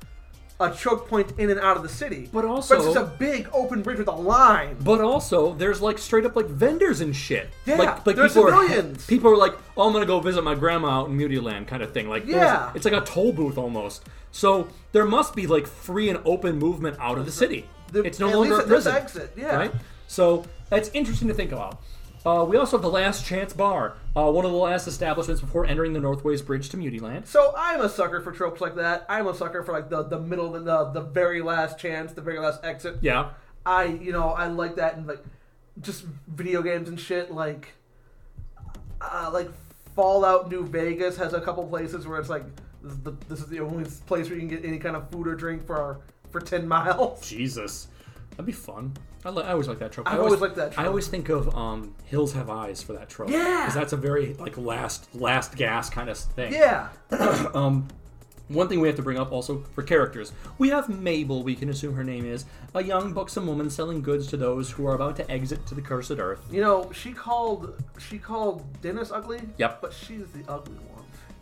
a choke point in and out of the city.
But also-
but it's just a big open bridge with a line.
But also, there's like straight up like vendors and shit.
Yeah,
like, like
they're
people
civilians.
Are, people are like, oh, I'm gonna go visit my grandma out in Mutiny Land, kind of thing. Like, there's-
Yeah.
it's like a toll booth almost. So there must be like free and open movement out of the city.
The-
it's no
at
longer
least
a
at this
prison,
exit, yeah.
Right. So that's interesting to think about. Uh, we also have the Last Chance Bar, uh, one of the last establishments before entering the Northways Bridge to Mutiny Land.
So I'm a sucker for tropes like that. I'm a sucker for like the the middle and the the very last chance, the very last exit.
Yeah.
I you know I like that in like just video games and shit like uh, like Fallout New Vegas has a couple places where it's like this is the, this is the only place where you can get any kind of food or drink for for ten miles.
Jesus. That'd be fun. I, li- I always like that trope.
I've always liked that trope.
I always think of um, "Hills Have Eyes" for that trope.
Yeah.
because that's a very like last last gas kind of thing.
Yeah,
One thing we have to bring up also for characters, we have Mabel. We can assume her name is a young buxom woman selling goods to those who are about to exit to the cursed earth.
you know she called she called Dennis ugly.
Yep.
but she's the ugly one.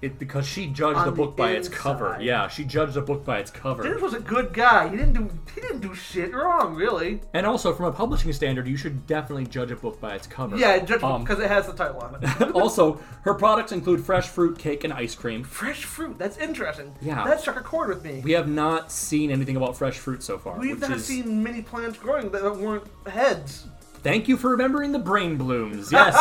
It because she judged
On
the
the
book by its
inside.
cover. Yeah, she judged the book by its cover.
Dennis was a good guy. He didn't do he didn't do shit wrong really.
And also, from a publishing standard, you should definitely judge a book by its cover.
Yeah, judge
Um,
because it has the title on it.
also, her products include fresh fruit, cake, and ice cream.
Fresh fruit. That's interesting.
Yeah.
that struck a chord with me.
We have not seen anything about fresh fruit so far.
We've
which
not
is,
seen many plants growing that weren't heads.
Thank you for remembering the brain blooms. Yes.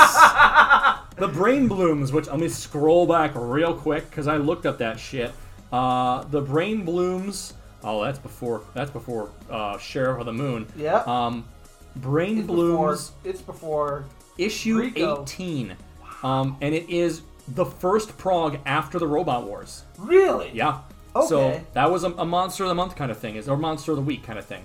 the brain blooms, which let me scroll back real quick because I looked up that shit. Uh, the brain blooms. Oh, that's before. That's before uh, Sheriff of the Moon.
Yeah.
Um, brain
Before-
blooms
it's before.
issue
Rico.
18, um, and it is the first prog after the Robot Wars.
Really?
Yeah. So
Okay.
that was a, a monster of the month kind of thing, is or monster of the week kind of thing.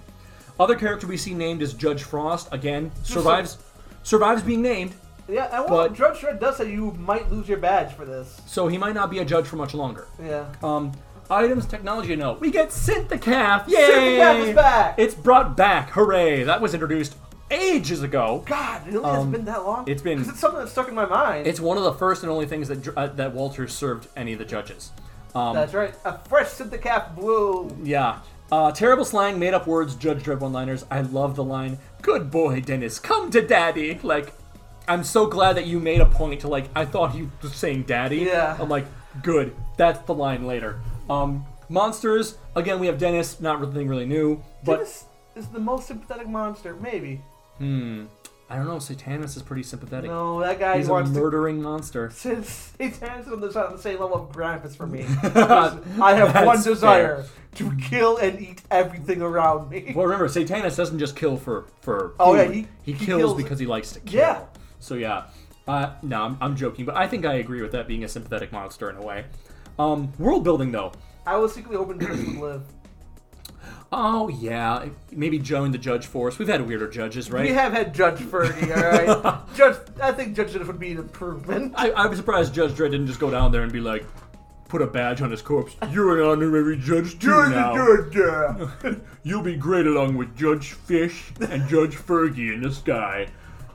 Other character we see named is Judge Frost. Again, survives survives being named.
Yeah, and well,
But-
Judge Dredd does say you might lose your badge for this.
So he might not be a judge for much longer.
Yeah.
Um, items, technology, no. We get Synthicaf. Yay!
Synthicaf is back!
It's brought back. Hooray! That was introduced ages ago.
God, it only
Um,
hasn't been that long.
it's been-
because it's something that's stuck in my mind.
It's one of the first and only things that dr- uh, that Walters served any of the judges. Um,
that's right. A fresh Synthicaf blue.
Yeah. Uh, terrible slang, made up words, Judge Dredd one liners. I love the line, Good boy, Dennis, come to daddy. Like, I'm so glad that you made a point to, like, I thought you was saying daddy.
Yeah.
I'm like, good. That's the line later. Um, monsters, again, we have Dennis, not really, really new. But
Dennis is the most sympathetic monster, maybe.
I don't know, Satanus is pretty sympathetic.
No, that guy
He's a
wants to.
murdering monster.
Since he turns on the, on the same level of Grampus for me, I have one
That's
desire to kill and eat everything around me.
Well, remember, Satanus doesn't just kill for for.
Oh, yeah,
food.
he-
he,
he
kills,
kills-
because he likes to kill.
Yeah.
So yeah, uh, no, I'm, I'm joking, but I think I agree with that being a sympathetic monster in a way. Um, world building though.
I was secretly hoping Dennis would live.
Oh yeah, maybe join the judge force. We've had weirder judges, right?
We have had Judge Fergie, alright? Judge, I think Judge Dennis would be an improvement.
I, I was surprised Judge Dredd didn't just go down there and be like, put a badge on his corpse. You're an honorary judge too now. You'll be great along with Judge Fish and Judge Fergie in the sky.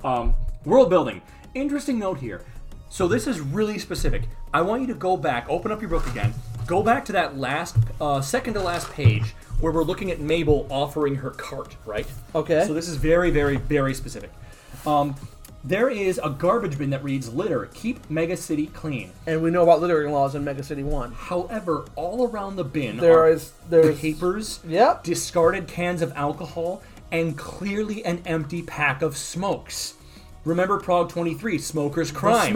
Um, world building. Interesting note here. So this is really specific. I want you to go back, open up your book again, go back to that last, uh, second to last page where we're looking at Mabel offering her cart, right?
Okay.
So this is very, very, very specific. Um, there is a garbage bin that reads litter, keep mega city clean.
And we know about littering laws in Mega City 1.
However, all around the bin
There
are
is- there's-
papers,
Yep.
discarded cans of alcohol, and clearly an empty pack of smokes. Remember Prague 23, smokers crime.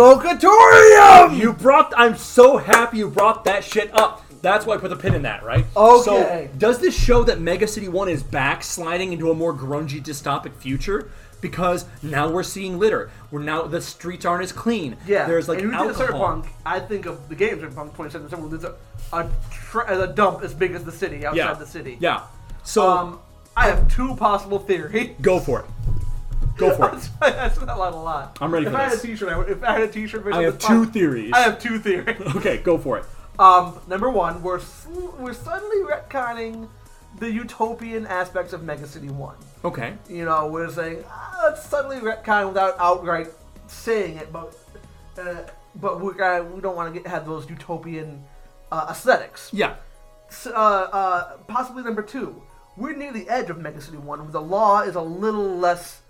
Smokatorium!
you brought I'm so happy you brought that shit up. That's why I put the pin in that, right?
Okay.
So, does this show that Mega City 1 is back sliding into a more grungy dystopic future? Because now we're seeing litter. We're now the streets aren't as clean.
Yeah,
There's like
and when you think of
alcohol.
Cyberpunk, I think of the games Cyberpunk 2077. There's a a, tr- a dump as big as the city outside
yeah.
the city.
Yeah. So
Um, I have two possible theories.
Go for it. Go for it.
That's not a lot. A lot.
I'm ready
if
for
I
this.
Had a t-shirt, I would, if I had a T-shirt, version
I
of
have
this
two
pod-
theories.
I have two theories.
Okay, go for it.
um, number one, we're sl- we're suddenly retconning the utopian aspects of Mega City One.
Okay.
You know, we're saying ah, let's suddenly retcon without outright saying it, but uh, but we got we don't want to get have those utopian uh, aesthetics.
Yeah.
S- uh, uh, possibly number two. We're near the edge of Mega City One, where the law is a little less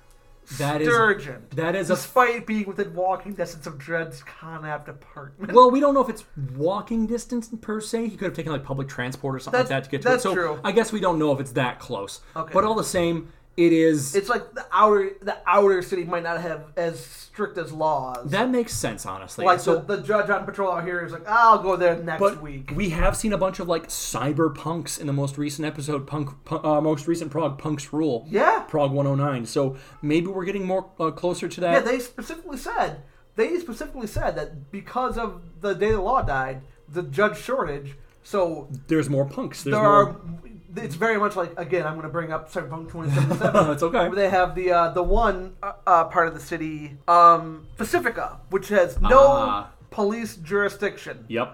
That is-
sturgeon.
that is a-
despite being within walking distance of Dred's Conab department.
Well, we don't know if it's walking distance per se. He could have taken like public transport or something like
That's-
that to get to
that's
it. So
true.
I guess we don't know if it's that close.
Okay.
But all the same, it is.
It's like the outer the outer city might not have as strict as laws.
that makes sense, honestly.
like
so,
the, the judge on patrol out here is like, I'll go there next
but
week.
we have seen a bunch of like cyberpunks in the most recent episode, punk, punk uh, most recent Prague punks rule.
Yeah.
Prague 109. So maybe we're getting more uh, closer to that.
Yeah, they specifically said they specifically said that because of the day the law died, the judge shortage. So
There's more punks. There's
there
more.
are. It's very much like again. I'm going to bring up Cyberpunk 2077.
It's okay.
Where they have the uh, the one uh, uh, part of the city, um, Pacifica, which has no
Ah.
police jurisdiction.
Yep.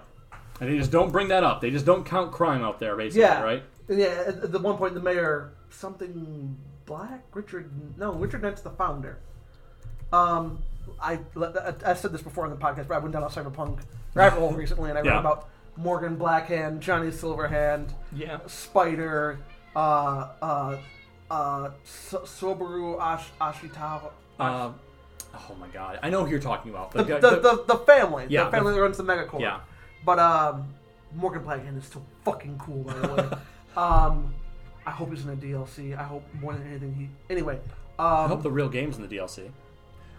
And they just don't bring that up. They just don't count crime out there, basically,
yeah.
right?
Yeah. At at the one point, the mayor something black Richard. No, Richard Dent's the founder. Um, I I I said this before on the podcast, but I went down a cyberpunk rabbit hole recently, and I read
Yeah.
about Morgan Blackhand, Johnny Silverhand,
Yeah.
Spider, uh, uh, uh, so- Sobaru Ash- Ashitawa.
Uh, oh my god, I know who you're talking about.
the, the,
The, the-
the, the family. the
Yeah, the-
family that runs the megacorp.
Yeah.
But um, Morgan Blackhand is so fucking cool, by the way. um, I hope he's in a DLC. I hope more than anything he. Anyway,
I
um,
hope the real game's in the DLC.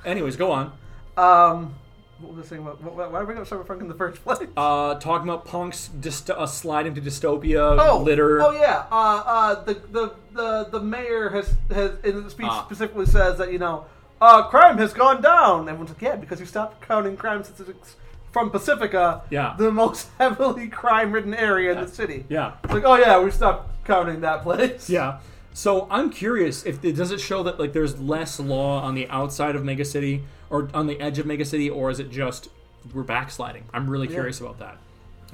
Anyways, go on.
um, what was I saying? What, what, why did I bring up Cyberpunk in the first place?
Uh, talking about punks dyst- uh, slide into dystopia,
Oh,
litter.
Oh yeah. Uh, uh, the, the the the mayor has has in the speech
Ah.
specifically says that you know, uh, crime has gone down. Everyone's like, yeah, because you stopped counting crime statistics from Pacifica,
Yeah.
the most heavily crime-ridden area in the city.
yeah.
It's like, oh yeah, we stopped counting that place.
Yeah. So I'm curious if it does it show that like there's less law on the outside of Mega City or on the edge of Mega City, or is it just we're backsliding? I'm really curious about that.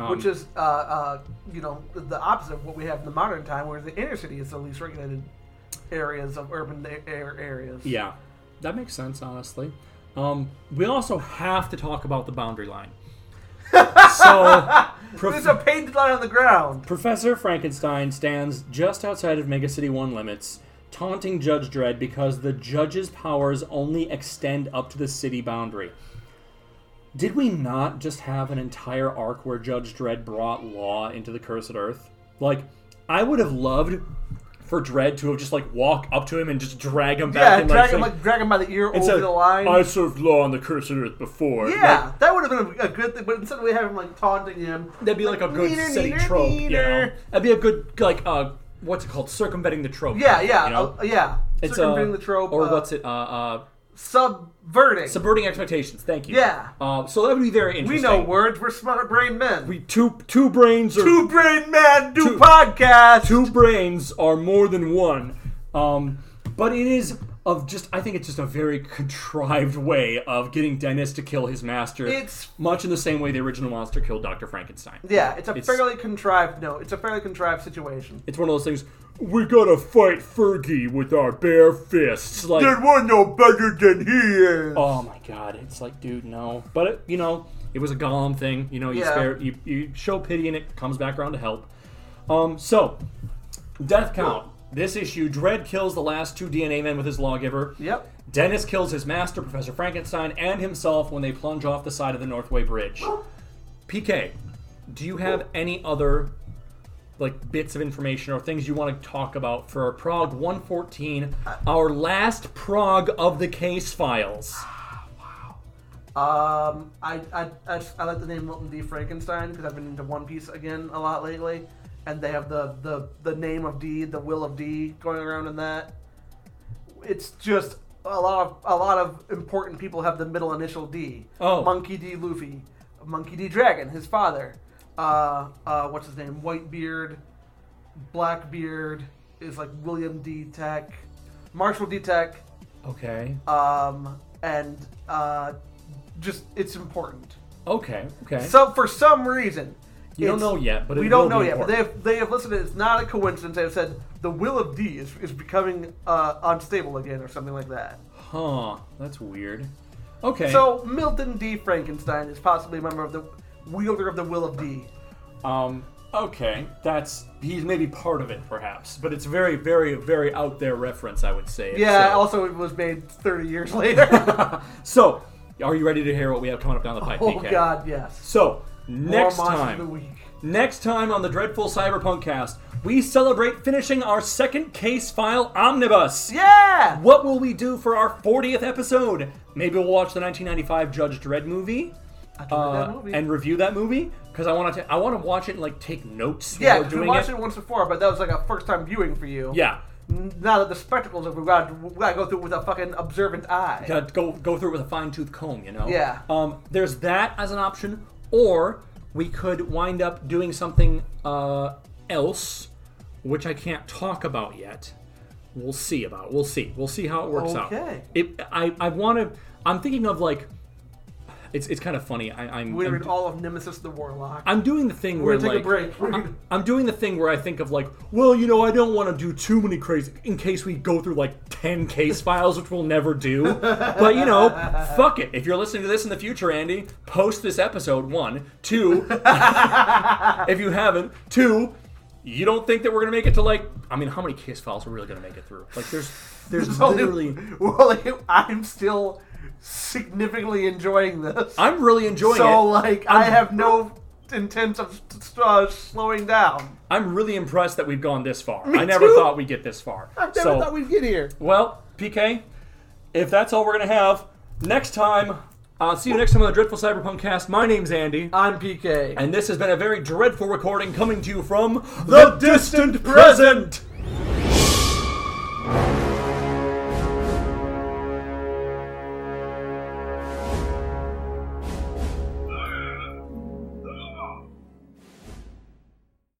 which is uh, uh, you know the opposite of what we have in the modern time, where the inner city is the least regulated areas of urban a- air areas.
Yeah, that makes sense, honestly. Um, we also have to talk about the boundary line. so, prof-
There's a painted line on the ground.
Professor Frankenstein stands just outside of Mega City 1 limits, taunting Judge Dredd because the judge's powers only extend up to the city boundary. Did we not just have an entire arc where Judge Dredd brought law into the cursed earth? Like, I would have loved for Dredd to have just like walk up to him and just drag him back
Yeah,
and
drag
like,
him
say-
like drag him by the ear
It's
over
a-
the line.
I served law on the cursed earth before.
yeah, that would have been a, a good thing, but instead we have him like taunting him.
That'd be like a good
"Neener,
city
neener,
trope, you know.
neener."
That'd be a good like uh, what's it called? Circumventing the trope.
Yeah, yeah,
You know?
uh, yeah.
it's
Circumventing
uh,
the trope,
or
uh,
what's it? Uh, uh,
subverting.
subverting expectations. Thank you.
Yeah.
Uh, so that would be very
we
interesting.
know words. We're smart brain men.
We- Two two brains are
two brain men do
Two-
podcast.
two brains are more than one.
Um, but it is of just I think it's just a very contrived way of getting Dennis to kill his master.
It's-
much in the same way the original monster killed Dr. Frankenstein.
Yeah, it's a
It's-
fairly contrived. No, it's a fairly contrived situation.
It's one of those things.
We gotta fight Fergie with our bare fists.
It's like
we're no better than he is.
Oh my god, it's like, dude, no. But it, you know, it was a Gollum thing. You know, you
Yeah.
spare, you, you show pity, and it comes back around to help. Um, so death count. This issue, Dread kills the last two DNA men with his lawgiver.
Yep.
Dennis kills his master, Professor Frankenstein, and himself when they plunge off the side of the Northway Bridge. PK, do you have any other like bits of information or things you want to talk about for Prague 114, our last Prague of the case files?
Um, I, I, I, I like the name Milton D. Frankenstein because I've been into One Piece again a lot lately, and they have the, the, the name of D, the will of D, going around in that. It's just uh, a lot of a lot of important people have the middle initial D.
Oh.
Monkey D. Luffy, Monkey D. Dragon, his father. Uh, uh, what's his name? Whitebeard, Blackbeard is like William D. Tech, Marshall D. Tech
Okay.
um, and uh, just it's important.
Okay. Okay.
So for some reason,
you don't
it's-
know yet, but it
we don't
will
know
be
yet. But they
important.
have they have listed it. It's not a coincidence. They have said the will of D is, is becoming uh, unstable again, or something like that.
Huh. That's weird. Okay.
So Milton D. Frankenstein is possibly a member of the wielder of the will of D.
Um, okay, that's he's maybe part of it, perhaps, but it's very, very, very out there reference, I would say. uh,
Yeah.
So,
Also, it was made 30 years later.
so, are you ready to hear what we have coming up down the pipe?
oh
PK?
God, yes.
So next
More monster of the
time,
week.
next time on the dreadful Cyberpunk Cast, we celebrate finishing our second case file omnibus.
Yeah.
What will we do for our 40th episode? Maybe we'll watch the 1995 Judge Dredd movie.
that
uh,
movie.
and review that movie because I want to. I want to watch it and like take notes.
Yeah,
while we're
'cause we
doing
watched
it.
it once before, but that was like a first time viewing for you.
Yeah,
now that the spectacles have we gotta, we gotta go through with a fucking observant eye.
gotta go go through it with a fine tooth comb, you know.
Yeah.
Um, there's that as an option, or we could wind up doing something uh, else, which I can't talk about yet. We'll see about. We'll see. We'll see how it works out.
Okay.
It, I I want to. I'm thinking of like. It's, it's kind of funny. I, I'm
We're
I'm,
in all of Nemesis the Warlock.
I'm doing the thing
We're
where
gonna
like
take a break. We're gonna-
I'm doing the thing where I think of like, well, you know, I don't want to do too many crazy in case we go through like ten case files, which we'll never do. But you know, fuck it. If you're listening to this in the future, Andy, post this episode one, two. if you haven't, two. You don't think that we're gonna make it to like? I mean, how many case files are we really gonna make it through? Like, there's, there's
Only-
literally.
well, I'm still significantly enjoying this.
I'm really enjoying
so
it.
like i have no intent of uh, slowing down.
I'm really impressed that we've gone this far. I never
too.
thought we'd get this far.
I never
so,
thought we'd get here.
Well, PK, if that's all we're gonna have, next time. Uh, see you next time on the Dreadful Cyberpunk Cast. My name's Andy,
I'm PK.
and this has been a very dreadful recording coming to you from the distant present.